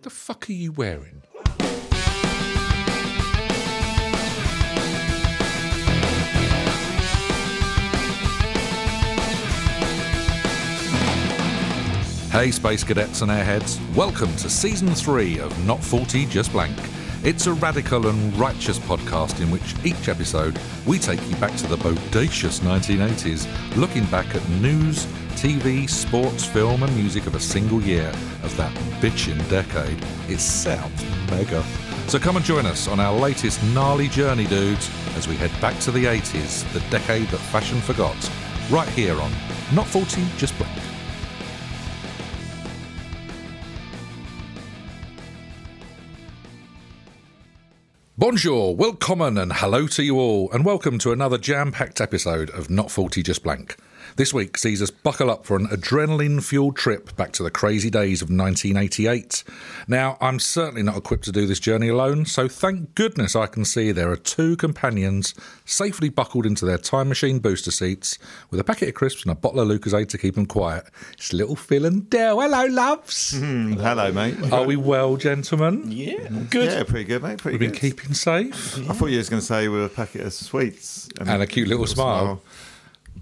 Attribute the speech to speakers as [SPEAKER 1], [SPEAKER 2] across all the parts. [SPEAKER 1] The fuck are you wearing? Hey, Space Cadets and Airheads. Welcome to Season 3 of Not 40 Just Blank. It's a radical and righteous podcast in which each episode we take you back to the bodacious 1980s, looking back at news, TV, sports, film, and music of a single year of that bitchin' decade. It sounds mega. So come and join us on our latest gnarly journey, dudes, as we head back to the 80s, the decade that fashion forgot, right here on Not 40 Just Blank. Bonjour, welcome and hello to you all, and welcome to another jam packed episode of Not 40 Just Blank. This week sees us buckle up for an adrenaline fueled trip back to the crazy days of 1988. Now, I'm certainly not equipped to do this journey alone, so thank goodness I can see there are two companions safely buckled into their time machine booster seats with a packet of crisps and a bottle of Lucasade to keep them quiet. It's little Phil and Dell. Hello, loves.
[SPEAKER 2] Hello, mate.
[SPEAKER 1] Are we well, gentlemen?
[SPEAKER 3] Yeah, good.
[SPEAKER 2] Yeah, pretty good, mate. Pretty
[SPEAKER 1] We've been
[SPEAKER 2] good.
[SPEAKER 1] keeping safe.
[SPEAKER 2] I thought you was going to say with a packet of sweets
[SPEAKER 1] And a cute little smile.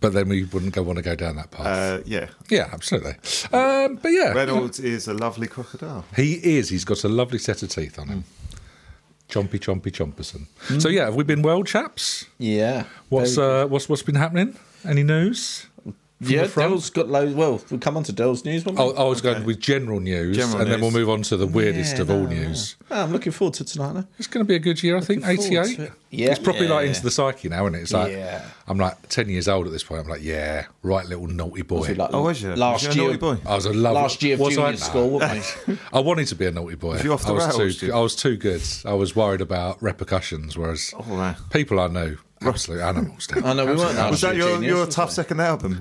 [SPEAKER 1] but then we wouldn't go want to go down that path.
[SPEAKER 2] Uh, yeah,
[SPEAKER 1] yeah, absolutely. Um, but yeah,
[SPEAKER 2] Reynolds is a lovely crocodile.
[SPEAKER 1] he is. He's got a lovely set of teeth on him.
[SPEAKER 2] Hmm.
[SPEAKER 1] Chompy, chompy, chomperson. So yeah, have we been well, chaps?
[SPEAKER 3] Yeah.
[SPEAKER 1] What's
[SPEAKER 3] Very-
[SPEAKER 1] uh, what's what's been happening? Any news?
[SPEAKER 3] yeah?
[SPEAKER 1] the front?
[SPEAKER 3] Dell's got loads. Well, we'll come on to Dell's news. One
[SPEAKER 1] Oh, I was going with general news,
[SPEAKER 2] General
[SPEAKER 1] and then we'll
[SPEAKER 2] news.
[SPEAKER 1] move on to the weirdest of all news.
[SPEAKER 3] I'm looking forward to tonight. Now.
[SPEAKER 1] It's going to be a good year, I think.
[SPEAKER 3] Looking forward
[SPEAKER 1] Eighty-eight.
[SPEAKER 3] to it. Yeah.
[SPEAKER 1] it's probably
[SPEAKER 3] Yeah.
[SPEAKER 1] like into the psyche now, isn't it? It's like
[SPEAKER 3] Yeah.
[SPEAKER 1] I'm like ten years old at this point. I'm like, yeah, right, little naughty boy.
[SPEAKER 3] Was it like
[SPEAKER 2] Oh, was you?
[SPEAKER 3] Last
[SPEAKER 2] Was you a
[SPEAKER 3] year,
[SPEAKER 2] naughty boy?
[SPEAKER 1] I was a lovely
[SPEAKER 3] last year of
[SPEAKER 1] was I?
[SPEAKER 3] junior
[SPEAKER 1] No.
[SPEAKER 3] school, wasn't it?
[SPEAKER 1] I wanted to be a naughty boy.
[SPEAKER 2] you off the
[SPEAKER 1] I, was
[SPEAKER 2] rails,
[SPEAKER 1] too,
[SPEAKER 2] Jim?
[SPEAKER 1] I was too good. I was worried about repercussions, whereas
[SPEAKER 2] Oh, wow.
[SPEAKER 1] people I know, absolute animals, did.
[SPEAKER 3] I know we weren't. last
[SPEAKER 2] Was that
[SPEAKER 3] year
[SPEAKER 2] your,
[SPEAKER 3] juniors,
[SPEAKER 2] your
[SPEAKER 3] was
[SPEAKER 2] tough
[SPEAKER 3] it?
[SPEAKER 2] second album?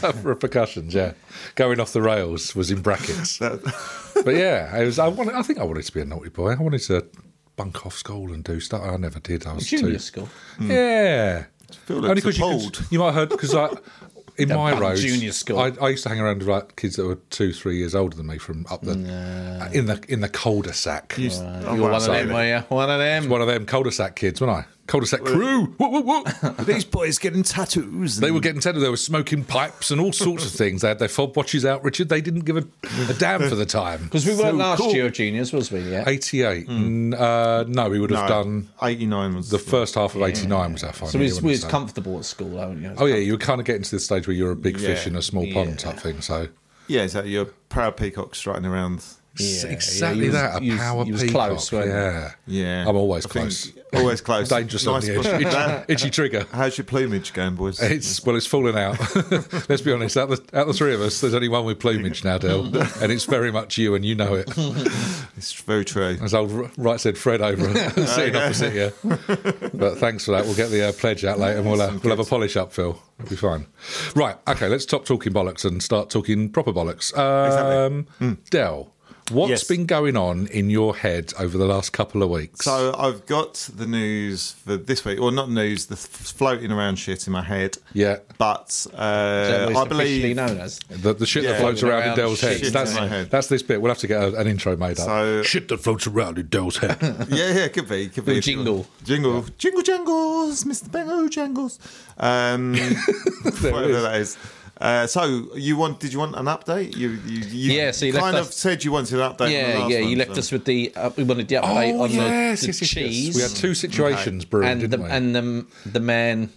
[SPEAKER 1] Tough repercussions, yeah. Going off the rails was in brackets.
[SPEAKER 2] That-
[SPEAKER 1] but yeah, I was. I wanted. I think I wanted to be a naughty boy. I wanted to bunk off school and do stuff. I never did. I was
[SPEAKER 3] Junior Hmm.
[SPEAKER 1] too. Hmm.
[SPEAKER 3] school.
[SPEAKER 1] Yeah.
[SPEAKER 2] feel like it's
[SPEAKER 1] you,
[SPEAKER 2] appalled.
[SPEAKER 1] could- you might have heard because I. In my
[SPEAKER 3] bum
[SPEAKER 1] road,
[SPEAKER 3] junior school.
[SPEAKER 1] I, I used to hang around with like, kids that were two, three years older than me from up the in the in the cul-de-sac.
[SPEAKER 2] you s- oh, wow,
[SPEAKER 3] You were one of
[SPEAKER 2] sorry,
[SPEAKER 3] them,
[SPEAKER 2] mate.
[SPEAKER 3] were you? One of them.
[SPEAKER 1] one of them cul-de-sac kids, wasn't I? Cul-de-sac crew. Woo, woo, woo.
[SPEAKER 2] These boys getting tattoos.
[SPEAKER 1] They were getting tender. They were smoking pipes and all sorts of things. They had their fob watches out, Richard. They didn't give a, a damn for the time.
[SPEAKER 3] Because we weren't last
[SPEAKER 2] cool.
[SPEAKER 3] year of juniors, was we? Yeah.
[SPEAKER 1] 88. N- Uh, no, we would have done
[SPEAKER 2] 89 was
[SPEAKER 1] the first half of 89 was our final
[SPEAKER 3] So
[SPEAKER 1] year,
[SPEAKER 3] we was,
[SPEAKER 1] wouldn't
[SPEAKER 3] we
[SPEAKER 1] it,
[SPEAKER 3] was
[SPEAKER 1] Sam?
[SPEAKER 3] comfortable at school, weren't you?
[SPEAKER 1] Oh, yeah, you were kind of getting to the stage where you're a big fish
[SPEAKER 2] Yeah.
[SPEAKER 1] in a small pond type thing. So
[SPEAKER 2] Yeah, is that your proud peacock strutting around?
[SPEAKER 1] It's
[SPEAKER 3] yeah,
[SPEAKER 1] exactly
[SPEAKER 3] you was-
[SPEAKER 1] that. A
[SPEAKER 3] you was-
[SPEAKER 1] power
[SPEAKER 3] you was
[SPEAKER 1] peacock.
[SPEAKER 3] close, weren't you?
[SPEAKER 1] yeah.
[SPEAKER 2] Yeah.
[SPEAKER 1] I'm always
[SPEAKER 2] I think-
[SPEAKER 1] close.
[SPEAKER 2] Always close.
[SPEAKER 1] Dangerous on the
[SPEAKER 2] Nice-
[SPEAKER 1] edge. Itchy,
[SPEAKER 2] That-
[SPEAKER 1] itchy trigger.
[SPEAKER 2] How's your plumage going, boys?
[SPEAKER 1] It's well, it's fallen out. Let's be honest. Out the, out the three of us, there's only one with plumage now, Dale, and it's very much you, and you know it.
[SPEAKER 2] It's very true.
[SPEAKER 1] As old R- right said Fred over
[SPEAKER 2] Oh,
[SPEAKER 1] sitting opposite you. But thanks for that. We'll get the uh, pledge out later, and we'll, uh, we'll have a polish up, Phil. It'll be fine. Right. Okay. Let's stop talking bollocks and start talking proper bollocks. Um, Dell, what's
[SPEAKER 2] Hmm. Yes.
[SPEAKER 1] been going on in your head over the last couple of weeks?
[SPEAKER 2] So I've got the news for this week, or not news, the f- floating around shit in my head.
[SPEAKER 1] Yeah.
[SPEAKER 2] But uh,
[SPEAKER 3] At least
[SPEAKER 2] I
[SPEAKER 3] officially
[SPEAKER 2] believe.
[SPEAKER 3] known as.
[SPEAKER 1] the, the shit that
[SPEAKER 2] Yeah.
[SPEAKER 1] floats around in
[SPEAKER 3] Around
[SPEAKER 1] Dell's head.
[SPEAKER 3] shit in
[SPEAKER 1] That's,
[SPEAKER 2] my head.
[SPEAKER 1] that's this bit. We'll have to get a, an intro made up.
[SPEAKER 2] So-
[SPEAKER 1] shit that floats around in Dell's head.
[SPEAKER 2] Yeah, yeah, could be, could be.
[SPEAKER 3] Little jingle.
[SPEAKER 2] jingle, jingle, jangles, Mr. Bango Jangles. Um, whatever that is. Uh, so you want? Did you want an update? You, you, you
[SPEAKER 3] Yeah, so you left
[SPEAKER 2] kind of
[SPEAKER 3] us-
[SPEAKER 2] said you wanted an update. on the
[SPEAKER 3] Yeah,
[SPEAKER 2] last
[SPEAKER 3] yeah. You
[SPEAKER 2] one,
[SPEAKER 3] left
[SPEAKER 2] so-
[SPEAKER 3] us with the. Uh, we wanted the update
[SPEAKER 1] Oh,
[SPEAKER 3] on the, the cheese
[SPEAKER 1] We had two situations brewing,
[SPEAKER 3] and
[SPEAKER 1] didn't
[SPEAKER 3] the
[SPEAKER 1] we?
[SPEAKER 3] and the the man.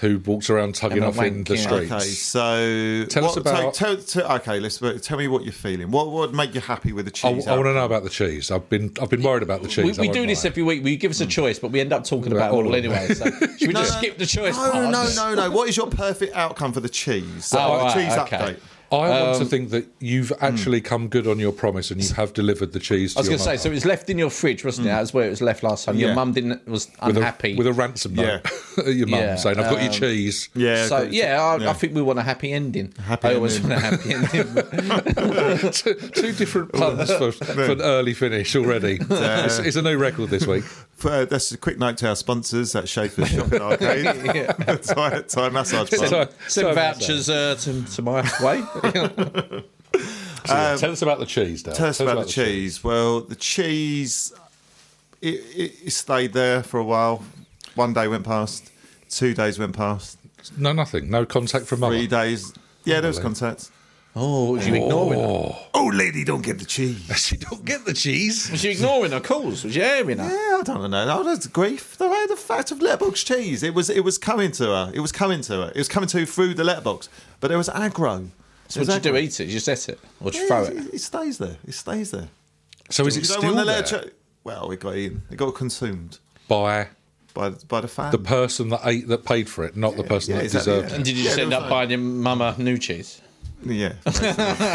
[SPEAKER 1] Who walks around tugging
[SPEAKER 3] and
[SPEAKER 1] off
[SPEAKER 3] the
[SPEAKER 1] in the
[SPEAKER 3] wanking.
[SPEAKER 1] streets.
[SPEAKER 2] Okay, so
[SPEAKER 1] Tell us
[SPEAKER 2] what-
[SPEAKER 1] about-
[SPEAKER 2] Tell, tell, tell, okay, let's tell me what you're feeling. What would make you happy with the
[SPEAKER 1] I,
[SPEAKER 2] cheese?
[SPEAKER 1] want to know about the cheese. I've been I've been worried about the
[SPEAKER 3] We,
[SPEAKER 1] cheese.
[SPEAKER 3] we
[SPEAKER 1] I
[SPEAKER 3] do
[SPEAKER 1] won't
[SPEAKER 3] this
[SPEAKER 1] lie.
[SPEAKER 3] every week. We give us a choice, but we end up talking about
[SPEAKER 1] all
[SPEAKER 3] all
[SPEAKER 1] of them.
[SPEAKER 3] anyway. So should we just skip the choice?
[SPEAKER 2] No,
[SPEAKER 3] part?
[SPEAKER 2] no, no, no. What is your perfect outcome for the cheese? So,
[SPEAKER 3] Oh,
[SPEAKER 2] the
[SPEAKER 3] right,
[SPEAKER 2] cheese
[SPEAKER 3] okay.
[SPEAKER 2] update.
[SPEAKER 1] I want
[SPEAKER 3] Um,
[SPEAKER 1] to think that you've actually come good on your promise and you have delivered the cheese.
[SPEAKER 3] hmm. I was going to say, so it was left in your fridge, wasn't it? That's where it was left last time. Your
[SPEAKER 2] Yeah.
[SPEAKER 3] mum didn't was
[SPEAKER 1] with a,
[SPEAKER 3] unhappy.
[SPEAKER 1] with a ransom note. at your mum
[SPEAKER 3] Yeah, um,
[SPEAKER 1] saying, "I've got your cheese."
[SPEAKER 2] Yeah.
[SPEAKER 3] so
[SPEAKER 2] okay.
[SPEAKER 3] yeah, I, I think we want a happy ending.
[SPEAKER 2] Happy
[SPEAKER 3] I always
[SPEAKER 2] ending.
[SPEAKER 3] want a happy ending.
[SPEAKER 1] two, two different puns for, for an early finish already. It's, it's a new record this week.
[SPEAKER 2] Uh, that's a quick note to our sponsors at Schaefer's Shopping Arcade. Thai, Thai massage
[SPEAKER 1] So-
[SPEAKER 2] bar.
[SPEAKER 3] Send
[SPEAKER 1] so-
[SPEAKER 3] vouchers uh, to, to my way.
[SPEAKER 1] Tell us about the cheese, Dale.
[SPEAKER 2] Um, Tell us about the cheese. Well, the cheese, it, it, it stayed there for a while. One day went past, two days went past,
[SPEAKER 1] No, nothing. No contact from
[SPEAKER 2] three
[SPEAKER 1] mother.
[SPEAKER 2] days. Yeah, there was contact.
[SPEAKER 3] Oh, was you ignoring her?
[SPEAKER 1] Oh,
[SPEAKER 2] Oh, lady, don't get the cheese.
[SPEAKER 1] she don't get the cheese.
[SPEAKER 3] Was you ignoring her calls? Was you airing her?
[SPEAKER 2] Yeah, I don't know. No, that's grief. The way the fact of letterbox cheese, it was it was coming to her. It was coming to her. It was coming to her through the letterbox. But there was aggro.
[SPEAKER 3] So what did you do? Eat it? You just eat it, or just throw it?
[SPEAKER 2] It, stays there. It stays there.
[SPEAKER 1] So is
[SPEAKER 2] You
[SPEAKER 1] it
[SPEAKER 2] don't
[SPEAKER 1] still
[SPEAKER 2] want the
[SPEAKER 1] there
[SPEAKER 2] letter. Well, it got eaten. It got consumed
[SPEAKER 1] by
[SPEAKER 2] by by the fan.
[SPEAKER 1] the person that ate that paid for it, not the person
[SPEAKER 2] yeah,
[SPEAKER 1] that
[SPEAKER 2] exactly,
[SPEAKER 1] deserved
[SPEAKER 2] yeah.
[SPEAKER 1] it?
[SPEAKER 3] And did you just
[SPEAKER 2] Yeah,
[SPEAKER 3] end
[SPEAKER 2] there
[SPEAKER 3] up
[SPEAKER 2] was no-
[SPEAKER 3] buying your mama new cheese?
[SPEAKER 2] yeah.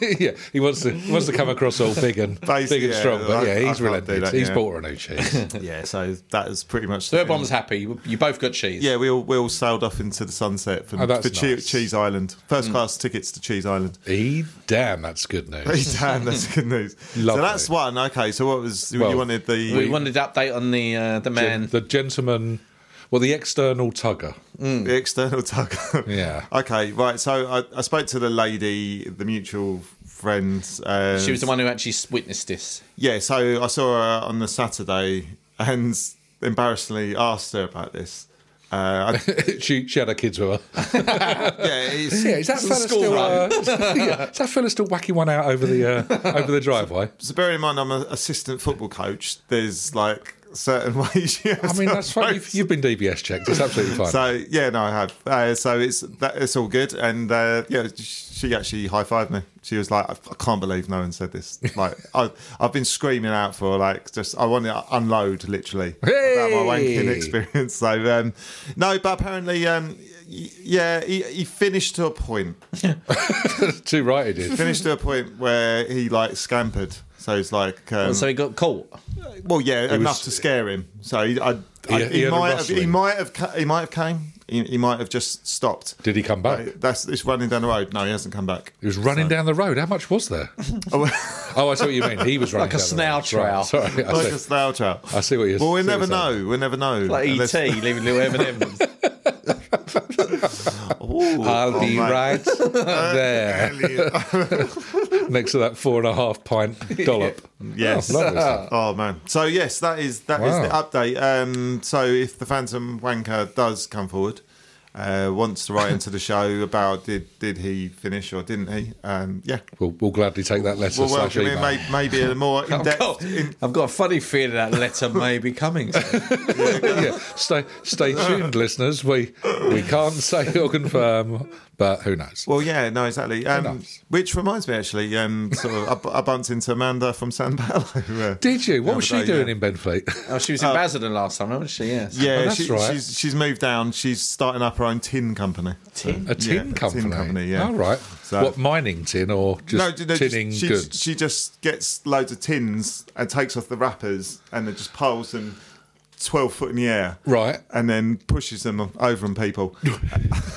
[SPEAKER 1] yeah, he wants to he wants to come across all big and
[SPEAKER 2] Basically,
[SPEAKER 1] big and
[SPEAKER 2] yeah,
[SPEAKER 1] strong, but
[SPEAKER 2] I- I
[SPEAKER 1] yeah,
[SPEAKER 2] can't
[SPEAKER 1] he's
[SPEAKER 2] do
[SPEAKER 1] relented.
[SPEAKER 2] that,
[SPEAKER 1] he's
[SPEAKER 2] yeah.
[SPEAKER 1] bought her a new cheese.
[SPEAKER 2] yeah. So that was pretty much.
[SPEAKER 3] So
[SPEAKER 2] the
[SPEAKER 3] everyone
[SPEAKER 2] thing.
[SPEAKER 3] was happy. You you both got cheese.
[SPEAKER 2] Yeah, we all we all sailed off into the sunset for,
[SPEAKER 1] Oh, that's
[SPEAKER 2] for Che-
[SPEAKER 1] nice.
[SPEAKER 2] Cheese Island. First
[SPEAKER 3] Mm.
[SPEAKER 2] class tickets to Cheese Island.
[SPEAKER 1] e damn, that's good news.
[SPEAKER 2] Damn, that's good news. so
[SPEAKER 1] Lovely.
[SPEAKER 2] that's one. Okay, so what was
[SPEAKER 1] Well,
[SPEAKER 2] you wanted the?
[SPEAKER 3] We wanted to update on the uh, the man.
[SPEAKER 1] The gentleman, well, the external tugger.
[SPEAKER 2] The external tug.
[SPEAKER 1] Hmm. Yeah.
[SPEAKER 2] Okay, right. So I, I spoke to the lady, the mutual friend. Um,
[SPEAKER 3] she was the one who actually witnessed this.
[SPEAKER 2] Yeah, so I saw her on the Saturday and embarrassingly asked her about this. Uh, I,
[SPEAKER 1] she she had her kids with her.
[SPEAKER 2] yeah, it's,
[SPEAKER 1] Yeah, is that
[SPEAKER 2] it's a
[SPEAKER 1] fella
[SPEAKER 2] school
[SPEAKER 1] still?
[SPEAKER 2] run.
[SPEAKER 1] Uh, yeah, is that fella still whacking one out over the uh, over the driveway?
[SPEAKER 2] So bearing in mind, I'm an assistant football coach. There's like certain ways. You have
[SPEAKER 1] I mean,
[SPEAKER 2] to
[SPEAKER 1] that's fine.
[SPEAKER 2] approach
[SPEAKER 1] You've, you've been DBS checked. It's absolutely fine.
[SPEAKER 2] So yeah, no, I have. Uh, so it's that, it's all good, and uh, yeah, she actually high fived me. She was like, I, "I can't believe no one said this." Like I've I've been screaming out for like just I want to unload literally about my
[SPEAKER 1] Hey!
[SPEAKER 2] wanking experience. So um, no, but apparently, um, y- yeah, he, he finished to a point.
[SPEAKER 1] Too right, it is.
[SPEAKER 2] Finished to a point where he like scampered. So it's like, um,
[SPEAKER 3] So he got caught.
[SPEAKER 2] well, yeah, enough
[SPEAKER 1] Oh, was-
[SPEAKER 2] to scare him. So he, I, I,
[SPEAKER 1] He-
[SPEAKER 2] he,
[SPEAKER 1] he had a
[SPEAKER 2] might have, he
[SPEAKER 1] rustling.
[SPEAKER 2] might have, ca- he might have came. He, he might have just stopped.
[SPEAKER 1] Did he come back?
[SPEAKER 2] That's it's running down the road. No, he hasn't come back.
[SPEAKER 1] He was running down the road. How much was there?
[SPEAKER 2] Oh,
[SPEAKER 1] Oh, I see what you mean. He was running
[SPEAKER 3] Like a
[SPEAKER 1] down the road.
[SPEAKER 3] snail
[SPEAKER 1] Right,
[SPEAKER 3] trail.
[SPEAKER 1] Sorry, I
[SPEAKER 2] like
[SPEAKER 1] see.
[SPEAKER 2] a snail trail.
[SPEAKER 1] I see what you're.
[SPEAKER 2] Well, we'll
[SPEAKER 1] see what
[SPEAKER 2] never
[SPEAKER 1] you're saying. E
[SPEAKER 2] know. We'll never know.
[SPEAKER 3] Like
[SPEAKER 2] Unless-
[SPEAKER 3] E.T. leaving little M&M's.
[SPEAKER 2] Ooh,
[SPEAKER 1] I'll
[SPEAKER 2] oh,
[SPEAKER 1] be
[SPEAKER 2] mate.
[SPEAKER 1] right there next to that four and a half pint dollop.
[SPEAKER 2] Yes.
[SPEAKER 1] Oh, lovely stuff.
[SPEAKER 2] Oh man. So yes, that is that is
[SPEAKER 1] Wow.
[SPEAKER 2] the update. Um, so if the Phantom Wanker does come forward, uh, wants to write into the show about did did he finish or didn't he? Um, yeah,
[SPEAKER 1] We'll, we'll gladly take that letter
[SPEAKER 2] we'll
[SPEAKER 1] slash
[SPEAKER 2] welcome
[SPEAKER 1] email.
[SPEAKER 2] in may- maybe a more
[SPEAKER 1] Oh,
[SPEAKER 2] in
[SPEAKER 3] I've,
[SPEAKER 2] depth.
[SPEAKER 3] got,
[SPEAKER 2] in-
[SPEAKER 3] I've got a funny feeling that letter may be coming.
[SPEAKER 1] yeah, stay stay tuned, listeners. We we can't say or confirm, but who knows?
[SPEAKER 2] well, yeah, no, exactly. Um,
[SPEAKER 1] knows?
[SPEAKER 2] which reminds me, actually, um, sort of, I bu- I, bumped into Amanda from San Paolo. Uh,
[SPEAKER 1] Did you? What
[SPEAKER 2] the
[SPEAKER 1] was she
[SPEAKER 2] other day,
[SPEAKER 1] doing
[SPEAKER 2] yeah.
[SPEAKER 1] in Benfleet?
[SPEAKER 3] oh, she was in Basildon last time, wasn't she? Yes.
[SPEAKER 2] Yeah,
[SPEAKER 1] Oh, that's
[SPEAKER 2] she,
[SPEAKER 1] right.
[SPEAKER 2] she's she's moved down. She's starting up her own tin company.
[SPEAKER 3] Tin?
[SPEAKER 1] A tin
[SPEAKER 2] Yeah,
[SPEAKER 1] company.
[SPEAKER 2] Tin company. Yeah.
[SPEAKER 1] All right.
[SPEAKER 2] So-
[SPEAKER 1] What mining tin or just
[SPEAKER 2] d- just-
[SPEAKER 1] tinning
[SPEAKER 2] she,
[SPEAKER 1] goods?
[SPEAKER 2] She just gets loads of tins and takes off the wrappers and then just piles them twelve foot in the air.
[SPEAKER 1] Right.
[SPEAKER 2] And then pushes them over on people.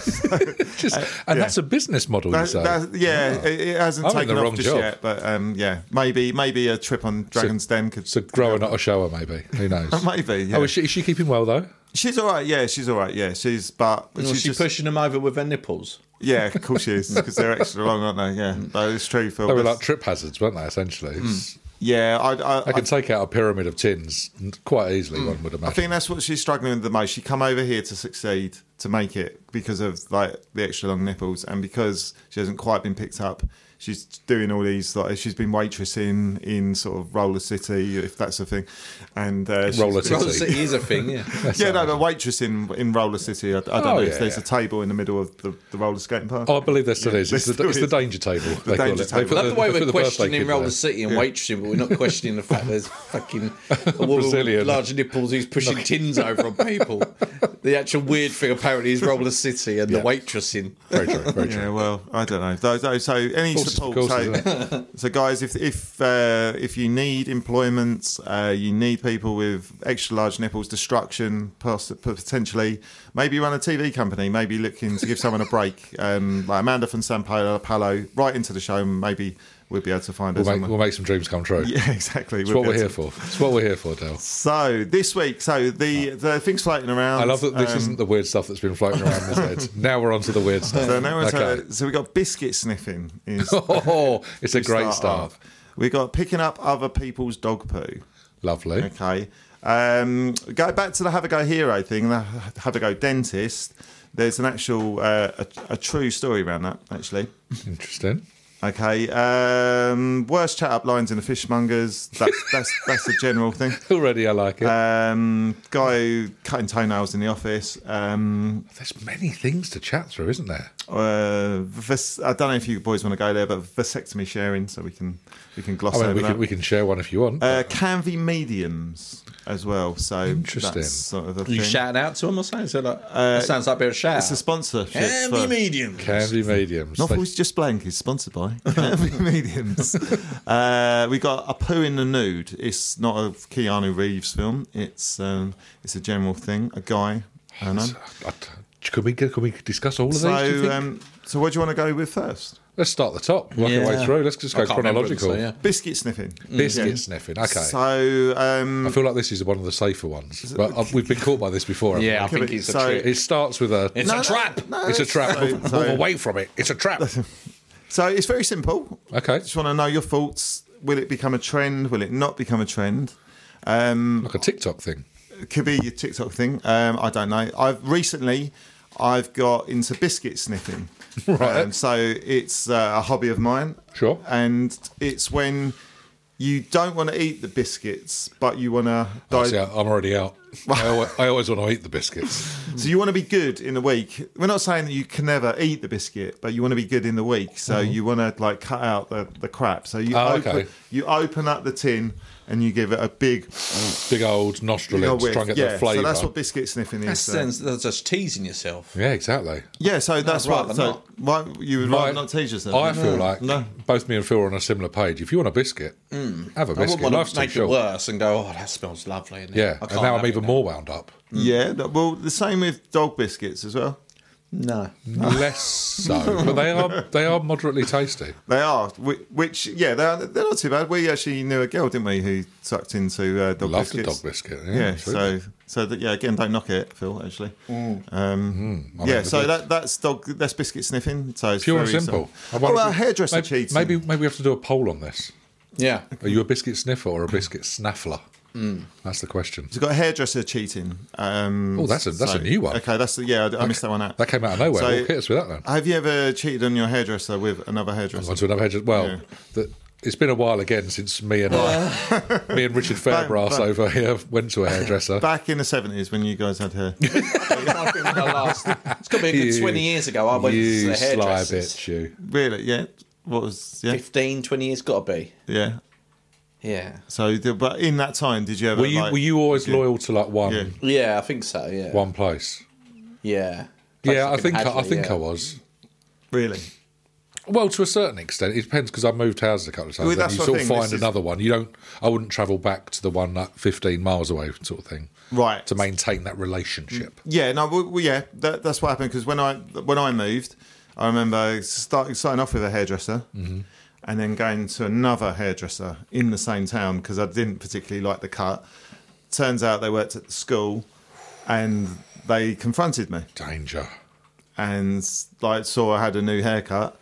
[SPEAKER 1] Just, and
[SPEAKER 2] uh, yeah.
[SPEAKER 1] that's a business model,
[SPEAKER 2] That-
[SPEAKER 1] you say.
[SPEAKER 2] that- yeah, it, it hasn't
[SPEAKER 1] I'm in
[SPEAKER 2] taken
[SPEAKER 1] the
[SPEAKER 2] off
[SPEAKER 1] wrong
[SPEAKER 2] just
[SPEAKER 1] job.
[SPEAKER 2] yet, but um, yeah, maybe maybe a trip on Dragon's Den could.
[SPEAKER 1] it's a grower, not a shower, maybe. Who knows?
[SPEAKER 2] maybe. Yeah.
[SPEAKER 1] Oh, is she, is she keeping well though?
[SPEAKER 2] she's all right. Yeah, she's all right. Yeah, she's but
[SPEAKER 3] Was
[SPEAKER 2] she's
[SPEAKER 3] she
[SPEAKER 2] just,
[SPEAKER 3] pushing them over with her nipples?
[SPEAKER 2] Yeah, of course she is because they're extra long, aren't they? Yeah, no, it's true. Phil.
[SPEAKER 1] They were
[SPEAKER 2] That's-
[SPEAKER 1] like trip hazards, weren't they? Essentially, It's-
[SPEAKER 2] yeah, I, I, Hmm.
[SPEAKER 1] I could take out a pyramid of tins quite easily. One would
[SPEAKER 2] I think
[SPEAKER 1] imagine.
[SPEAKER 2] that's what she's struggling with the most. She come over here to succeed, to make it because of like the extra long nipples, and because she hasn't quite been picked up. She's doing all these like she's been waitressing in sort of Roller City, if that's a thing, and uh, she's
[SPEAKER 1] Roller
[SPEAKER 2] been-
[SPEAKER 1] City.
[SPEAKER 3] Well, it is a thing, yeah.
[SPEAKER 2] Yeah, no, the waitress in in Roller City. I, I don't
[SPEAKER 1] Oh,
[SPEAKER 2] know.
[SPEAKER 1] yeah,
[SPEAKER 2] if there's
[SPEAKER 1] yeah.
[SPEAKER 2] a table in the middle of the, the roller skating park.
[SPEAKER 1] Oh, I believe there still
[SPEAKER 2] Yeah,
[SPEAKER 1] is.
[SPEAKER 2] there
[SPEAKER 1] It's, the,
[SPEAKER 2] still
[SPEAKER 1] it's
[SPEAKER 2] is.
[SPEAKER 1] the danger table.
[SPEAKER 2] The
[SPEAKER 1] they call
[SPEAKER 2] danger
[SPEAKER 1] it. They
[SPEAKER 2] table.
[SPEAKER 1] put
[SPEAKER 2] Love
[SPEAKER 3] Love the
[SPEAKER 1] they
[SPEAKER 3] way
[SPEAKER 1] put
[SPEAKER 3] we're
[SPEAKER 1] birthday
[SPEAKER 3] questioning
[SPEAKER 1] kid
[SPEAKER 3] Roller
[SPEAKER 1] there.
[SPEAKER 3] City and waitressing, but we're not questioning the fact there's fucking a woman
[SPEAKER 1] Brazilian.
[SPEAKER 3] with large nipples who's pushing tins over on people. The actual weird thing apparently is Roller City and
[SPEAKER 1] Yeah.
[SPEAKER 3] the waitressing.
[SPEAKER 1] Very true. Very true.
[SPEAKER 2] Yeah, well, I don't know. So, so, so any
[SPEAKER 1] Courses,
[SPEAKER 2] support.
[SPEAKER 1] courses,
[SPEAKER 2] so, so, guys, if if uh, if you need employment, uh, you need people with extra large nipples, destruction poss- potentially. Maybe run a TV company. Maybe looking to give someone a break. Um, like Amanda from San Paolo, Paolo, right into the show. and Maybe. we'd be able to find
[SPEAKER 1] We'll
[SPEAKER 2] us. on
[SPEAKER 1] make,
[SPEAKER 2] the-
[SPEAKER 1] we'll make some dreams come true.
[SPEAKER 2] yeah, exactly.
[SPEAKER 1] It's what we're here for. It's what we're here for, Dale.
[SPEAKER 2] So this week, so the the things floating around.
[SPEAKER 1] I love that this
[SPEAKER 2] um,
[SPEAKER 1] isn't the weird stuff that's been floating around this head. Now we're on to the weird stuff.
[SPEAKER 2] So now we're
[SPEAKER 1] Okay.
[SPEAKER 2] to- so we got biscuit sniffing. Is
[SPEAKER 1] Oh, it's a great
[SPEAKER 2] start
[SPEAKER 1] start.
[SPEAKER 2] off. We got picking up other people's dog poo.
[SPEAKER 1] Lovely.
[SPEAKER 2] Okay. Um, go back to the have a go hero thing, the have a go dentist. There's an actual, uh, a, a true story around that, actually.
[SPEAKER 1] Interesting.
[SPEAKER 2] Okay. Um, worst chat up lines in the fishmongers. That's, that's, that's a general thing.
[SPEAKER 1] Already I like it.
[SPEAKER 2] Um, guy cutting toenails in the office. Um,
[SPEAKER 1] There's many things to chat through, isn't there?
[SPEAKER 2] uh, vas- I don't know if you boys want to go there, but vasectomy sharing, so we can we can gloss
[SPEAKER 1] I mean,
[SPEAKER 2] over
[SPEAKER 1] Oh, we
[SPEAKER 2] that.
[SPEAKER 1] can, we can share one if you want.
[SPEAKER 2] Uh, Canvy mediums as well. So
[SPEAKER 1] Interesting.
[SPEAKER 2] That's sort of a
[SPEAKER 3] You
[SPEAKER 2] thing.
[SPEAKER 3] shouting out to him or something? So like,
[SPEAKER 1] Uh,
[SPEAKER 3] that sounds like a bit of a shout.
[SPEAKER 2] it's a sponsorship.
[SPEAKER 3] Heavy
[SPEAKER 2] for-
[SPEAKER 3] medium.
[SPEAKER 1] Candy mediums.
[SPEAKER 2] Not
[SPEAKER 1] They-
[SPEAKER 2] always just blank is sponsored by Canvy mediums. Uh, we got a poo in the nude. It's not a Keanu Reeves film. It's um, it's a general thing. A guy. I don't know.
[SPEAKER 1] I- Could we could we discuss all of these? do you
[SPEAKER 2] So
[SPEAKER 1] think?
[SPEAKER 2] um, so what do you want to go with first?
[SPEAKER 1] Let's start the top, work our way
[SPEAKER 3] Yeah.
[SPEAKER 1] through. Let's just
[SPEAKER 3] I
[SPEAKER 1] go
[SPEAKER 3] can't remember them,
[SPEAKER 1] chronological.
[SPEAKER 3] so yeah. Mm.
[SPEAKER 2] Biscuit sniffing.
[SPEAKER 1] Biscuit
[SPEAKER 2] Yeah.
[SPEAKER 1] sniffing. Mm. Okay.
[SPEAKER 2] So
[SPEAKER 1] I
[SPEAKER 2] um,
[SPEAKER 1] feel like this is one of the safer ones. Well, uh, we've been caught by this before. haven't
[SPEAKER 3] Yeah, I
[SPEAKER 1] we?
[SPEAKER 3] think it's a
[SPEAKER 2] So-
[SPEAKER 3] trick.
[SPEAKER 1] It starts with a.
[SPEAKER 3] It's
[SPEAKER 2] no,
[SPEAKER 3] a trap.
[SPEAKER 2] no,
[SPEAKER 1] it's a trap.
[SPEAKER 2] so-
[SPEAKER 1] move,
[SPEAKER 2] so-
[SPEAKER 1] move away from it. It's a trap.
[SPEAKER 2] so it's very simple.
[SPEAKER 1] Okay.
[SPEAKER 2] Just want to know your thoughts. Will it become a trend? Will it not become a trend? Um,
[SPEAKER 1] Like a TikTok thing.
[SPEAKER 2] it could be a TikTok thing. Um, I don't know. I've recently I've got into biscuit sniffing.
[SPEAKER 1] Right.
[SPEAKER 2] Um, so it's uh, a hobby of mine.
[SPEAKER 1] Sure.
[SPEAKER 2] And it's when you don't want to eat the biscuits, but you want to.
[SPEAKER 1] I see, I'm already out. I always, I always want to eat the biscuits.
[SPEAKER 2] So you want to be good in the week. We're not saying that you can never eat the biscuit, but you want to be good in the week. So you want to like cut out the, the crap. So you
[SPEAKER 1] Oh,
[SPEAKER 2] open,
[SPEAKER 1] Mm-hmm. okay.
[SPEAKER 2] you open up the tin and you give it a big
[SPEAKER 1] Big old nostril
[SPEAKER 2] you know,
[SPEAKER 1] end to try and
[SPEAKER 2] whiff.
[SPEAKER 1] get
[SPEAKER 2] yeah.
[SPEAKER 1] the flavour.
[SPEAKER 2] So that's what biscuit sniffing
[SPEAKER 3] That
[SPEAKER 2] is. so-
[SPEAKER 3] sounds that's just teasing yourself.
[SPEAKER 1] uh, yeah, exactly.
[SPEAKER 2] yeah, so that's
[SPEAKER 3] rather
[SPEAKER 2] what. So
[SPEAKER 3] not.
[SPEAKER 2] why you would rather not teach us?
[SPEAKER 1] I feel like
[SPEAKER 2] Mm. no.
[SPEAKER 1] both me and Phil are on a similar page. If you want a biscuit, have a
[SPEAKER 3] I
[SPEAKER 1] biscuit.
[SPEAKER 3] wouldn't want
[SPEAKER 1] Life's
[SPEAKER 3] to
[SPEAKER 1] too
[SPEAKER 3] make
[SPEAKER 1] short.
[SPEAKER 3] it worse and go, oh, that smells lovely. And
[SPEAKER 1] Yeah,
[SPEAKER 3] I
[SPEAKER 1] and
[SPEAKER 3] can't
[SPEAKER 1] now
[SPEAKER 3] have
[SPEAKER 1] I'm
[SPEAKER 3] it
[SPEAKER 1] even more wound up.
[SPEAKER 3] Mm.
[SPEAKER 2] Yeah, that- well, the same with dog biscuits as well.
[SPEAKER 3] No.
[SPEAKER 1] Less so, but they are they are moderately tasty.
[SPEAKER 2] They are, whi- which yeah, they're they're not too bad. We actually knew a girl, didn't we, who sucked into uh, dog
[SPEAKER 1] Love the
[SPEAKER 2] biscuits.
[SPEAKER 1] dog biscuit. Yeah,
[SPEAKER 2] Yeah,
[SPEAKER 1] absolutely. Mm,
[SPEAKER 2] so so that, yeah, again, don't knock it, Phil. Actually, um,
[SPEAKER 1] I
[SPEAKER 2] yeah.
[SPEAKER 1] mean,
[SPEAKER 2] So
[SPEAKER 1] the-
[SPEAKER 2] that that's dog that's biscuit sniffing. So it's
[SPEAKER 1] pure and
[SPEAKER 2] very
[SPEAKER 1] simple. I
[SPEAKER 2] sim-
[SPEAKER 1] wonder
[SPEAKER 2] Oh,
[SPEAKER 1] if
[SPEAKER 2] well,
[SPEAKER 1] we-
[SPEAKER 2] hairdresser
[SPEAKER 1] maybe,
[SPEAKER 2] cheating.
[SPEAKER 1] Maybe maybe we have to do a poll on this.
[SPEAKER 3] Yeah.
[SPEAKER 1] Are you a biscuit sniffer or a biscuit snaffler? That's the question.
[SPEAKER 2] we've got hairdresser cheating. Um,
[SPEAKER 1] Oh, that's a- that's a new one.
[SPEAKER 2] Okay, that's the, yeah. I, I missed that one out.
[SPEAKER 1] That came out of nowhere.
[SPEAKER 2] So- Ah.
[SPEAKER 1] well, hit us with that then.
[SPEAKER 2] Have you ever cheated on your hairdresser with another hairdresser?
[SPEAKER 1] Onto another hedge. Well,
[SPEAKER 2] Yeah.
[SPEAKER 1] the, it's been a while again since me and I, me and Richard Fairbrass
[SPEAKER 2] Bang, bang.
[SPEAKER 1] over here went to a hairdresser.
[SPEAKER 2] Back in the seventies when you guys had hair.
[SPEAKER 3] I think the last- it's got to be a good
[SPEAKER 1] You-
[SPEAKER 3] 20 years ago. I went to
[SPEAKER 1] you
[SPEAKER 3] the
[SPEAKER 1] sly
[SPEAKER 3] hairdressers.
[SPEAKER 1] bitch, you.
[SPEAKER 2] really? Yeah. What was yeah
[SPEAKER 3] 15, 20 years, got to be.
[SPEAKER 2] yeah.
[SPEAKER 3] Yeah.
[SPEAKER 2] So, the- but in that time, did you ever?
[SPEAKER 1] Were you
[SPEAKER 2] like-
[SPEAKER 1] were you always loyal to like one
[SPEAKER 2] Yeah.
[SPEAKER 3] Yeah, I think so, yeah.
[SPEAKER 1] one place?
[SPEAKER 3] Yeah.
[SPEAKER 1] yeah, I think I, I think
[SPEAKER 3] yeah.
[SPEAKER 1] I was.
[SPEAKER 2] really?
[SPEAKER 1] Well, to a certain extent, it depends because I moved houses a couple of times.
[SPEAKER 2] Well,
[SPEAKER 1] and
[SPEAKER 2] that's
[SPEAKER 1] you
[SPEAKER 2] the
[SPEAKER 1] sort of
[SPEAKER 2] thing,
[SPEAKER 1] find
[SPEAKER 2] this is-
[SPEAKER 1] another one. You don't. I wouldn't travel back to the one that fifteen miles away, sort of thing,
[SPEAKER 2] Right.
[SPEAKER 1] to maintain that relationship.
[SPEAKER 2] Yeah, no, well, well, yeah, that, that's what happened because when I when I moved, I remember starting starting off with a hairdresser,
[SPEAKER 1] Mm-hmm.
[SPEAKER 2] and then going to another hairdresser in the same town because I didn't particularly like the cut. Turns out they worked at the school, and they confronted me
[SPEAKER 1] Danger.
[SPEAKER 2] and like saw I had a new haircut.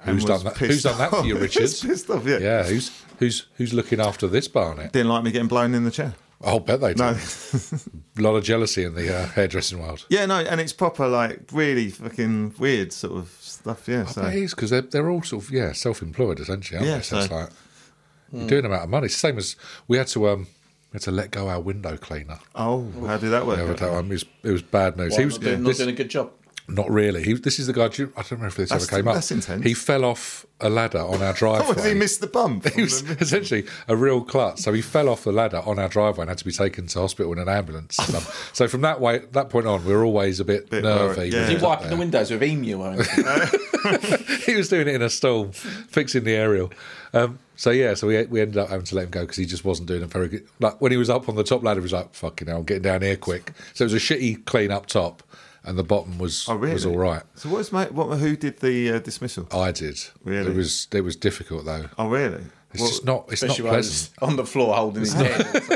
[SPEAKER 2] and
[SPEAKER 1] Who's
[SPEAKER 2] was
[SPEAKER 1] done that?
[SPEAKER 2] pissed
[SPEAKER 1] Who's done that for
[SPEAKER 2] off.
[SPEAKER 1] you,
[SPEAKER 2] Was
[SPEAKER 1] Richards?
[SPEAKER 2] pissed off, yeah.
[SPEAKER 1] Yeah, who's who's who's looking after this barnet?
[SPEAKER 2] Didn't like me getting blown in the chair.
[SPEAKER 1] I'll bet they do.
[SPEAKER 2] No.
[SPEAKER 1] A lot of jealousy in the uh, hairdressing world.
[SPEAKER 2] Yeah, no, and it's proper like really fucking weird sort of stuff. Yeah, so
[SPEAKER 1] But it is because they're they're all sort of yeah self-employed essentially. Aren't
[SPEAKER 2] Yeah,
[SPEAKER 1] they? So it's
[SPEAKER 2] so-
[SPEAKER 1] like
[SPEAKER 3] Hmm.
[SPEAKER 1] you're doing them out of money. It's the same as we had to um we had to let go our window cleaner.
[SPEAKER 2] oh, how did that work?
[SPEAKER 1] the other time. It was, it was bad news.
[SPEAKER 3] Well,
[SPEAKER 1] he was
[SPEAKER 3] not, doing, not
[SPEAKER 1] this-
[SPEAKER 3] doing a good job.
[SPEAKER 1] Not really. He, this is the guy. do you- I don't remember if this
[SPEAKER 2] That's-
[SPEAKER 1] ever came up.
[SPEAKER 2] that's intense.
[SPEAKER 1] He fell off a ladder on our driveway.
[SPEAKER 2] Oh, has he missed the bump?
[SPEAKER 1] He was essentially a real klutz. So he fell off the ladder on our driveway and had to be taken to hospital in an ambulance. and stuff. so from that way, that point on, we were always a bit,
[SPEAKER 2] Bit
[SPEAKER 1] nervy.
[SPEAKER 2] worried, yeah.
[SPEAKER 1] when
[SPEAKER 3] Is he
[SPEAKER 1] we got
[SPEAKER 3] wiping the windows with emu or anything?
[SPEAKER 1] there. he was doing it in a stall, fixing the aerial. Um, so yeah, so we we ended up having to let him go because he just wasn't doing a very good. Like when he was up on the top ladder, he was like, "Fucking hell, I'm getting down here quick." So it was a shitty clean up top. and the bottom was
[SPEAKER 2] Oh, really?
[SPEAKER 1] was all right.
[SPEAKER 2] So what is my what? Who did the uh, dismissal?
[SPEAKER 1] I did.
[SPEAKER 2] Really?
[SPEAKER 1] It was it was difficult though.
[SPEAKER 2] Oh, really?
[SPEAKER 1] It's
[SPEAKER 2] What-
[SPEAKER 1] just not. It's not
[SPEAKER 3] Especially when he's
[SPEAKER 1] pleasant.
[SPEAKER 3] on the floor holding his head.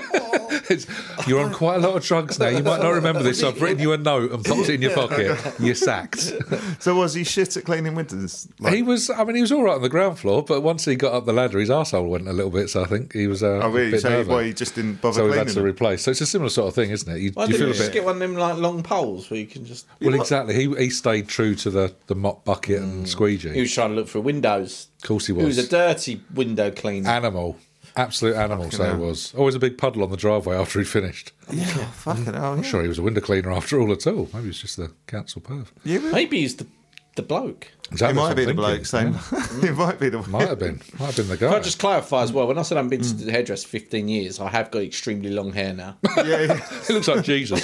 [SPEAKER 1] It's- you're on quite a lot of drugs now. You might not remember this. I've written you a note and popped it in your pocket. You're sacked.
[SPEAKER 2] So was he shit at cleaning windows? Like,
[SPEAKER 1] He was. I mean, he was all right on the ground floor, but once he got up the ladder, his asshole went a little bit. So I think he was. Uh,
[SPEAKER 2] oh,
[SPEAKER 1] A
[SPEAKER 2] really?
[SPEAKER 1] bit
[SPEAKER 2] So he,
[SPEAKER 1] nervous.
[SPEAKER 2] well, he just didn't bother
[SPEAKER 1] so we've
[SPEAKER 2] cleaning
[SPEAKER 1] had to
[SPEAKER 2] them.
[SPEAKER 1] replace. So it's a similar sort of thing, isn't it? You,
[SPEAKER 3] Why
[SPEAKER 1] you
[SPEAKER 3] didn't
[SPEAKER 1] feel
[SPEAKER 3] you
[SPEAKER 1] a
[SPEAKER 3] just
[SPEAKER 1] bit.
[SPEAKER 3] get one of them like long poles where you can just?
[SPEAKER 1] Well, exactly. He he stayed true to the the mop bucket and squeegee.
[SPEAKER 3] He was trying to look for windows.
[SPEAKER 1] of course, he
[SPEAKER 3] He was
[SPEAKER 1] was.
[SPEAKER 3] a dirty window cleaner.
[SPEAKER 1] animal, absolute animal. So he
[SPEAKER 2] hell.
[SPEAKER 1] was always a big puddle on the driveway after he finished.
[SPEAKER 2] Yeah, Mm. fucking hell. Yeah.
[SPEAKER 1] Sure, he was a window cleaner after all at all. Maybe it's just the council perv.
[SPEAKER 2] Yeah, well,
[SPEAKER 3] Maybe he's the the bloke.
[SPEAKER 1] Is that
[SPEAKER 2] it
[SPEAKER 1] what
[SPEAKER 2] might
[SPEAKER 1] I'm
[SPEAKER 2] be the
[SPEAKER 1] thinking?
[SPEAKER 2] bloke. Same. it might be the
[SPEAKER 1] Might have been. Might have been the guy.
[SPEAKER 3] Can I just clarify as well? When I said I've been
[SPEAKER 1] Hmm.
[SPEAKER 3] to the hairdresser for 15 years, I have got extremely long hair now.
[SPEAKER 2] Yeah, yeah.
[SPEAKER 1] He looks like Jesus.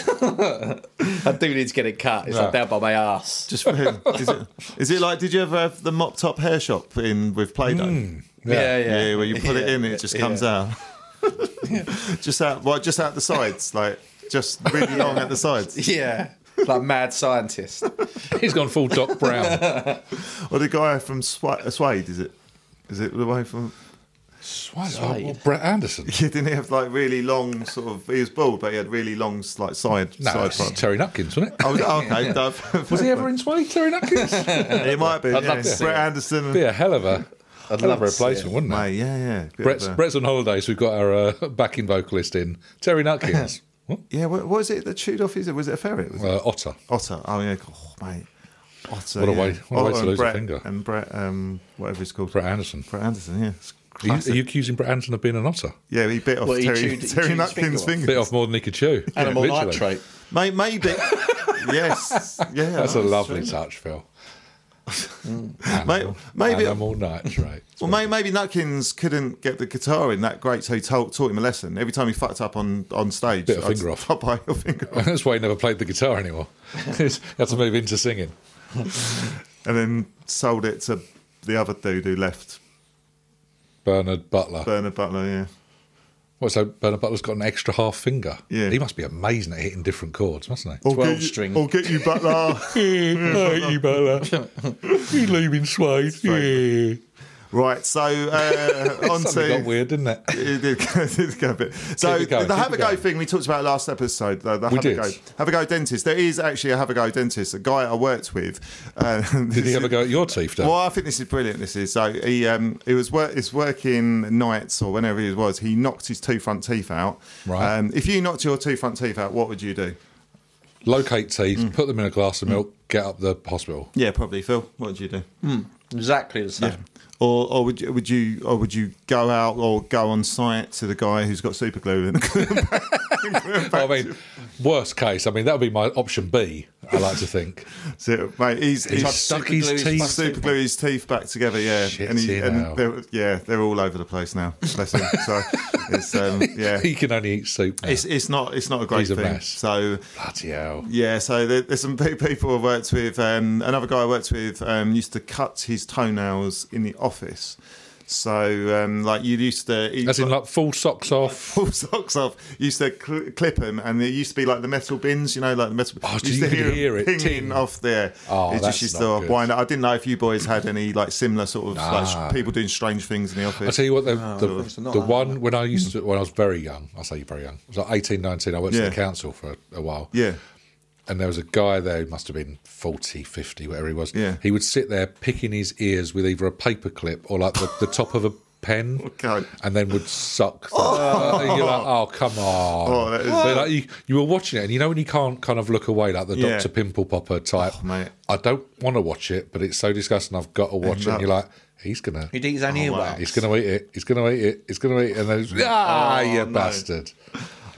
[SPEAKER 3] I do need to get it cut. It's
[SPEAKER 1] Yeah.
[SPEAKER 3] like down by my ass.
[SPEAKER 2] Just is it, is it like? Did you ever have the mop top hair shop in with Play-Doh?
[SPEAKER 1] Hmm.
[SPEAKER 3] yeah, yeah.
[SPEAKER 2] Mm. Yeah, where you put it in, it just comes out. just out, well, just out the sides, like just really long at the sides.
[SPEAKER 3] Yeah. Like mad scientist.
[SPEAKER 1] He's gone full Doc Brown.
[SPEAKER 2] Or the guy from Swa- uh, Suede, is it? Is it the way from?
[SPEAKER 1] Why is oh, well, Brett Anderson?
[SPEAKER 2] Yeah, didn't he have like really long sort of? He was bald, but he had really long like side
[SPEAKER 1] No,
[SPEAKER 2] side
[SPEAKER 1] it's
[SPEAKER 2] front.
[SPEAKER 1] Terry Nupkins, wasn't it?
[SPEAKER 2] Oh, okay. Dove.
[SPEAKER 1] Was he ever in Sway, Terry Nupkins?
[SPEAKER 2] It might be.
[SPEAKER 3] I'd
[SPEAKER 2] yeah.
[SPEAKER 3] love to see
[SPEAKER 2] Brett
[SPEAKER 3] it.
[SPEAKER 2] Anderson. and-
[SPEAKER 1] be a hell of a,
[SPEAKER 3] I'd
[SPEAKER 1] hell
[SPEAKER 3] love
[SPEAKER 1] of a
[SPEAKER 3] to see
[SPEAKER 1] replacement,
[SPEAKER 3] it.
[SPEAKER 1] wouldn't it?
[SPEAKER 2] Mate, yeah, yeah. Bit of
[SPEAKER 1] Brett's,
[SPEAKER 2] a-
[SPEAKER 1] Brett's on holiday, so we've got our uh, backing vocalist in. Terry Nutkins. what?
[SPEAKER 2] Yeah, what, what was it that chewed off his? Was it a ferret? Was it?
[SPEAKER 1] Uh, Otter.
[SPEAKER 2] Otter. Oh yeah, oh, mate. Otter.
[SPEAKER 1] What a
[SPEAKER 2] yeah.
[SPEAKER 1] way- what a way
[SPEAKER 2] Otter
[SPEAKER 1] to
[SPEAKER 2] and
[SPEAKER 1] lose a
[SPEAKER 2] Brett,
[SPEAKER 1] finger.
[SPEAKER 2] And Brett, um, whatever he's called,
[SPEAKER 1] Brett Anderson.
[SPEAKER 2] Brett Anderson. Yeah, It's
[SPEAKER 1] Are you,
[SPEAKER 2] classic.
[SPEAKER 1] are you accusing Brett Anderson of being an otter?
[SPEAKER 2] yeah, he bit off
[SPEAKER 3] Well, he
[SPEAKER 2] Terry,
[SPEAKER 3] chewed- he
[SPEAKER 2] Terry
[SPEAKER 3] chewed his
[SPEAKER 2] Nutkin's
[SPEAKER 3] finger
[SPEAKER 2] finger.
[SPEAKER 1] Bit off more than he could chew.
[SPEAKER 3] Animal
[SPEAKER 1] Yeah, literally.
[SPEAKER 3] nitrate.
[SPEAKER 2] Mate, maybe. yes. Yeah.
[SPEAKER 1] That's a lovely
[SPEAKER 2] true.
[SPEAKER 1] touch, Phil.
[SPEAKER 2] Mate, maybe.
[SPEAKER 1] Animal nitrate.
[SPEAKER 2] Well, may- maybe Nutkins couldn't get the guitar in that great, so he taught, taught him a lesson. Every time he fucked up on, on stage,
[SPEAKER 1] Bit of
[SPEAKER 2] I'd
[SPEAKER 1] finger off.
[SPEAKER 2] pop by your finger off.
[SPEAKER 1] That's why he never played the guitar anymore. he had to move into singing.
[SPEAKER 2] and then sold it to the other dude who left,
[SPEAKER 1] Bernard Butler.
[SPEAKER 2] Bernard Butler. Yeah,
[SPEAKER 1] What, so Bernard Butler's got an extra half finger.
[SPEAKER 2] Yeah.
[SPEAKER 1] He must be amazing at hitting different chords, mustn't he?
[SPEAKER 2] I'll
[SPEAKER 3] 12
[SPEAKER 2] get you-
[SPEAKER 3] string.
[SPEAKER 2] I'll get you Butler.
[SPEAKER 1] hate you, Bernard. you leaving Swade. Yeah.
[SPEAKER 2] Right, so uh, on
[SPEAKER 1] Suddenly got
[SPEAKER 2] to.
[SPEAKER 1] weird, didn't it?
[SPEAKER 2] It did, it did go a bit. So
[SPEAKER 1] it going,
[SPEAKER 2] the
[SPEAKER 1] keep
[SPEAKER 2] have
[SPEAKER 1] it
[SPEAKER 2] a go
[SPEAKER 1] going.
[SPEAKER 2] thing we talked about last episode. The, the
[SPEAKER 1] We
[SPEAKER 2] have
[SPEAKER 1] did.
[SPEAKER 2] a go, have a go dentist. There is actually a have a go dentist. A guy I worked with. Uh,
[SPEAKER 1] Did he have a go at your teeth, Dan?
[SPEAKER 2] Well, I think this is brilliant. This is so he um he was work is working nights or whenever he was. He knocked his two front teeth out.
[SPEAKER 1] Right.
[SPEAKER 2] Um, if you knocked your two front teeth out, what would you do?
[SPEAKER 1] Locate teeth,
[SPEAKER 2] Mm.
[SPEAKER 1] put them in a glass of milk, get up the hospital.
[SPEAKER 2] Yeah, probably Phil. What would you do?
[SPEAKER 3] Exactly the same.
[SPEAKER 2] Hmm. Or, or would you, would you or would you go out or go on site to the guy who's got super glue and
[SPEAKER 1] I mean, worst case, I mean, that would be my option B, I like to think.
[SPEAKER 2] So, mate, he's, he's,
[SPEAKER 1] He stuck his
[SPEAKER 3] superglued his
[SPEAKER 1] teeth.
[SPEAKER 2] super glue his teeth back together. Yeah,
[SPEAKER 1] Shit,
[SPEAKER 2] and,
[SPEAKER 1] you know.
[SPEAKER 2] and they're, yeah, they're all over the place now. Bless him. So it's um, yeah,
[SPEAKER 1] He can only eat soup now.
[SPEAKER 2] it's it's not it's not a great
[SPEAKER 1] He's a
[SPEAKER 2] thing.
[SPEAKER 1] mess.
[SPEAKER 2] So
[SPEAKER 1] Bloody hell.
[SPEAKER 2] yeah, so there, there's some pe- people I worked with. Um, another guy I worked with um, used to cut his toenails in the office. So um, like you used to eat
[SPEAKER 1] As in, like, full socks off.
[SPEAKER 2] full socks off. Used to cl- clip them, and there used to be like the metal bins, you know, like the metal.
[SPEAKER 1] Oh, so
[SPEAKER 2] used
[SPEAKER 1] you could hear it
[SPEAKER 2] pinging
[SPEAKER 1] ting.
[SPEAKER 2] off there.
[SPEAKER 1] Oh,
[SPEAKER 2] it
[SPEAKER 1] that's
[SPEAKER 2] just used
[SPEAKER 1] not
[SPEAKER 2] to
[SPEAKER 1] good.
[SPEAKER 2] wind up. I didn't know if you boys had any like similar sort of like
[SPEAKER 1] Nah.
[SPEAKER 2] sh- people doing strange things in the
[SPEAKER 1] I
[SPEAKER 2] office.
[SPEAKER 1] tell you what, the,
[SPEAKER 3] course
[SPEAKER 1] the,
[SPEAKER 3] not.
[SPEAKER 1] the one when I used to, when I was very young, I say very young, I was like 18, 19, I worked in
[SPEAKER 2] Yeah.
[SPEAKER 1] the council for a, a while.
[SPEAKER 2] yeah,
[SPEAKER 1] And there was a guy there who must have been 40, 50, whatever he was.
[SPEAKER 2] Yeah.
[SPEAKER 1] He would sit there picking his ears with either a paper clip or like the, the top of a pen.
[SPEAKER 2] Oh, God.
[SPEAKER 1] And then would suck. the- Uh, and you're like, oh, come on.
[SPEAKER 2] Oh, that is-
[SPEAKER 1] But, like, you, you were watching it and you know when you can't kind of look away like the
[SPEAKER 2] Yeah. Oh,
[SPEAKER 1] Dr. Pimple Popper type.
[SPEAKER 2] mate.
[SPEAKER 1] I don't want to watch it, but it's so disgusting. I've got to watch it.
[SPEAKER 2] that-
[SPEAKER 1] And you're like, he's going to.
[SPEAKER 3] He'd eat his own earwax.
[SPEAKER 1] Oh, He's going to eat it. He's going to eat it. He's going to eat it. And then, it's, ah, you bastard.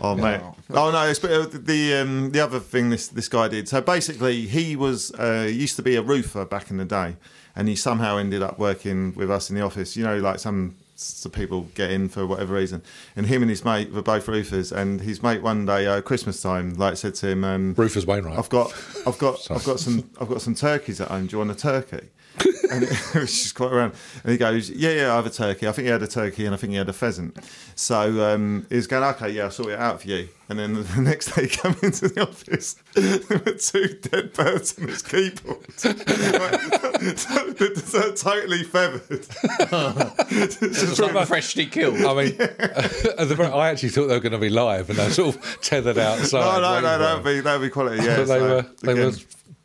[SPEAKER 2] Oh mate! Oh no! It's, but the um, the other thing this this guy did. So basically, he was uh, used to be a roofer back in the day, and he somehow ended up working with us in the office. You know, like some some people get in for whatever reason. And him and his mate were both roofers. And his mate one day, uh, Christmas time, like said to him, um,
[SPEAKER 1] Rufus Wainwright.
[SPEAKER 2] I've got, I've got, I've got some, I've got some turkeys at home. Do you want a turkey? and it, she's quite around. And he goes, "Yeah, yeah, I have a turkey. I think he had a turkey, and I think he had a pheasant." So um, he was going, "Okay, yeah, I'll sort it out for you." And then the, the next day, he come into the office, there were two dead birds on his keyboard, Like, totally feathered.
[SPEAKER 3] It's like freshly killed.
[SPEAKER 1] I mean, at the very- I actually thought they were going to be live and they're sort of tethered outside.
[SPEAKER 2] Oh no, no,
[SPEAKER 1] waving.
[SPEAKER 2] that'd be that'd be quality. Yeah,
[SPEAKER 1] but they
[SPEAKER 2] so,
[SPEAKER 1] were they
[SPEAKER 2] again,
[SPEAKER 1] were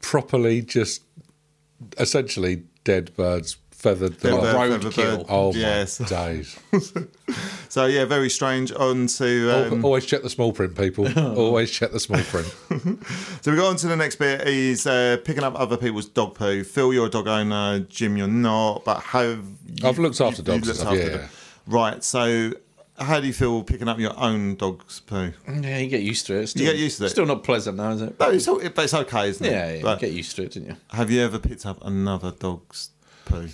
[SPEAKER 1] properly just essentially dead birds feathered them up.
[SPEAKER 2] dead bird,
[SPEAKER 3] road
[SPEAKER 2] feathered
[SPEAKER 3] kill.
[SPEAKER 2] bird.
[SPEAKER 1] Oh
[SPEAKER 2] yes. Um,
[SPEAKER 1] my days!
[SPEAKER 2] So yeah, very strange. On to
[SPEAKER 1] Al-
[SPEAKER 2] um,
[SPEAKER 1] Always check the small print, people.
[SPEAKER 2] Oh.
[SPEAKER 1] Always check the small print.
[SPEAKER 2] So we go on to the next bit. Is uh, picking up other people's dog poo. Phil, you're a dog owner. Jim, you're not. But have you,
[SPEAKER 1] I've looked after dogs
[SPEAKER 2] looked
[SPEAKER 1] and stuff, yeah.
[SPEAKER 2] them. Right. So how do you feel picking up your own dog's poo?
[SPEAKER 3] Mm, Yeah, you get used to it. It's Still,
[SPEAKER 2] You get used to it.
[SPEAKER 3] Still not pleasant now, is it?
[SPEAKER 2] But it's, all, but it's okay, isn't it?
[SPEAKER 3] yeah, yeah you
[SPEAKER 2] But
[SPEAKER 3] get used to it, didn't you?
[SPEAKER 2] have you ever picked up another dog's poo?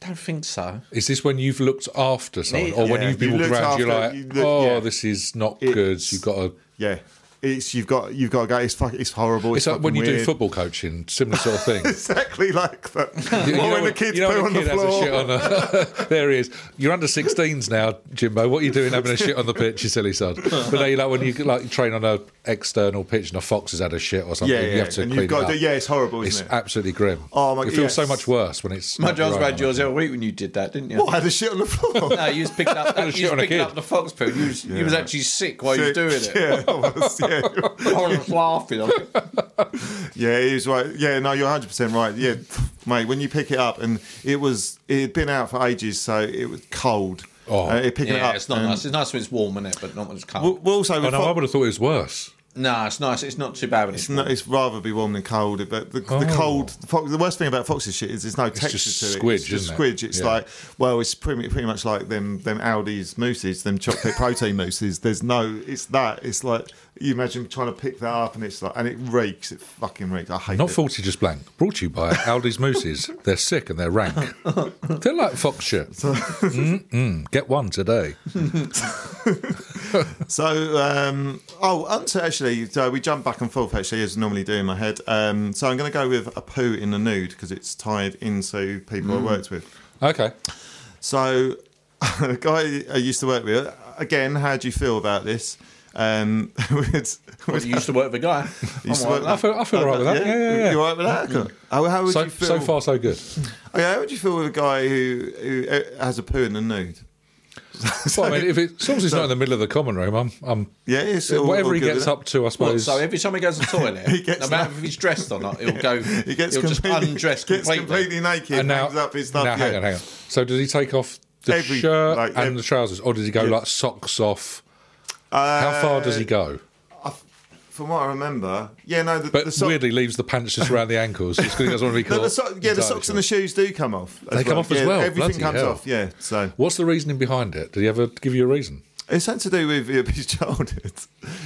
[SPEAKER 3] Don't think so.
[SPEAKER 1] Is this when you've looked after someone, or when
[SPEAKER 2] Yeah,
[SPEAKER 1] you've been
[SPEAKER 2] you
[SPEAKER 1] walking
[SPEAKER 2] looked
[SPEAKER 1] around? You're
[SPEAKER 2] after-
[SPEAKER 1] like,
[SPEAKER 2] you look-
[SPEAKER 1] oh,
[SPEAKER 2] yeah.
[SPEAKER 1] this is not
[SPEAKER 2] It's-
[SPEAKER 1] good. You've got to.
[SPEAKER 2] Yeah. It's you've got you've got to go. It's fuck, It's horrible.
[SPEAKER 1] It's
[SPEAKER 2] It's,
[SPEAKER 1] like when you
[SPEAKER 2] fucking
[SPEAKER 1] do
[SPEAKER 2] weird.
[SPEAKER 1] football coaching, similar sort of thing.
[SPEAKER 2] Exactly like that.
[SPEAKER 1] You- you
[SPEAKER 2] or
[SPEAKER 1] know
[SPEAKER 2] when the
[SPEAKER 1] when-
[SPEAKER 2] kids
[SPEAKER 1] you know
[SPEAKER 2] poo
[SPEAKER 1] when
[SPEAKER 2] on
[SPEAKER 1] a
[SPEAKER 2] the
[SPEAKER 1] kid has a
[SPEAKER 2] floor.
[SPEAKER 1] shit on the- there he is. You're under 16s now, Jimbo. What are you doing having a shit on the pitch, you silly son? But now you like when you like train on a external pitch and a fox has had a shit or something.
[SPEAKER 2] yeah, yeah.
[SPEAKER 1] You have to
[SPEAKER 2] and
[SPEAKER 1] clean
[SPEAKER 2] you've got
[SPEAKER 1] it
[SPEAKER 2] to,
[SPEAKER 1] up.
[SPEAKER 2] yeah, it's horrible,
[SPEAKER 1] It's
[SPEAKER 2] isn't it?
[SPEAKER 1] absolutely grim.
[SPEAKER 2] Oh, my-
[SPEAKER 1] It feels so
[SPEAKER 2] yes.
[SPEAKER 1] much worse when it's.
[SPEAKER 3] My
[SPEAKER 1] not
[SPEAKER 3] John's
[SPEAKER 1] your own.
[SPEAKER 3] about yours the other week when you did that, didn't you?
[SPEAKER 2] What, I had a shit on the floor?
[SPEAKER 3] No, you was picking up, you was
[SPEAKER 1] shit on a
[SPEAKER 3] picking
[SPEAKER 1] kid.
[SPEAKER 3] up the fox poo. You was, you was actually sick while you was Oh, doing it.
[SPEAKER 2] Yeah, I was, yeah.
[SPEAKER 3] I was laughing. I'm like,
[SPEAKER 2] Yeah, he was right. Yeah, no, you're 100 percent right. Yeah, mate, when you pick it up, and it was it had been out for ages, so it was cold.
[SPEAKER 1] Oh.
[SPEAKER 2] Uh, it picking it
[SPEAKER 3] Yeah,
[SPEAKER 2] up.
[SPEAKER 3] it's not
[SPEAKER 2] and-
[SPEAKER 3] nice. It's nice when it's warm, isn't it? But not when it's cold.
[SPEAKER 2] Well, well, also,
[SPEAKER 1] I
[SPEAKER 2] with
[SPEAKER 1] know. Oh, I
[SPEAKER 2] fo-
[SPEAKER 1] would have thought it was worse.
[SPEAKER 3] no, it's nice. It's not too bad when it's,
[SPEAKER 2] it's, no- it's rather be warm than cold. But the, the
[SPEAKER 1] Oh.
[SPEAKER 2] cold, the, fox, the worst thing about fox's shit is there's no texture
[SPEAKER 1] just
[SPEAKER 2] to it.
[SPEAKER 1] squidge,
[SPEAKER 2] it's just
[SPEAKER 1] isn't it?
[SPEAKER 2] squidge. It's
[SPEAKER 1] Yeah.
[SPEAKER 2] like well, it's pretty pretty much like them them Aldi's mousses, them chocolate protein mousses. There's no, it's that. It's like you imagine trying to pick that up, and it's like, and it reeks. It fucking reeks. I hate
[SPEAKER 1] Not
[SPEAKER 2] it.
[SPEAKER 1] forty, just blank. Brought to you by Aldi's Mooses. They're sick and they're rank. They're like fox shit. Mm-mm. Get one today.
[SPEAKER 2] So, um, oh, onto actually, so we jump back and forth actually, as I normally do in my head. Um, so I'm going to go with a poo in the nude because it's tied into people
[SPEAKER 1] Mm.
[SPEAKER 2] I worked with.
[SPEAKER 1] Okay.
[SPEAKER 2] So, a guy I used to work with, again, how do you feel about this? Um, would-
[SPEAKER 3] Well, you used to work with a guy.
[SPEAKER 2] used to
[SPEAKER 3] I'm
[SPEAKER 2] work-
[SPEAKER 3] like,
[SPEAKER 1] I feel. I feel all right with that. Yeah, yeah, yeah.
[SPEAKER 2] You all right with that? Cool. How, how would
[SPEAKER 1] So,
[SPEAKER 2] you feel?
[SPEAKER 1] so far, so good.
[SPEAKER 2] Okay, how would you feel with a guy who, who uh, has a poo in the nude?
[SPEAKER 1] Well, I mean, if it, as long as it's not in the middle of the common room, I'm, I'm
[SPEAKER 2] Yeah, it's all,
[SPEAKER 1] Uh, whatever
[SPEAKER 2] all
[SPEAKER 1] he
[SPEAKER 2] good with
[SPEAKER 1] gets
[SPEAKER 2] that.
[SPEAKER 1] up to, I
[SPEAKER 3] What,
[SPEAKER 1] suppose.
[SPEAKER 3] so every time he goes to the toilet,
[SPEAKER 2] gets
[SPEAKER 3] no matter if he's dressed or not, he'll go.
[SPEAKER 2] He gets
[SPEAKER 3] he'll just
[SPEAKER 2] completely,
[SPEAKER 3] undress
[SPEAKER 2] gets
[SPEAKER 3] completely.
[SPEAKER 2] completely naked,
[SPEAKER 1] and now,
[SPEAKER 2] hangs up his stuff.
[SPEAKER 1] now hang
[SPEAKER 2] yeah.
[SPEAKER 1] on, hang on. So does he take off the
[SPEAKER 2] Every-
[SPEAKER 1] shirt
[SPEAKER 2] like,
[SPEAKER 1] and
[SPEAKER 2] ev-
[SPEAKER 1] the trousers, or does he go like socks off? How far does he
[SPEAKER 2] Uh,
[SPEAKER 1] go?
[SPEAKER 2] From what I remember, yeah, no, the,
[SPEAKER 1] But
[SPEAKER 2] the, sock-
[SPEAKER 1] weirdly, leaves the pants just around the ankles. Just 'cause he doesn't want to be
[SPEAKER 2] no,
[SPEAKER 1] caught
[SPEAKER 2] the sock- yeah, the
[SPEAKER 1] entirely
[SPEAKER 2] socks and
[SPEAKER 1] sure.
[SPEAKER 2] the shoes do come off.
[SPEAKER 1] They come off as
[SPEAKER 2] Yeah,
[SPEAKER 1] well, bloody
[SPEAKER 2] Everything comes
[SPEAKER 1] hell.
[SPEAKER 2] off. Yeah, so
[SPEAKER 1] What's the reasoning behind it? Did he ever give you a reason?
[SPEAKER 2] it's something to do with his childhood.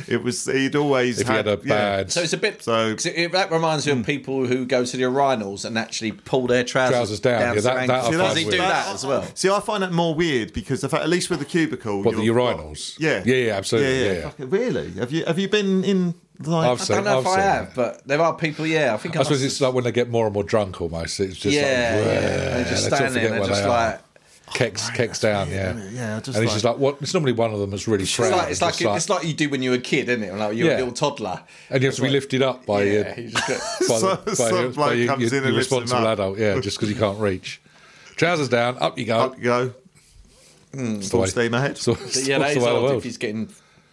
[SPEAKER 2] It was he'd always
[SPEAKER 1] If he had a
[SPEAKER 2] yeah.
[SPEAKER 1] bad,
[SPEAKER 3] So it's a bit.
[SPEAKER 2] So-
[SPEAKER 3] 'cause it, that reminds me of people who go to the urinals and actually pull their
[SPEAKER 1] Trousers
[SPEAKER 3] trousers,
[SPEAKER 1] down. Yeah,
[SPEAKER 3] to
[SPEAKER 1] that-
[SPEAKER 3] their
[SPEAKER 1] that I
[SPEAKER 3] ankles.
[SPEAKER 1] find
[SPEAKER 3] Does he do
[SPEAKER 1] weird.
[SPEAKER 3] that as well?
[SPEAKER 2] See, I find that more weird because the fact, at least with the cubicle,
[SPEAKER 1] What, the
[SPEAKER 2] you're-
[SPEAKER 1] urinals?
[SPEAKER 2] yeah,
[SPEAKER 1] Yeah, yeah, absolutely, yeah, yeah.
[SPEAKER 2] Fucking- really? Have you have you been in? Like,
[SPEAKER 1] I've
[SPEAKER 3] I
[SPEAKER 1] seen-
[SPEAKER 3] don't know if
[SPEAKER 1] I've
[SPEAKER 3] I
[SPEAKER 1] seen
[SPEAKER 3] have,
[SPEAKER 1] it.
[SPEAKER 3] but there are people. Yeah, I think
[SPEAKER 1] I suppose it's like when they get more and more drunk. Almost, it's just
[SPEAKER 3] yeah,
[SPEAKER 1] like,
[SPEAKER 3] yeah.
[SPEAKER 1] "Bleh,"
[SPEAKER 3] They just
[SPEAKER 1] sort of
[SPEAKER 3] stand there.
[SPEAKER 1] forget
[SPEAKER 3] and They're
[SPEAKER 1] where
[SPEAKER 3] just
[SPEAKER 1] they are.
[SPEAKER 3] like. "Oh,
[SPEAKER 1] keks keks down, yeah,
[SPEAKER 2] isn't it? Yeah, I just
[SPEAKER 1] and he's just
[SPEAKER 2] like-
[SPEAKER 1] like, what? It's normally one of them that's really
[SPEAKER 3] It's
[SPEAKER 1] proud.
[SPEAKER 3] like, it's like,
[SPEAKER 1] just
[SPEAKER 3] it's like you do when you were a kid, isn't it? Like you're
[SPEAKER 1] Yeah.
[SPEAKER 3] a little toddler.
[SPEAKER 1] and you have to be lifted up by your,
[SPEAKER 3] Yeah, you just go,
[SPEAKER 1] by,
[SPEAKER 2] So-
[SPEAKER 1] the, by,
[SPEAKER 2] some
[SPEAKER 1] your, by
[SPEAKER 2] bloke
[SPEAKER 1] your,
[SPEAKER 2] comes
[SPEAKER 1] your-
[SPEAKER 2] in and
[SPEAKER 1] your
[SPEAKER 2] lifts him
[SPEAKER 1] responsible
[SPEAKER 2] up.
[SPEAKER 1] adult, yeah, just because you can't reach. Trousers down, up you go.
[SPEAKER 2] Up you go.
[SPEAKER 1] It's the
[SPEAKER 2] Full
[SPEAKER 1] way-
[SPEAKER 2] steam ahead.
[SPEAKER 1] Hmm, so- it's
[SPEAKER 3] yeah,
[SPEAKER 1] the
[SPEAKER 3] that is
[SPEAKER 1] way of the
[SPEAKER 3] odd if
[SPEAKER 1] world.
[SPEAKER 3] he's getting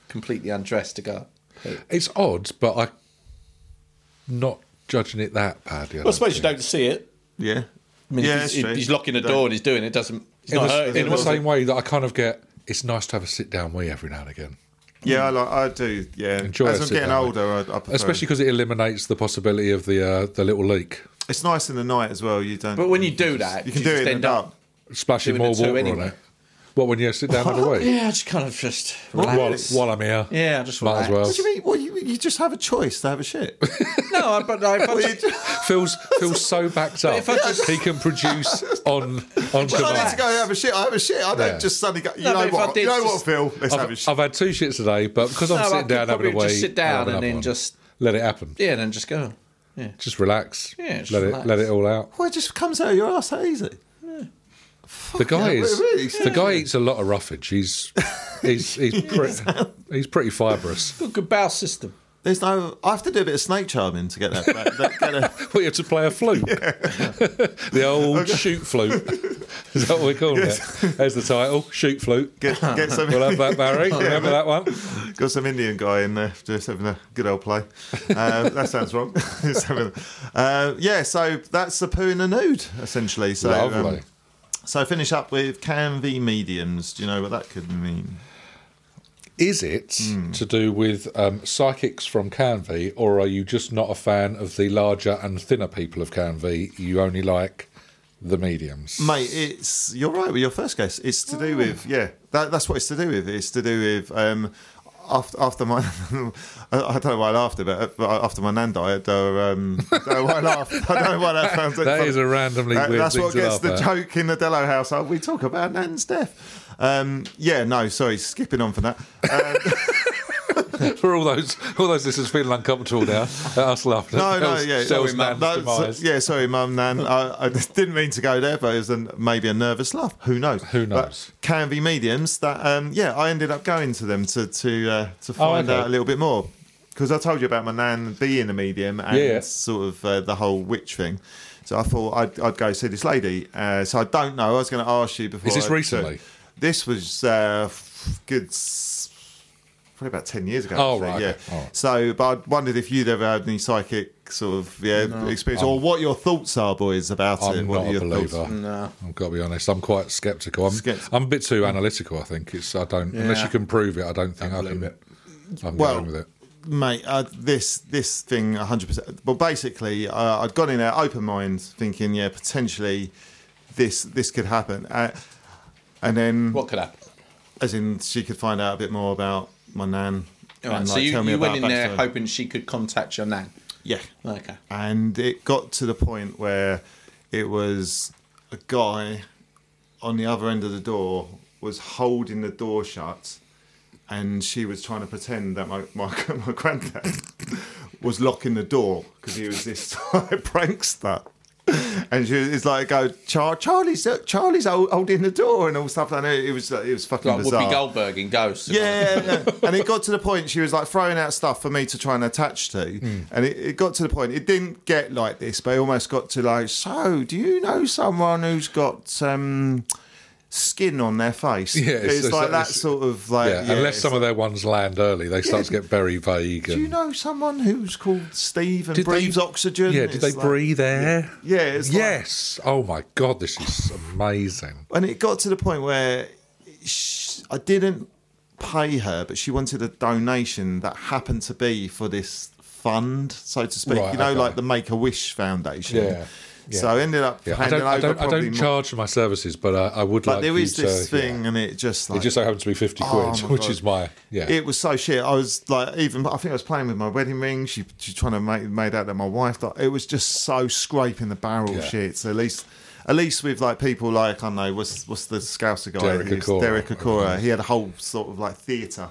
[SPEAKER 3] completely undressed to go.
[SPEAKER 1] It's odd, but I not judging it that badly. I
[SPEAKER 3] Well, I
[SPEAKER 1] don't
[SPEAKER 3] suppose you
[SPEAKER 1] think.
[SPEAKER 3] don't see it.
[SPEAKER 2] yeah.
[SPEAKER 3] I mean,
[SPEAKER 2] yeah,
[SPEAKER 3] if
[SPEAKER 2] that's
[SPEAKER 3] he's,
[SPEAKER 2] true.
[SPEAKER 3] if he's locking a
[SPEAKER 2] Don't-
[SPEAKER 3] door and he's doing it. Doesn't it's
[SPEAKER 1] In
[SPEAKER 3] not
[SPEAKER 1] the-
[SPEAKER 3] hurting
[SPEAKER 1] in
[SPEAKER 3] him,
[SPEAKER 1] the
[SPEAKER 3] is it?
[SPEAKER 1] same way that I kind of get, it's nice to have a sit down wee every now and again.
[SPEAKER 2] Yeah, I, like, I do. Yeah,
[SPEAKER 1] Enjoy
[SPEAKER 2] as
[SPEAKER 1] a
[SPEAKER 2] I'm
[SPEAKER 1] sit
[SPEAKER 2] getting
[SPEAKER 1] down.
[SPEAKER 2] older, I, I prefer.
[SPEAKER 1] Especially because it eliminates the possibility of the uh, the little leak
[SPEAKER 2] it's nice in the night as well. You don't.
[SPEAKER 3] But when you do that,
[SPEAKER 2] you can
[SPEAKER 3] you
[SPEAKER 2] do
[SPEAKER 3] just
[SPEAKER 2] it in
[SPEAKER 3] end
[SPEAKER 2] the
[SPEAKER 3] up-
[SPEAKER 2] dark.
[SPEAKER 1] splashing
[SPEAKER 3] Doing
[SPEAKER 1] more
[SPEAKER 3] it too
[SPEAKER 1] water on
[SPEAKER 3] anyway.
[SPEAKER 1] it. What when you sit down and have a wee?
[SPEAKER 3] Yeah, I just kind of just
[SPEAKER 1] While,
[SPEAKER 3] relax.
[SPEAKER 1] while I'm here,
[SPEAKER 3] Yeah, just
[SPEAKER 1] might as
[SPEAKER 3] relax.
[SPEAKER 1] well.
[SPEAKER 2] What do you mean? Well, you, you just have a choice to have a shit.
[SPEAKER 3] No, I- but I, but I,
[SPEAKER 1] feels feels so backed up.
[SPEAKER 3] if I just-
[SPEAKER 1] he can produce on on
[SPEAKER 2] I need to
[SPEAKER 1] demand.
[SPEAKER 2] go have a shit. I have a shit. I don't
[SPEAKER 1] Yeah.
[SPEAKER 2] just suddenly go. You
[SPEAKER 3] No, but
[SPEAKER 2] know
[SPEAKER 3] if I
[SPEAKER 2] what?
[SPEAKER 3] did
[SPEAKER 2] You know
[SPEAKER 3] just-
[SPEAKER 2] what, Phil? Let's have a
[SPEAKER 1] I've,
[SPEAKER 2] shit.
[SPEAKER 1] I've had two shits today, but because I'm
[SPEAKER 3] No, I
[SPEAKER 1] sitting
[SPEAKER 3] could
[SPEAKER 1] down having a
[SPEAKER 3] probably
[SPEAKER 1] wee,
[SPEAKER 3] just sit down
[SPEAKER 1] I'll have
[SPEAKER 3] and then
[SPEAKER 1] one.
[SPEAKER 3] just-
[SPEAKER 1] let it happen.
[SPEAKER 3] yeah, and then just go.
[SPEAKER 1] Just relax.
[SPEAKER 3] Yeah, just
[SPEAKER 1] let
[SPEAKER 3] relax.
[SPEAKER 1] it let it all out.
[SPEAKER 2] Well, it just comes out of your ass that easy.
[SPEAKER 1] The guy
[SPEAKER 2] yeah,
[SPEAKER 1] is
[SPEAKER 2] really,
[SPEAKER 1] the guy eats a lot of roughage. He's he's he's pretty he's pretty fibrous.
[SPEAKER 3] Good, good bowel system.
[SPEAKER 2] There's no. I have to do a bit of snake charming to get that. that, that get a,
[SPEAKER 1] Well, you have to play a flute, the old shoot flute. Is that what we're calling it? There's the title, shoot flute.
[SPEAKER 2] get, get some.
[SPEAKER 1] We'll have that, Barry. Remember that one?
[SPEAKER 2] Got some Indian guy in there just having a good old play. Uh, that sounds wrong. Just having a- uh, yeah, so that's the poo in the nude, essentially. So, um,
[SPEAKER 1] Lovely.
[SPEAKER 2] so finish up with can v mediums. Do you know what that could mean?
[SPEAKER 1] Is it to do with um, psychics from Canvey, or are you just not a fan of the larger and thinner people of Canvey? You only like the mediums.
[SPEAKER 2] Mate, it's you're right with your first guess. It's to
[SPEAKER 1] Oh.
[SPEAKER 2] do with yeah. That, that's what it's to do with. It's to do with um, after after my I I don't know why I laughed about it, but after my nan died, they were, um, I don't know why I laughed. I don't know why that sounds. like
[SPEAKER 1] That
[SPEAKER 2] fun.
[SPEAKER 1] is a randomly
[SPEAKER 2] That-
[SPEAKER 1] weird
[SPEAKER 2] that's
[SPEAKER 1] thing
[SPEAKER 2] what
[SPEAKER 1] to laugh
[SPEAKER 2] gets
[SPEAKER 1] eh?
[SPEAKER 2] the
[SPEAKER 1] at.
[SPEAKER 2] joke in the Dello household. We talk about nan's death. Um, yeah, no, sorry, skipping on from that. Um,
[SPEAKER 1] For all those all those listeners feeling uncomfortable now, at us laughing. at
[SPEAKER 2] no, no,
[SPEAKER 1] Phil's-
[SPEAKER 2] yeah,
[SPEAKER 1] Phil's
[SPEAKER 2] sorry,
[SPEAKER 1] man's
[SPEAKER 2] no,
[SPEAKER 1] demise.
[SPEAKER 2] so- yeah, sorry, mum, nan. I, I just didn't mean to go there, but it was an, maybe a nervous laugh. Who knows?
[SPEAKER 1] Who knows?
[SPEAKER 2] But can be mediums. That um, yeah, I ended up going to them to to uh, to find
[SPEAKER 1] Oh, okay.
[SPEAKER 2] out a little bit more because I told you about my nan being a medium and
[SPEAKER 1] Yeah.
[SPEAKER 2] sort of uh, the whole witch thing. So I thought I'd, I'd go see this lady. Uh, so I don't know. I was going to ask you before.
[SPEAKER 1] Is this
[SPEAKER 2] I took-
[SPEAKER 1] recently?
[SPEAKER 2] This was uh, f- good. s- Probably about ten years ago.
[SPEAKER 1] Oh,
[SPEAKER 2] actually,
[SPEAKER 1] right,
[SPEAKER 2] Yeah.
[SPEAKER 1] okay, all right.
[SPEAKER 2] So, but I wondered if you'd ever had any psychic sort of yeah experience, or what your thoughts are, boys, about it.
[SPEAKER 1] I'm
[SPEAKER 2] What
[SPEAKER 1] not
[SPEAKER 2] are
[SPEAKER 1] a
[SPEAKER 2] your
[SPEAKER 1] believer.
[SPEAKER 2] thoughts?
[SPEAKER 3] No.
[SPEAKER 1] I've got to be honest. I'm quite sceptical. I'm,
[SPEAKER 2] Sceptic-
[SPEAKER 1] I'm a bit too analytical. I think it's. I don't unless
[SPEAKER 3] Yeah.
[SPEAKER 1] you can prove it. I don't think I
[SPEAKER 3] believe
[SPEAKER 1] can. I'm
[SPEAKER 2] Well-
[SPEAKER 1] going with it.
[SPEAKER 2] Mate, uh, this this thing, hundred percent. Well, basically, uh, I'd gone in there open mind, thinking, yeah, potentially this this could happen, uh, and then
[SPEAKER 3] What could happen?
[SPEAKER 2] as in she could find out a bit more about my nan.
[SPEAKER 3] All right,
[SPEAKER 2] and,
[SPEAKER 3] so
[SPEAKER 2] like,
[SPEAKER 3] you,
[SPEAKER 2] tell me
[SPEAKER 3] you
[SPEAKER 2] about
[SPEAKER 3] went in there
[SPEAKER 2] backstory.
[SPEAKER 3] hoping she could contact your nan.
[SPEAKER 2] yeah.
[SPEAKER 3] Okay.
[SPEAKER 2] and it got to the point where it was a guy on the other end of the door was holding the door shut and she was trying to pretend that my, my, my granddad was locking the door because he was this prankster and she was, it's like go Char- Charlie's uh, Charlie's hol- holding the door and all stuff like that it was it was fucking
[SPEAKER 3] Like
[SPEAKER 2] bizarre
[SPEAKER 3] Whoopi Goldberg in Ghost.
[SPEAKER 2] yeah, yeah, yeah. and it got to the point she was like throwing out stuff for me to try and attach to,
[SPEAKER 1] Hmm.
[SPEAKER 2] and it, it got to the point it didn't get like this, but it almost got to like, so do you know someone who's got um, skin on their face?
[SPEAKER 1] Yeah,
[SPEAKER 2] it's,
[SPEAKER 1] it's- it's-
[SPEAKER 2] like that
[SPEAKER 1] it's-
[SPEAKER 2] sort of like
[SPEAKER 1] yeah,
[SPEAKER 2] uh, yeah,
[SPEAKER 1] unless
[SPEAKER 2] it's
[SPEAKER 1] some of their ones land early, they start to get very vague.
[SPEAKER 2] like,
[SPEAKER 1] And,
[SPEAKER 2] Do you know someone who's called Steve and
[SPEAKER 1] Did they-
[SPEAKER 2] breathes oxygen?
[SPEAKER 1] Yeah, did
[SPEAKER 2] It's
[SPEAKER 1] they
[SPEAKER 2] like-
[SPEAKER 1] breathe air?
[SPEAKER 2] Yeah, it's like-
[SPEAKER 1] yes. oh my god, this is amazing.
[SPEAKER 2] and it got to the point where sh I didn't pay her, but she wanted a donation that happened to be for this fund, so to speak.
[SPEAKER 1] Right,
[SPEAKER 2] you know,
[SPEAKER 1] okay.
[SPEAKER 2] like the Make a Wish Foundation.
[SPEAKER 1] Yeah, yeah.
[SPEAKER 2] So I ended up
[SPEAKER 1] Yeah, I
[SPEAKER 2] handing
[SPEAKER 1] don't, I
[SPEAKER 2] over
[SPEAKER 1] don't, I
[SPEAKER 2] probably
[SPEAKER 1] don't
[SPEAKER 2] more-
[SPEAKER 1] charge for my services, but I, I would
[SPEAKER 2] But
[SPEAKER 1] like.
[SPEAKER 2] there
[SPEAKER 1] you
[SPEAKER 2] is this
[SPEAKER 1] to, yeah.
[SPEAKER 2] thing, and it just like
[SPEAKER 1] It just so happens to be fifty
[SPEAKER 2] Oh,
[SPEAKER 1] quid,
[SPEAKER 2] my
[SPEAKER 1] which
[SPEAKER 2] God.
[SPEAKER 1] is my yeah.
[SPEAKER 2] It was so shit. I was like, even I think I was playing with my wedding ring. She she trying to make made out that my wife. Like, it was just so scraping the barrel
[SPEAKER 1] Yeah.
[SPEAKER 2] shit. So at least. At least with like people like I don't know what's what's the Scouser guy
[SPEAKER 1] Derek
[SPEAKER 2] who's-
[SPEAKER 1] Okora.
[SPEAKER 2] Derek Okora. He had a whole sort of like theatre.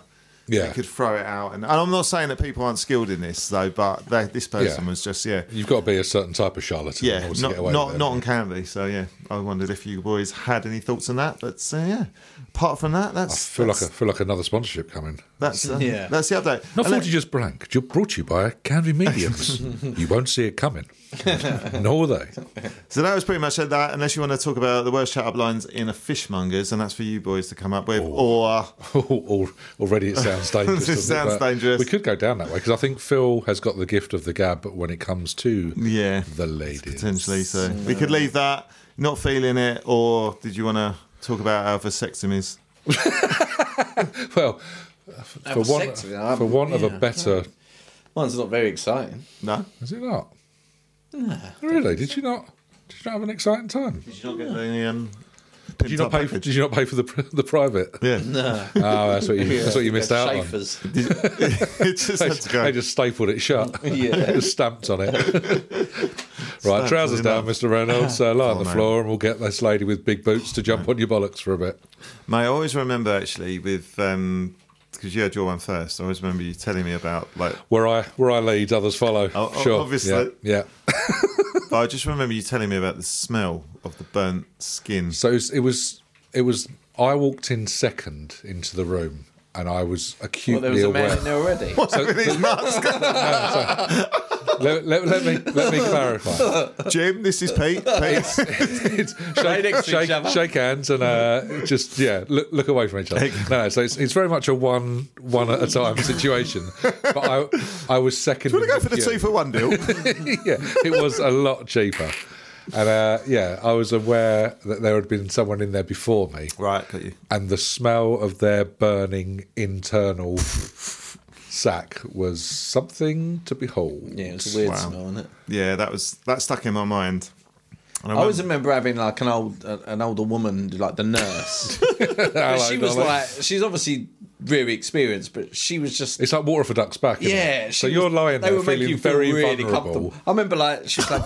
[SPEAKER 1] Yeah.
[SPEAKER 2] he could throw it out, and, and I'm not saying that people aren't skilled in this though, but they, this person
[SPEAKER 1] Yeah.
[SPEAKER 2] was just yeah,
[SPEAKER 1] You've got to be a certain type of charlatan. in
[SPEAKER 2] yeah,
[SPEAKER 1] order to
[SPEAKER 2] not
[SPEAKER 1] get away with
[SPEAKER 2] not
[SPEAKER 1] it.
[SPEAKER 2] not on Canvey. So yeah, I wondered if you boys had any thoughts on that, but uh, yeah, apart from that,
[SPEAKER 1] I
[SPEAKER 2] that's
[SPEAKER 1] feel
[SPEAKER 2] that's,
[SPEAKER 1] like I feel like another sponsorship coming.
[SPEAKER 2] that's uh,
[SPEAKER 3] Yeah.
[SPEAKER 2] that's the update.
[SPEAKER 1] Not
[SPEAKER 2] And let-
[SPEAKER 1] forty just blank. ju- Brought to you by Canvey Mediums. you won't see it coming, nor will they.
[SPEAKER 2] So that was pretty much it, that, unless you want to talk about the worst chat up lines in a fishmonger's, and that's for you boys to come up with. Or
[SPEAKER 1] Al- Already, it sounds dangerous.
[SPEAKER 2] This
[SPEAKER 1] doesn't it?
[SPEAKER 2] sounds
[SPEAKER 1] But
[SPEAKER 2] dangerous.
[SPEAKER 1] We could go down that way because I think Phil has got the gift of the gab when it comes to
[SPEAKER 2] Yeah.
[SPEAKER 1] the ladies.
[SPEAKER 2] potentially, so we could leave that, not feeling it, or did you want to talk about our vasectomies?
[SPEAKER 1] Well, for want,
[SPEAKER 3] vasectomy, I-
[SPEAKER 1] for want of a
[SPEAKER 3] yeah.
[SPEAKER 1] better,
[SPEAKER 3] One's not very exciting.
[SPEAKER 2] No?
[SPEAKER 1] is it not? really? Did you not? Did you not have an exciting time?
[SPEAKER 2] Did you not get the. Um,
[SPEAKER 1] Did you not pay for? Did you not pay for the pri- the private?
[SPEAKER 2] Yeah.
[SPEAKER 3] No.
[SPEAKER 1] Oh, that's what you that's what you missed out on.
[SPEAKER 3] Schaefer's.
[SPEAKER 2] it just
[SPEAKER 1] They,
[SPEAKER 2] had to go.
[SPEAKER 1] they just stapled it shut.
[SPEAKER 3] Yeah.
[SPEAKER 1] just stamped on it. right, trousers
[SPEAKER 2] it
[SPEAKER 1] down, Mr. Reynolds. Uh, lie on
[SPEAKER 2] Oh,
[SPEAKER 1] the
[SPEAKER 2] man.
[SPEAKER 1] floor, and we'll get this lady with big boots to jump on your bollocks for a bit.
[SPEAKER 2] Mate, I always remember actually with um, because you had your one first. I always remember you telling me about like.
[SPEAKER 1] Where I where I lead, others follow.
[SPEAKER 2] Oh, oh,
[SPEAKER 1] sure,
[SPEAKER 2] obviously.
[SPEAKER 1] Yeah. yeah.
[SPEAKER 2] I just remember you telling me about the smell of the burnt skin.
[SPEAKER 1] So it was, it was it was. I walked in second into the room, and I was
[SPEAKER 4] Well,
[SPEAKER 1] acutely
[SPEAKER 4] there was a
[SPEAKER 1] aware.
[SPEAKER 4] man in there already.
[SPEAKER 1] let, let- let me let me clarify.
[SPEAKER 2] Jim, this is Pete. Pete.
[SPEAKER 1] It's-
[SPEAKER 4] Right
[SPEAKER 1] shake,
[SPEAKER 4] next to each
[SPEAKER 1] shake-
[SPEAKER 4] other.
[SPEAKER 1] shake hands and uh, just yeah, look, look away from each other. No, no, so it's, it's very much a one one at a time situation. But I I was second.
[SPEAKER 2] Do you want
[SPEAKER 1] in
[SPEAKER 2] to go for the
[SPEAKER 1] queue.
[SPEAKER 2] two for one deal?
[SPEAKER 1] yeah, it was a lot cheaper. And uh, yeah, I was aware that there had been someone in there before me,
[SPEAKER 2] right, got you.
[SPEAKER 1] and the smell of their burning internal sack was something to behold.
[SPEAKER 4] yeah, it's a weird smell, isn't it?
[SPEAKER 2] Yeah, that was that stuck in my mind. And I
[SPEAKER 4] I
[SPEAKER 2] went-
[SPEAKER 4] always remember having like an old uh, an older woman, like the nurse. but
[SPEAKER 1] Hello,
[SPEAKER 4] she was
[SPEAKER 1] darling.
[SPEAKER 4] like, she's obviously really experienced, but she was just
[SPEAKER 1] It's like water for ducks back. Isn't
[SPEAKER 4] yeah.
[SPEAKER 1] It?
[SPEAKER 4] she
[SPEAKER 1] So
[SPEAKER 4] was-
[SPEAKER 1] you're lying
[SPEAKER 4] they
[SPEAKER 1] there
[SPEAKER 4] would make
[SPEAKER 1] feeling
[SPEAKER 4] you feel
[SPEAKER 1] very
[SPEAKER 4] really
[SPEAKER 1] vulnerable.
[SPEAKER 4] comfortable. I remember like she's like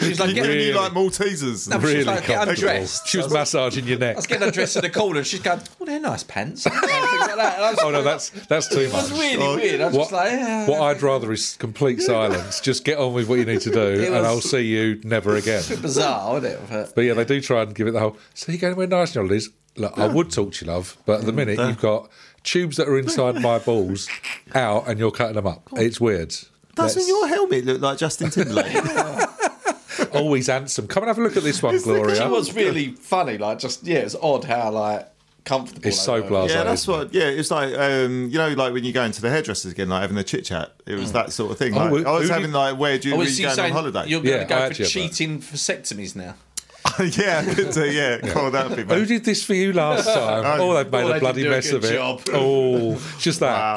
[SPEAKER 4] she's like
[SPEAKER 2] you,
[SPEAKER 4] getting
[SPEAKER 2] you like Maltesers.
[SPEAKER 4] No, but
[SPEAKER 1] Really
[SPEAKER 4] she's like get
[SPEAKER 1] comfortable.
[SPEAKER 4] undressed.
[SPEAKER 1] She was massaging your neck.
[SPEAKER 4] I was getting undressed in the corner, and she's going, "Oh, they're nice pants." And things like that. And I was,
[SPEAKER 1] Oh no, that's that's too
[SPEAKER 4] it was
[SPEAKER 1] much.
[SPEAKER 4] really weird. I was
[SPEAKER 1] What,
[SPEAKER 4] just like, yeah.
[SPEAKER 1] what I'd rather is complete silence. Just get on with what you need to do, and
[SPEAKER 4] was-
[SPEAKER 1] I'll see you never again.
[SPEAKER 4] bizarre, wasn't it? But-
[SPEAKER 1] But yeah, they do try and give it the whole. So you're going to wear nice and all this. Look, I would talk to you, love, but
[SPEAKER 4] Mm,
[SPEAKER 1] at the minute you've got tubes that are inside my balls out, and you're cutting them up. It's weird.
[SPEAKER 2] Doesn't your helmet look like Justin Timberlake?
[SPEAKER 1] Always handsome. Come and have a look at this one,
[SPEAKER 4] She
[SPEAKER 1] Gloria.
[SPEAKER 4] was really funny. Like, just yeah, it's odd how like comfortable.
[SPEAKER 1] It's
[SPEAKER 4] they
[SPEAKER 1] so
[SPEAKER 4] were.
[SPEAKER 1] blasé.
[SPEAKER 2] yeah, that's what. Yeah, it's like um, you know, like when you go into the hairdressers again, like having a chit chat. It was that sort of thing. Like,
[SPEAKER 1] who-
[SPEAKER 2] I was
[SPEAKER 1] who
[SPEAKER 2] having
[SPEAKER 1] did-
[SPEAKER 2] like, where do you,
[SPEAKER 4] Oh,
[SPEAKER 2] were
[SPEAKER 4] is she
[SPEAKER 2] you going on
[SPEAKER 4] saying
[SPEAKER 2] holiday?
[SPEAKER 4] You're going
[SPEAKER 1] Yeah,
[SPEAKER 4] to
[SPEAKER 1] I
[SPEAKER 4] go
[SPEAKER 1] had
[SPEAKER 4] for
[SPEAKER 1] you, but-
[SPEAKER 4] cheating vasectomies now.
[SPEAKER 2] yeah, I could do, yeah, God, that'd be
[SPEAKER 1] Who
[SPEAKER 2] bad.
[SPEAKER 1] did this for you last time? oh, they've
[SPEAKER 4] Oh,
[SPEAKER 1] made
[SPEAKER 4] they
[SPEAKER 1] a
[SPEAKER 4] didn't
[SPEAKER 1] bloody
[SPEAKER 4] do a
[SPEAKER 1] mess
[SPEAKER 4] good
[SPEAKER 1] of it.
[SPEAKER 4] job.
[SPEAKER 1] Oh, just that.
[SPEAKER 2] Wow.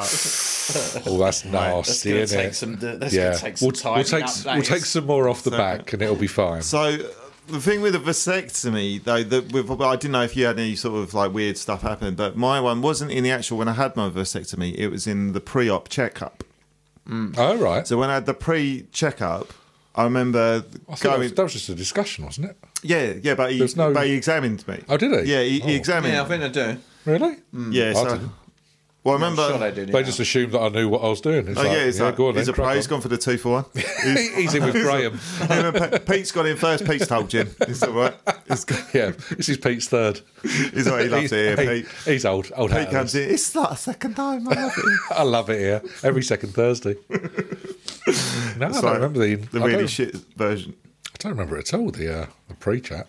[SPEAKER 1] Oh, that's
[SPEAKER 4] That's
[SPEAKER 1] nasty,
[SPEAKER 4] going to
[SPEAKER 1] isn't
[SPEAKER 4] take
[SPEAKER 1] it?
[SPEAKER 4] some. That's
[SPEAKER 1] Yeah,
[SPEAKER 4] going to take some
[SPEAKER 1] we'll,
[SPEAKER 4] time.
[SPEAKER 1] we'll take
[SPEAKER 4] and
[SPEAKER 1] s- we'll
[SPEAKER 4] updates.
[SPEAKER 1] take some more off the back, and it'll be fine.
[SPEAKER 2] So uh, the thing with a vasectomy, though, that with, I didn't know if you had any sort of like weird stuff happen, but my one wasn't in the actual when I had my vasectomy. It was in the pre-op checkup.
[SPEAKER 1] All right.
[SPEAKER 2] So when I had the pre-checkup, I
[SPEAKER 1] I
[SPEAKER 2] remember
[SPEAKER 1] thought that, was,
[SPEAKER 2] going.
[SPEAKER 1] that was just a discussion, wasn't it?
[SPEAKER 2] Yeah, yeah, but he,
[SPEAKER 1] There's no-
[SPEAKER 2] but he examined me.
[SPEAKER 1] Oh, did he?
[SPEAKER 2] Yeah, he, he
[SPEAKER 1] Oh.
[SPEAKER 2] examined.
[SPEAKER 4] Yeah, I think I do.
[SPEAKER 1] Really?
[SPEAKER 4] Mm.
[SPEAKER 2] Yeah,
[SPEAKER 1] I
[SPEAKER 2] so,
[SPEAKER 1] didn't.
[SPEAKER 2] well, I
[SPEAKER 4] I'm
[SPEAKER 2] remember.
[SPEAKER 4] sure they do.
[SPEAKER 1] They
[SPEAKER 4] now.
[SPEAKER 1] just assumed that I knew what I was doing. It's
[SPEAKER 2] Oh
[SPEAKER 1] like,
[SPEAKER 2] yeah, it's like,
[SPEAKER 1] go on
[SPEAKER 2] he's
[SPEAKER 1] then,
[SPEAKER 2] a pro.
[SPEAKER 1] crack
[SPEAKER 2] He's
[SPEAKER 1] on.
[SPEAKER 2] gone for the two for one. He's-
[SPEAKER 1] He's in with Graham.
[SPEAKER 2] him and Pe- Pete's gone in first. Pete's told Jim. It's all right. It's, go-
[SPEAKER 1] Yeah, this is Pete's third.
[SPEAKER 2] it's all right. He loves it here.
[SPEAKER 1] he-
[SPEAKER 2] Pete,
[SPEAKER 1] he's old. Old
[SPEAKER 2] Pete
[SPEAKER 1] hat.
[SPEAKER 2] comes in. It's not a second time. I love it.
[SPEAKER 1] I love it here. Every second Thursday. No, I don't
[SPEAKER 2] like
[SPEAKER 1] remember the,
[SPEAKER 2] The
[SPEAKER 1] I
[SPEAKER 2] really
[SPEAKER 1] don't-
[SPEAKER 2] shit version.
[SPEAKER 1] I don't remember it at all. The uh, the pre-chat.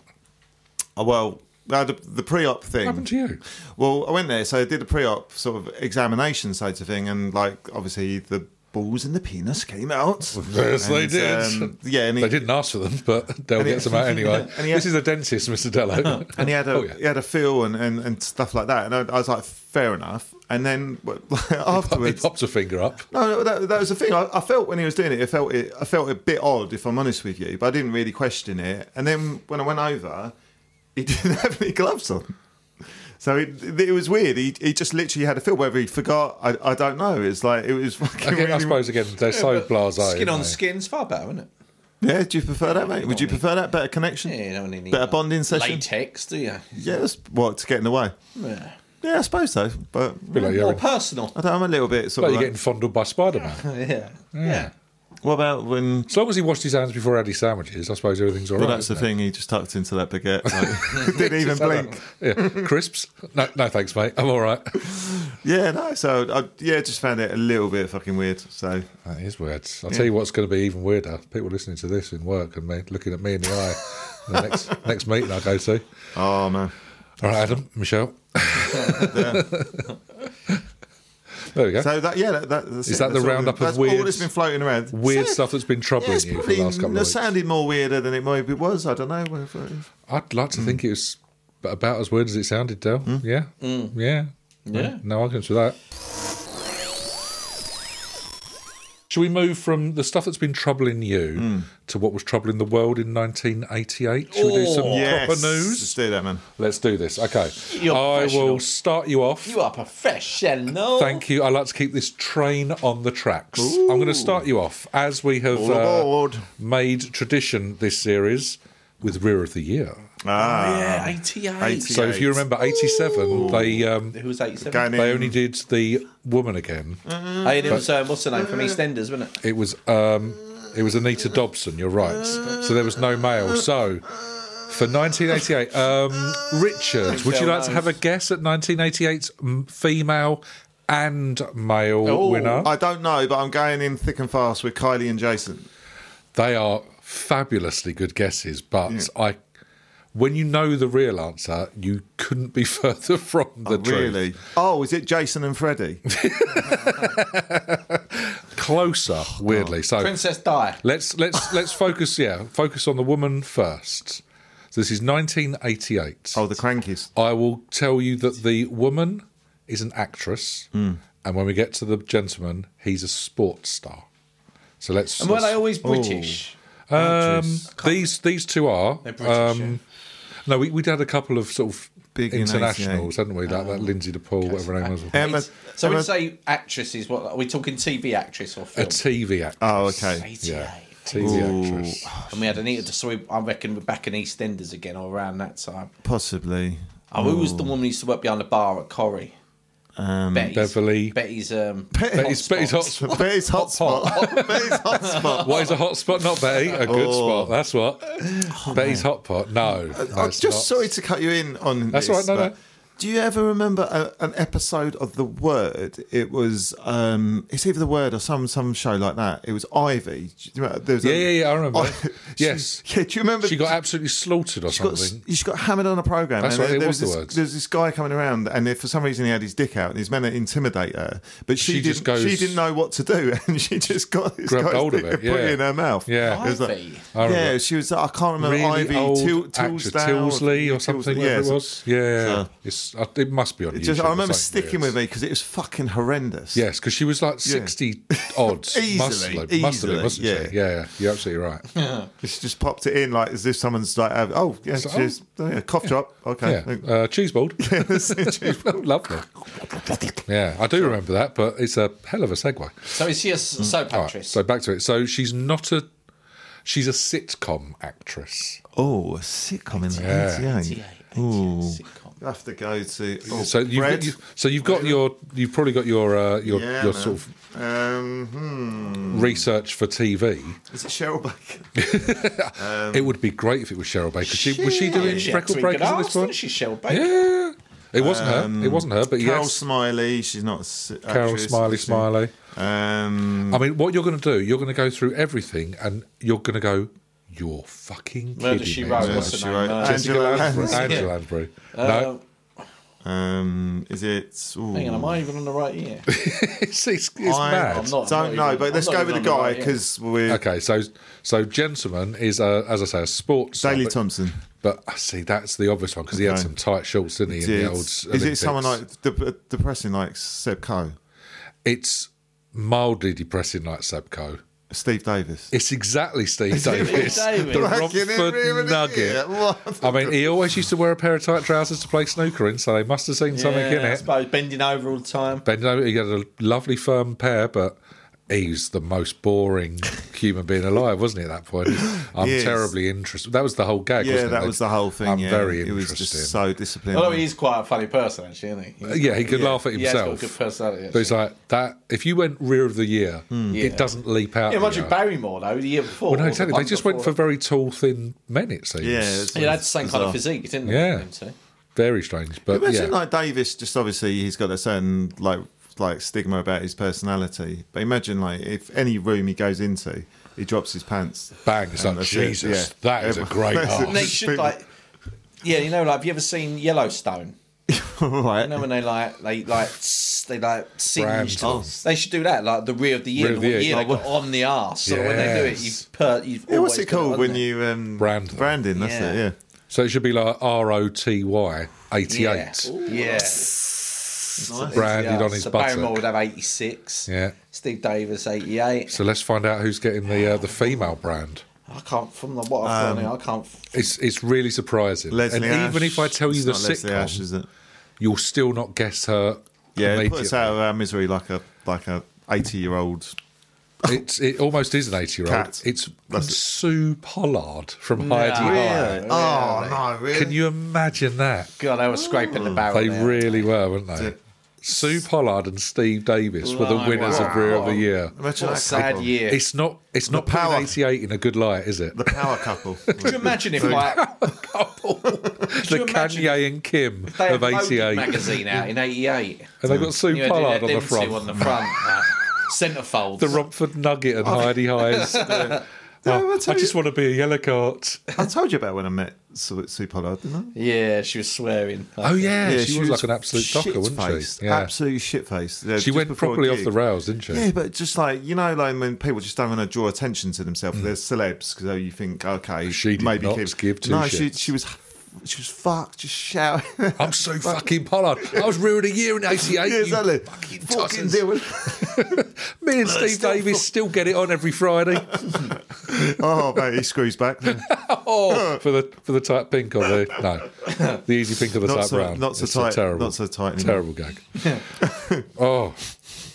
[SPEAKER 2] Oh, well, uh, the, the pre-op thing.
[SPEAKER 1] What happened to you?
[SPEAKER 2] Well, I went there, so I did a pre-op sort of examination side of thing, and like obviously the balls and the penis came out.
[SPEAKER 1] Yes, they
[SPEAKER 2] And,
[SPEAKER 1] did.
[SPEAKER 2] um, yeah, and he,
[SPEAKER 1] They didn't ask for them, but they'll
[SPEAKER 2] he-
[SPEAKER 1] get some out anyway.
[SPEAKER 2] and he-
[SPEAKER 1] this is a dentist, Mr. Dello.
[SPEAKER 2] and he had a
[SPEAKER 1] Oh, yeah.
[SPEAKER 2] he had a feel and, and, and stuff like that, and I, I was like, fair enough. And then what-
[SPEAKER 1] he
[SPEAKER 2] afterwards,
[SPEAKER 1] popped a finger up.
[SPEAKER 2] No, no, that, that was the thing. I, I felt when he was doing it, I felt it. I felt a bit odd, if I'm honest with you, but I didn't really question it. And then when I went over, he didn't have any gloves on, so it, it was weird. He, he just literally had a feel. Whether he forgot, I, I don't know. It's like it was fucking.
[SPEAKER 1] Again, I
[SPEAKER 2] really-
[SPEAKER 1] suppose again they're so blasé.
[SPEAKER 4] Skin
[SPEAKER 1] aren't
[SPEAKER 4] on
[SPEAKER 1] they?
[SPEAKER 4] skin's far better, isn't it?
[SPEAKER 2] Yeah, do you prefer that, mate? Would you prefer that better connection?
[SPEAKER 4] Yeah, you don't really need
[SPEAKER 2] Better
[SPEAKER 4] like,
[SPEAKER 2] bonding session?
[SPEAKER 4] Latex, do you?
[SPEAKER 2] Yeah, that's what to get in the way.
[SPEAKER 4] Yeah.
[SPEAKER 2] Yeah, I suppose so. But
[SPEAKER 1] Be like, you're,
[SPEAKER 4] More personal.
[SPEAKER 2] I don't. know, I'm a little bit sort
[SPEAKER 1] like
[SPEAKER 2] of.
[SPEAKER 1] you're
[SPEAKER 2] Like,
[SPEAKER 1] getting fondled by Spider-Man.
[SPEAKER 4] Yeah. Yeah.
[SPEAKER 1] Mm.
[SPEAKER 2] what about when?
[SPEAKER 1] As long as he washed his hands before he had his sandwiches, I suppose everything's all right.
[SPEAKER 2] Well, that's the
[SPEAKER 1] isn't
[SPEAKER 2] thing. He just tucked into that baguette. Like, didn't even blink.
[SPEAKER 1] it? Yeah, crisps. No, no, thanks, mate. I'm all right.
[SPEAKER 2] Yeah, no. So I, yeah, just found it a little bit fucking weird. So
[SPEAKER 1] That is weird. I'll tell you what's going to be even weirder. People listening to this in work and me looking at me in the eye. in the next next meeting I go to.
[SPEAKER 2] oh man,
[SPEAKER 1] All right, Adam, Michelle. there we go.
[SPEAKER 2] so that yeah, that, that, that's
[SPEAKER 1] Is
[SPEAKER 2] it.
[SPEAKER 1] that the
[SPEAKER 2] That's all-
[SPEAKER 1] roundup of
[SPEAKER 2] that's all
[SPEAKER 1] weird-
[SPEAKER 2] that's been floating around?
[SPEAKER 1] Weird
[SPEAKER 2] So-
[SPEAKER 1] stuff that's been
[SPEAKER 2] Yeah,
[SPEAKER 1] troubling
[SPEAKER 2] it's
[SPEAKER 1] you for the last couple
[SPEAKER 2] probably
[SPEAKER 1] of
[SPEAKER 2] it
[SPEAKER 1] weeks.
[SPEAKER 2] sounded more weirder than it maybe was. I don't know. whether it-
[SPEAKER 1] I'd like to
[SPEAKER 2] Mm.
[SPEAKER 1] think it was about as weird as it sounded, Del.
[SPEAKER 2] Hmm.
[SPEAKER 1] Yeah. Yeah.
[SPEAKER 4] Hmm. Yeah.
[SPEAKER 1] No arguments with that. Shall we move from the stuff that's been troubling you
[SPEAKER 2] Hmm.
[SPEAKER 1] to what was troubling the world in 1988? Shall
[SPEAKER 4] Oh,
[SPEAKER 1] we do some
[SPEAKER 2] Yes,
[SPEAKER 1] proper news?
[SPEAKER 2] Let's do that, man.
[SPEAKER 1] Let's do this. Okay.
[SPEAKER 4] You're
[SPEAKER 1] I will
[SPEAKER 4] professional.
[SPEAKER 1] start you off.
[SPEAKER 4] You are professional.
[SPEAKER 1] Thank you. I like to keep this train on the tracks. I'm going to start you off as we have uh,
[SPEAKER 2] All aboard.
[SPEAKER 1] made tradition this series with Rear of the Year. Oh,
[SPEAKER 2] Ah,
[SPEAKER 3] yeah, 88.
[SPEAKER 2] 88.
[SPEAKER 1] So if you remember 87, they um,
[SPEAKER 3] Who was 87?
[SPEAKER 2] Going
[SPEAKER 1] they
[SPEAKER 2] in-
[SPEAKER 1] only did the woman again.
[SPEAKER 4] Oh,
[SPEAKER 3] Hey, it was,
[SPEAKER 4] uh,
[SPEAKER 3] um, what's her name
[SPEAKER 1] Mm.
[SPEAKER 3] from EastEnders, wasn't it?
[SPEAKER 1] It was um, it was Anita Dobson. You're right. So there was no male. So for 1988, um, Richard, would you like to have a guess at 1988's m- female and male winner?
[SPEAKER 2] I don't know, but I'm going in thick and fast with Kylie and Jason.
[SPEAKER 1] They are fabulously good guesses, but I. When you know the real answer, you couldn't be further from the truth.
[SPEAKER 2] really? Oh, is it Jason and Freddie?
[SPEAKER 1] Closer, weirdly. So
[SPEAKER 3] Princess Di.
[SPEAKER 1] Let's let's let's focus. Yeah, focus on the woman first. So this is 1988.
[SPEAKER 2] oh, the Crankies.
[SPEAKER 1] I will tell you that the woman is an actress,
[SPEAKER 3] Hmm.
[SPEAKER 1] and when we get to the gentleman, he's a sports star. So let's.
[SPEAKER 3] And were
[SPEAKER 1] let's-
[SPEAKER 3] they always
[SPEAKER 1] Oh.
[SPEAKER 3] British?
[SPEAKER 1] um, these these two are. um,
[SPEAKER 3] They're British,
[SPEAKER 1] No, we, we'd had a couple of sort of
[SPEAKER 2] Big in
[SPEAKER 1] internationals,
[SPEAKER 2] 88.
[SPEAKER 1] hadn't we?
[SPEAKER 3] Oh,
[SPEAKER 1] Like that Lindsay DePaul, whatever her name was.
[SPEAKER 3] Uh,
[SPEAKER 2] Emma,
[SPEAKER 3] So
[SPEAKER 2] Emma-
[SPEAKER 3] we'd say actresses. What are we talking? TV actress or
[SPEAKER 1] A
[SPEAKER 3] film?
[SPEAKER 1] TV actress.
[SPEAKER 3] uh,
[SPEAKER 2] oh, okay.
[SPEAKER 3] 88.
[SPEAKER 1] yeah, TV actress.
[SPEAKER 3] And we had Anita. So we, I reckon we're back in EastEnders again, or around that time.
[SPEAKER 2] Possibly.
[SPEAKER 3] Oh, who was the woman who used to work behind the bar at Corrie?
[SPEAKER 2] Um,
[SPEAKER 3] Betty's,
[SPEAKER 1] Beverly.
[SPEAKER 3] Betty's. Um,
[SPEAKER 1] Betty's, Betty's hot
[SPEAKER 2] But Betty's hotspot. Betty's hotspot.
[SPEAKER 1] What is a hot spot? Not Betty. A good
[SPEAKER 2] Oh.
[SPEAKER 1] spot. That's what. Betty's hot pot. No. no
[SPEAKER 2] I'm
[SPEAKER 1] it's
[SPEAKER 2] Oh, just
[SPEAKER 1] not.
[SPEAKER 2] sorry to cut you in on
[SPEAKER 1] That's all
[SPEAKER 2] this.
[SPEAKER 1] right, no,
[SPEAKER 2] but
[SPEAKER 1] no.
[SPEAKER 2] Do you ever remember a, an episode of The Word? It was um, it's either The Word or some some show like that. It was Ivy. Do you remember- there was
[SPEAKER 1] Yeah,
[SPEAKER 2] a-
[SPEAKER 1] yeah, yeah. I remember.
[SPEAKER 2] she-
[SPEAKER 1] yes.
[SPEAKER 2] yeah, do you remember?
[SPEAKER 1] She got absolutely slaughtered or
[SPEAKER 2] she got,
[SPEAKER 1] something.
[SPEAKER 2] she got hammered on a program.
[SPEAKER 1] That's
[SPEAKER 2] and
[SPEAKER 1] right,
[SPEAKER 2] there-
[SPEAKER 1] it
[SPEAKER 2] there
[SPEAKER 1] was The
[SPEAKER 2] this,
[SPEAKER 1] Word.
[SPEAKER 2] There's this guy coming around, and if for some reason he had his dick out, and he's meant to intimidate her, but she,
[SPEAKER 1] She
[SPEAKER 2] didn't.
[SPEAKER 1] just goes-
[SPEAKER 2] she didn't know what to do, and she just got this
[SPEAKER 1] Grabbed
[SPEAKER 2] guy's
[SPEAKER 1] hold of
[SPEAKER 2] dick
[SPEAKER 1] it,
[SPEAKER 2] and put
[SPEAKER 1] yeah.
[SPEAKER 2] it in her mouth.
[SPEAKER 1] Yeah.
[SPEAKER 2] It was like-
[SPEAKER 3] Ivy.
[SPEAKER 1] I remember.
[SPEAKER 2] yeah, she was. I can't remember
[SPEAKER 1] Really
[SPEAKER 2] Ivy
[SPEAKER 1] old
[SPEAKER 2] Til-
[SPEAKER 1] actress,
[SPEAKER 2] Tilsdale,
[SPEAKER 1] Tilsley or something.
[SPEAKER 2] Yeah,
[SPEAKER 1] whatever it
[SPEAKER 2] so-
[SPEAKER 1] was. Yeah,
[SPEAKER 2] So-
[SPEAKER 1] it's, uh, it must be on.
[SPEAKER 2] It just,
[SPEAKER 1] YouTube
[SPEAKER 2] I
[SPEAKER 1] or
[SPEAKER 2] remember
[SPEAKER 1] something,
[SPEAKER 2] sticking
[SPEAKER 1] yes.
[SPEAKER 2] with me because it was fucking horrendous.
[SPEAKER 1] Yes, because she was like sixty odds.
[SPEAKER 2] Easily,
[SPEAKER 1] must have, been, must have been,
[SPEAKER 2] easily,
[SPEAKER 1] wasn't
[SPEAKER 2] yeah.
[SPEAKER 1] she? Yeah, yeah, you're absolutely right. Yeah,
[SPEAKER 2] She just popped it in like as if someone's like, uh, oh, yeah,
[SPEAKER 1] So-
[SPEAKER 2] she's, oh, yeah cough drop. Okay.
[SPEAKER 1] Uh, cheese ball. Lovely. Yeah, I do remember that, but it's a hell of a segue.
[SPEAKER 3] so is she a s- soap
[SPEAKER 1] Mm. All right,
[SPEAKER 3] actress?
[SPEAKER 1] so back to it. So she's not a she's a sitcom actress.
[SPEAKER 2] Oh, a sitcom in the 88.
[SPEAKER 3] 88, 88,
[SPEAKER 2] Ooh.
[SPEAKER 3] sitcom.
[SPEAKER 2] You have to go to. Oh,
[SPEAKER 1] So you've,
[SPEAKER 2] bread.
[SPEAKER 1] you, so you've got your you've probably got your uh, your
[SPEAKER 2] yeah,
[SPEAKER 1] your
[SPEAKER 2] man.
[SPEAKER 1] sort of
[SPEAKER 2] Um, hmm.
[SPEAKER 1] research for TV.
[SPEAKER 2] Is it Cheryl Baker? Um,
[SPEAKER 1] it would be great if it was Cheryl Baker. She, was she doing
[SPEAKER 3] She had
[SPEAKER 1] record
[SPEAKER 3] twinkled
[SPEAKER 1] breakers at
[SPEAKER 3] arse,
[SPEAKER 1] this point?
[SPEAKER 3] didn't She Shell
[SPEAKER 1] Yeah, it wasn't her. It wasn't her. But
[SPEAKER 2] Um, Carol
[SPEAKER 1] yes,
[SPEAKER 2] Smiley. She's not. a si-
[SPEAKER 1] Carol
[SPEAKER 2] actress,
[SPEAKER 1] Smiley
[SPEAKER 2] is she?
[SPEAKER 1] Smiley.
[SPEAKER 2] Um,
[SPEAKER 1] I mean, what you're going to do? You're going to go through everything, and you're going to go. You're fucking
[SPEAKER 3] Murder,
[SPEAKER 1] kidding
[SPEAKER 3] She
[SPEAKER 1] me.
[SPEAKER 3] Wrote,
[SPEAKER 1] aren't
[SPEAKER 3] what's
[SPEAKER 1] you?"
[SPEAKER 3] her
[SPEAKER 2] she
[SPEAKER 3] name?
[SPEAKER 2] wrote- Angela
[SPEAKER 3] Uh,
[SPEAKER 1] Angela
[SPEAKER 2] Lansbury.
[SPEAKER 1] Lansbury. Angela
[SPEAKER 3] Yeah.
[SPEAKER 1] Lansbury.
[SPEAKER 3] Uh,
[SPEAKER 1] No,
[SPEAKER 2] um, is it. Ooh.
[SPEAKER 3] Hang on, am I even on the right ear?
[SPEAKER 1] it's, it's, it's
[SPEAKER 2] I
[SPEAKER 1] mad.
[SPEAKER 3] I'm not-
[SPEAKER 2] don't
[SPEAKER 3] I'm
[SPEAKER 2] know,
[SPEAKER 3] not
[SPEAKER 2] but
[SPEAKER 3] even-
[SPEAKER 2] let's
[SPEAKER 3] I'm
[SPEAKER 2] go
[SPEAKER 3] not
[SPEAKER 2] with the
[SPEAKER 3] even on the
[SPEAKER 2] guy
[SPEAKER 3] right, yeah.
[SPEAKER 2] because we're
[SPEAKER 1] Okay, so so gentleman is a, as I say a sports star,
[SPEAKER 2] Daley
[SPEAKER 1] but-
[SPEAKER 2] Thompson.
[SPEAKER 1] But I see that's the obvious one because he had
[SPEAKER 2] Okay.
[SPEAKER 1] some tight shorts, didn't he? In the
[SPEAKER 2] Did-
[SPEAKER 1] old
[SPEAKER 2] is it
[SPEAKER 1] Olympics.
[SPEAKER 2] someone like de- depressing like Seb Coe,
[SPEAKER 1] It's mildly depressing, like Sebco.
[SPEAKER 2] Steve Davis?
[SPEAKER 1] It's exactly Steve Davis,
[SPEAKER 3] Davis?
[SPEAKER 1] the
[SPEAKER 2] Fucking every
[SPEAKER 1] Romford
[SPEAKER 2] minute.
[SPEAKER 1] Nugget.
[SPEAKER 2] What?
[SPEAKER 1] I mean, he always used to wear a pair of tight trousers to play snooker in, so they must have seen something in
[SPEAKER 3] I
[SPEAKER 1] it.
[SPEAKER 3] suppose bending over all the time.
[SPEAKER 1] Ben, no, he had a lovely firm pair, but he's the most boring human being alive, wasn't he? At that point, I'm
[SPEAKER 2] Yes.
[SPEAKER 1] terribly interested. That was the whole gag.
[SPEAKER 2] Yeah,
[SPEAKER 1] wasn't it?
[SPEAKER 2] that was the whole thing.
[SPEAKER 1] I'm
[SPEAKER 2] yeah.
[SPEAKER 1] very
[SPEAKER 2] It was
[SPEAKER 1] interested.
[SPEAKER 2] just so disciplined.
[SPEAKER 3] Although he is quite a funny person, actually, isn't he? He's-
[SPEAKER 1] Uh, yeah, he could laugh at
[SPEAKER 3] Yeah, he's got a
[SPEAKER 1] himself.
[SPEAKER 3] good personality.
[SPEAKER 1] But
[SPEAKER 3] Actually.
[SPEAKER 1] it's like that. If you went rear of the year,
[SPEAKER 2] Hmm.
[SPEAKER 3] Yeah.
[SPEAKER 1] it doesn't leap out.
[SPEAKER 3] Yeah,
[SPEAKER 1] at
[SPEAKER 3] imagine
[SPEAKER 1] you.
[SPEAKER 3] Barrymore though the year before.
[SPEAKER 1] Well, no,
[SPEAKER 3] or the
[SPEAKER 1] exactly. They
[SPEAKER 3] one
[SPEAKER 1] just went for
[SPEAKER 3] before.
[SPEAKER 1] very tall, thin men. It seems.
[SPEAKER 2] yeah, it's-
[SPEAKER 3] Yeah, they had the same kind of
[SPEAKER 2] bizarre.
[SPEAKER 3] physique, didn't
[SPEAKER 1] Yeah.
[SPEAKER 3] they? them two?
[SPEAKER 1] very strange. But yeah,
[SPEAKER 2] Imagine like Davis, just obviously he's got a certain like like stigma about his personality. But imagine like if any room he goes into, he drops his pants.
[SPEAKER 1] bang! It's
[SPEAKER 2] And
[SPEAKER 1] like
[SPEAKER 2] that's it,
[SPEAKER 1] Jesus.
[SPEAKER 2] yeah.
[SPEAKER 1] That is a great
[SPEAKER 2] That's it.
[SPEAKER 1] art.
[SPEAKER 3] And they should like, yeah, you know, like have you ever seen Yellowstone?
[SPEAKER 2] right.
[SPEAKER 3] You know when they like they like tss, they like
[SPEAKER 1] Brand.
[SPEAKER 3] singe.
[SPEAKER 1] Oh.
[SPEAKER 3] They should do that, like the rear of the year,
[SPEAKER 1] Rear of
[SPEAKER 3] the
[SPEAKER 1] the
[SPEAKER 3] year
[SPEAKER 1] ear.
[SPEAKER 3] they got on the arse. So when they do it, you
[SPEAKER 1] Yes.
[SPEAKER 3] per you.
[SPEAKER 2] yeah, what's it called when you um,
[SPEAKER 1] Brand them.
[SPEAKER 2] Branding, that's
[SPEAKER 3] Yeah.
[SPEAKER 2] it. Yeah.
[SPEAKER 1] So it should be like R O T Y eighty
[SPEAKER 3] yeah,
[SPEAKER 1] eight.
[SPEAKER 3] yeah.
[SPEAKER 1] Branded
[SPEAKER 3] Yeah,
[SPEAKER 1] on his
[SPEAKER 3] so
[SPEAKER 1] buttock.
[SPEAKER 3] Barrymore would have eighty six.
[SPEAKER 1] Yeah.
[SPEAKER 3] Steve Davis eighty eight.
[SPEAKER 1] So let's find out who's getting the uh, the female brand.
[SPEAKER 3] I can't from the what
[SPEAKER 1] Um,
[SPEAKER 3] I've done. I can't.
[SPEAKER 1] It's it's really surprising.
[SPEAKER 2] Leslie
[SPEAKER 1] and even
[SPEAKER 2] Ash.
[SPEAKER 1] if I tell you
[SPEAKER 2] It's
[SPEAKER 1] the
[SPEAKER 2] not Leslie
[SPEAKER 1] sitcom,
[SPEAKER 2] Ash, is it?
[SPEAKER 1] you'll still not guess her.
[SPEAKER 2] Yeah, it uh, put
[SPEAKER 1] immediately.
[SPEAKER 2] us out of our misery like a like a eighty year old
[SPEAKER 1] It's it almost is an eighty year old.
[SPEAKER 2] Cat.
[SPEAKER 1] It's
[SPEAKER 2] That's it.
[SPEAKER 1] Sue Pollard from Heidi High.
[SPEAKER 3] Really?
[SPEAKER 2] Oh no, really?
[SPEAKER 1] Can you imagine that?
[SPEAKER 3] God, they were scraping the barrel.
[SPEAKER 1] They
[SPEAKER 3] there.
[SPEAKER 1] really were, weren't they?
[SPEAKER 2] it.
[SPEAKER 1] Sue Pollard and Steve Davis were the
[SPEAKER 3] Blimey,
[SPEAKER 1] winners
[SPEAKER 3] wow.
[SPEAKER 1] of Rear of the Year.
[SPEAKER 2] Imagine
[SPEAKER 3] What a
[SPEAKER 2] that
[SPEAKER 3] sad
[SPEAKER 2] couple.
[SPEAKER 3] year.
[SPEAKER 1] It's not. It's not
[SPEAKER 2] power.
[SPEAKER 1] putting eighty-eight in a good light, is it?
[SPEAKER 2] The power couple.
[SPEAKER 3] Could you imagine if like
[SPEAKER 1] the
[SPEAKER 3] you imagine
[SPEAKER 1] Kanye and Kim
[SPEAKER 3] they had
[SPEAKER 1] of
[SPEAKER 3] Loaded
[SPEAKER 1] '88,
[SPEAKER 3] magazine out in '88?
[SPEAKER 1] and they've got Sue
[SPEAKER 3] You know, they
[SPEAKER 1] Pollard
[SPEAKER 3] had
[SPEAKER 1] on the
[SPEAKER 3] them two
[SPEAKER 1] front,
[SPEAKER 3] on the front, uh, centerfolds.
[SPEAKER 1] the Romford Nugget and Heidi Highs. Oh,
[SPEAKER 2] I
[SPEAKER 1] I
[SPEAKER 2] tell
[SPEAKER 1] just
[SPEAKER 2] you-
[SPEAKER 1] want to be a yellow cart.
[SPEAKER 2] I told you about when I met Sue, Sue Pollard, didn't
[SPEAKER 3] yeah, she was swearing.
[SPEAKER 1] Oh yeah,
[SPEAKER 2] I?
[SPEAKER 1] she, was, like an absolute docker, wasn't
[SPEAKER 2] shit-faced,
[SPEAKER 1] she? Yeah.
[SPEAKER 2] Absolute shit face.
[SPEAKER 1] She went properly off the rails, didn't she?
[SPEAKER 2] Yeah, but just like you know, like when people just don't want to draw attention to themselves, they're celebs because you think, okay,
[SPEAKER 1] Mm. She did
[SPEAKER 2] maybe
[SPEAKER 1] not
[SPEAKER 2] keep-
[SPEAKER 1] give two
[SPEAKER 2] No, she
[SPEAKER 1] shits.
[SPEAKER 2] she was she was fucked, just shouting. yeah,
[SPEAKER 1] I'm so fucking Pollard. I was rearing a year in '88. you
[SPEAKER 2] exactly.
[SPEAKER 1] Fucking
[SPEAKER 2] Fucking
[SPEAKER 1] tossers.
[SPEAKER 2] deal with.
[SPEAKER 1] Me and Steve
[SPEAKER 2] still
[SPEAKER 1] Davis still get it on every Friday.
[SPEAKER 2] Oh, mate, he screws back.
[SPEAKER 1] oh, for the for the tight pink or the no, the easy pink or the
[SPEAKER 2] Not
[SPEAKER 1] tight
[SPEAKER 2] so-
[SPEAKER 1] brown.
[SPEAKER 2] not so
[SPEAKER 1] It's
[SPEAKER 2] tight-
[SPEAKER 1] A terrible,
[SPEAKER 2] not so tight
[SPEAKER 1] Terrible
[SPEAKER 2] anymore.
[SPEAKER 1] gag. oh,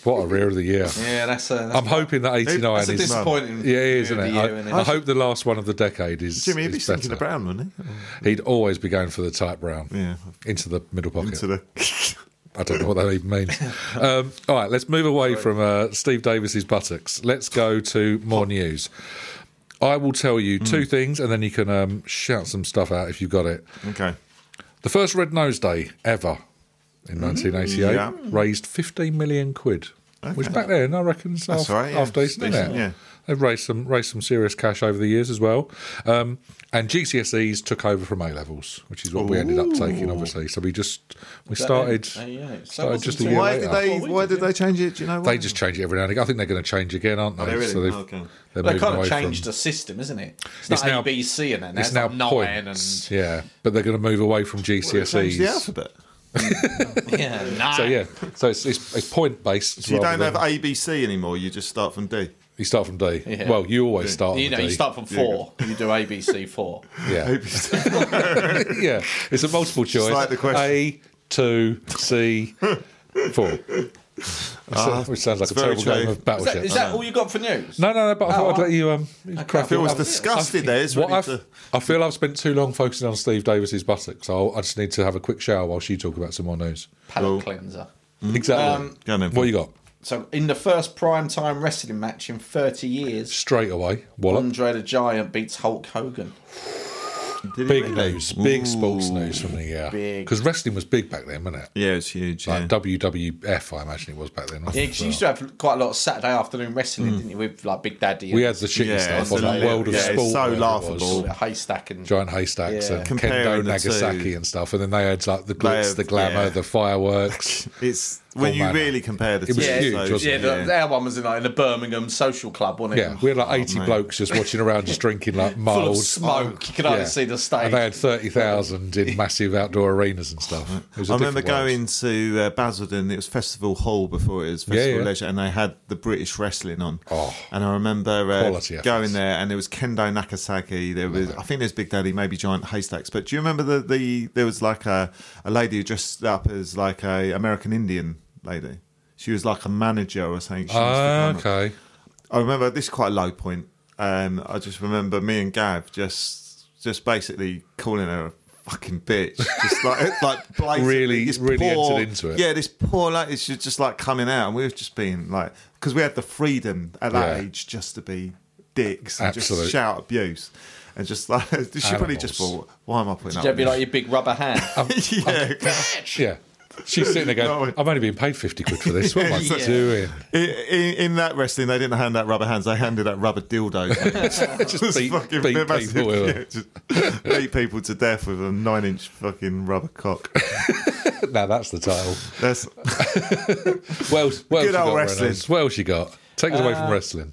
[SPEAKER 1] what a rear of the year.
[SPEAKER 3] Yeah, that's a. That's
[SPEAKER 1] I'm hoping that 89
[SPEAKER 3] That's a
[SPEAKER 1] is.
[SPEAKER 2] dis-
[SPEAKER 3] disappointing.
[SPEAKER 1] Yeah, it is,
[SPEAKER 3] year
[SPEAKER 1] isn't
[SPEAKER 3] of
[SPEAKER 1] it?
[SPEAKER 3] the year, isn't
[SPEAKER 1] I, I hope the last one of the decade is.
[SPEAKER 2] Jimmy, he'd
[SPEAKER 1] is
[SPEAKER 2] be thinking
[SPEAKER 1] better.
[SPEAKER 2] the brown, wouldn't he?
[SPEAKER 1] He'd always be going for the tight brown.
[SPEAKER 2] Yeah.
[SPEAKER 1] Into the middle pocket.
[SPEAKER 2] To the
[SPEAKER 1] I don't know what that even means. Um, all right, let's move away from uh, Steve Davis's buttocks. Let's go to more news. I will tell
[SPEAKER 2] Hmm.
[SPEAKER 1] you two things, and then you can um, shout some stuff out if you've got it.
[SPEAKER 2] okay.
[SPEAKER 1] The first Red Nose Day ever in 1988
[SPEAKER 2] Hmm. Yeah.
[SPEAKER 1] raised 15 million quid, which back then I reckon is half,
[SPEAKER 2] all right, yeah.
[SPEAKER 1] half decent,
[SPEAKER 2] It's
[SPEAKER 1] isn't
[SPEAKER 2] decent,
[SPEAKER 1] it?
[SPEAKER 2] yeah.
[SPEAKER 1] They've raised some raised some serious cash over the years as well. Um, and GCSEs took over from A levels, which is what we ended up taking, obviously. So we just we started,
[SPEAKER 4] it? Yeah, yeah. So
[SPEAKER 1] started
[SPEAKER 4] what's
[SPEAKER 1] just a
[SPEAKER 4] it-
[SPEAKER 1] year
[SPEAKER 2] Why
[SPEAKER 1] later.
[SPEAKER 2] did they?
[SPEAKER 4] we
[SPEAKER 2] Why
[SPEAKER 4] did,
[SPEAKER 2] did they change it? Do you know? why?
[SPEAKER 1] They just change it every now and again. I think they're going to change again, aren't they?
[SPEAKER 2] they really?
[SPEAKER 1] So they've,
[SPEAKER 2] Okay.
[SPEAKER 1] they're
[SPEAKER 3] They
[SPEAKER 1] moving
[SPEAKER 3] kind of
[SPEAKER 1] away
[SPEAKER 3] changed
[SPEAKER 1] from,
[SPEAKER 3] the system, isn't it? It's,
[SPEAKER 1] It's
[SPEAKER 3] not
[SPEAKER 1] now-
[SPEAKER 3] ABC and then
[SPEAKER 1] It's now
[SPEAKER 3] like nine
[SPEAKER 1] points, yeah, but they're going to move away from GCSEs.
[SPEAKER 2] change the alphabet.
[SPEAKER 3] and yeah, nine.
[SPEAKER 1] So yeah, so it's it's, it's point based.
[SPEAKER 2] So you don't have A, B, C anymore. You just start from D.
[SPEAKER 1] You start from D.
[SPEAKER 3] Yeah.
[SPEAKER 1] Well, you always start. on
[SPEAKER 3] You know,
[SPEAKER 1] D.
[SPEAKER 3] you start from four. You do ABC four.
[SPEAKER 1] Yeah, yeah. It's a multiple choice.
[SPEAKER 2] like the question.
[SPEAKER 1] A two C four. So- which sounds like a
[SPEAKER 2] very
[SPEAKER 1] terrible
[SPEAKER 2] true.
[SPEAKER 1] game of
[SPEAKER 3] Is that,
[SPEAKER 1] battleship.
[SPEAKER 3] is that all you got for news?
[SPEAKER 1] no, no, no. But I thought I'd
[SPEAKER 3] I-
[SPEAKER 1] let you um, crack
[SPEAKER 2] Phil
[SPEAKER 1] on.
[SPEAKER 2] was
[SPEAKER 1] I've-
[SPEAKER 2] disgusted there. It's
[SPEAKER 1] What
[SPEAKER 2] really
[SPEAKER 1] I've,
[SPEAKER 2] the-
[SPEAKER 1] I feel I've spent too long focusing on Steve Davis's buttocks. So I'll, I just need to have a quick shower while she talk about some more news.
[SPEAKER 3] Palate
[SPEAKER 2] Well-
[SPEAKER 3] cleanser.
[SPEAKER 1] Exactly.
[SPEAKER 2] Mm-hmm. Um, Go on then,
[SPEAKER 1] what
[SPEAKER 2] Phil.
[SPEAKER 1] you got?
[SPEAKER 3] So in the first prime time wrestling match in 30 years,
[SPEAKER 1] Straight away, Wallop.
[SPEAKER 2] Mm-hmm.
[SPEAKER 3] Andre the Giant beats Hulk Hogan.
[SPEAKER 2] Did he
[SPEAKER 1] Big
[SPEAKER 2] really?
[SPEAKER 1] news, big sports news from the year.
[SPEAKER 3] Big.
[SPEAKER 1] Because wrestling was big back then, wasn't it?
[SPEAKER 2] Yeah, it's huge. Yeah.
[SPEAKER 1] Like WWF, I imagine it was back then. wasn't
[SPEAKER 3] Yeah,
[SPEAKER 1] it?
[SPEAKER 3] 'cause you used to have quite a lot of Saturday afternoon wrestling, didn't you? With like Big Daddy,
[SPEAKER 1] Hmm. we
[SPEAKER 3] and
[SPEAKER 1] had the shitty
[SPEAKER 2] Yeah,
[SPEAKER 1] stuff
[SPEAKER 2] it's
[SPEAKER 1] on
[SPEAKER 2] a
[SPEAKER 1] the
[SPEAKER 2] little-
[SPEAKER 1] world of
[SPEAKER 2] yeah, it's
[SPEAKER 1] sport.
[SPEAKER 2] so
[SPEAKER 1] whatever it was.
[SPEAKER 2] laughable.
[SPEAKER 3] the haystack and
[SPEAKER 1] Giant haystacks
[SPEAKER 3] Yeah.
[SPEAKER 1] and
[SPEAKER 2] Comparing
[SPEAKER 1] Kendo
[SPEAKER 2] the
[SPEAKER 1] Nagasaki
[SPEAKER 2] two.
[SPEAKER 1] and stuff, and then they had like the glitz,
[SPEAKER 2] have-
[SPEAKER 1] the glamour,
[SPEAKER 2] yeah.
[SPEAKER 1] the fireworks.
[SPEAKER 2] It's when you
[SPEAKER 1] manner.
[SPEAKER 2] really compare the two.
[SPEAKER 1] was huge,
[SPEAKER 2] so-
[SPEAKER 1] wasn't
[SPEAKER 3] yeah,
[SPEAKER 1] it?
[SPEAKER 3] the, Their one was in like in the Birmingham social club, wasn't it?
[SPEAKER 1] yeah, we had
[SPEAKER 2] Oh,
[SPEAKER 1] like eighty blokes just watching around, just drinking like mild
[SPEAKER 3] full of smoke. you could
[SPEAKER 1] Yeah.
[SPEAKER 3] only see the stage.
[SPEAKER 1] And they had thirty thousand in massive outdoor arenas and stuff. It was a
[SPEAKER 2] Oh, I remember
[SPEAKER 1] different world.
[SPEAKER 2] going to uh, Basildon. It was Festival Hall before it was Festival
[SPEAKER 1] yeah.
[SPEAKER 2] Leisure, and they had the British wrestling on.
[SPEAKER 1] Oh.
[SPEAKER 2] and I remember uh,
[SPEAKER 1] Quality efforts.
[SPEAKER 2] going there, and there was Kendo Nagasaki. There was, I think, there's Big Daddy, maybe Giant Haystacks. But do you remember the, the there was like a a lady who dressed up as like a American Indian lady. She was like a manager or something. She was the
[SPEAKER 1] Ah,
[SPEAKER 2] camera-
[SPEAKER 1] okay.
[SPEAKER 2] I remember this is quite a low point. Um, I just remember me and Gav just just basically calling her a fucking bitch, just like like blatantly,
[SPEAKER 1] Really-
[SPEAKER 2] this
[SPEAKER 1] really
[SPEAKER 2] poor,
[SPEAKER 1] entered into it.
[SPEAKER 2] Yeah, this poor lady, she's just like coming out, and we were just being like, because we had the freedom at that
[SPEAKER 1] Yeah.
[SPEAKER 2] age just to be dicks and
[SPEAKER 1] Absolute.
[SPEAKER 2] just shout abuse, and just like she probably just
[SPEAKER 1] Animals.
[SPEAKER 2] thought, why am I putting up?
[SPEAKER 3] Don't be
[SPEAKER 2] with
[SPEAKER 3] like your big rubber hand.
[SPEAKER 2] this?" yeah,
[SPEAKER 1] Yeah. She's sitting there going, I've only been paid 50 quid for this. What am I
[SPEAKER 3] Yeah.
[SPEAKER 1] doing?
[SPEAKER 2] in, in, in that wrestling, they didn't hand out rubber hands; they handed out rubber dildos.
[SPEAKER 1] Just beat,
[SPEAKER 2] fucking
[SPEAKER 1] beat
[SPEAKER 2] massive-
[SPEAKER 1] people. with
[SPEAKER 2] yeah,
[SPEAKER 1] her.
[SPEAKER 2] just beat people to death with a nine-inch fucking rubber cock.
[SPEAKER 1] Now that's the title.
[SPEAKER 2] That's
[SPEAKER 1] What else, what
[SPEAKER 2] Good
[SPEAKER 1] else
[SPEAKER 2] old
[SPEAKER 1] you got,
[SPEAKER 2] wrestling. Uh,
[SPEAKER 1] Reynolds? What else you got? Take us away from wrestling.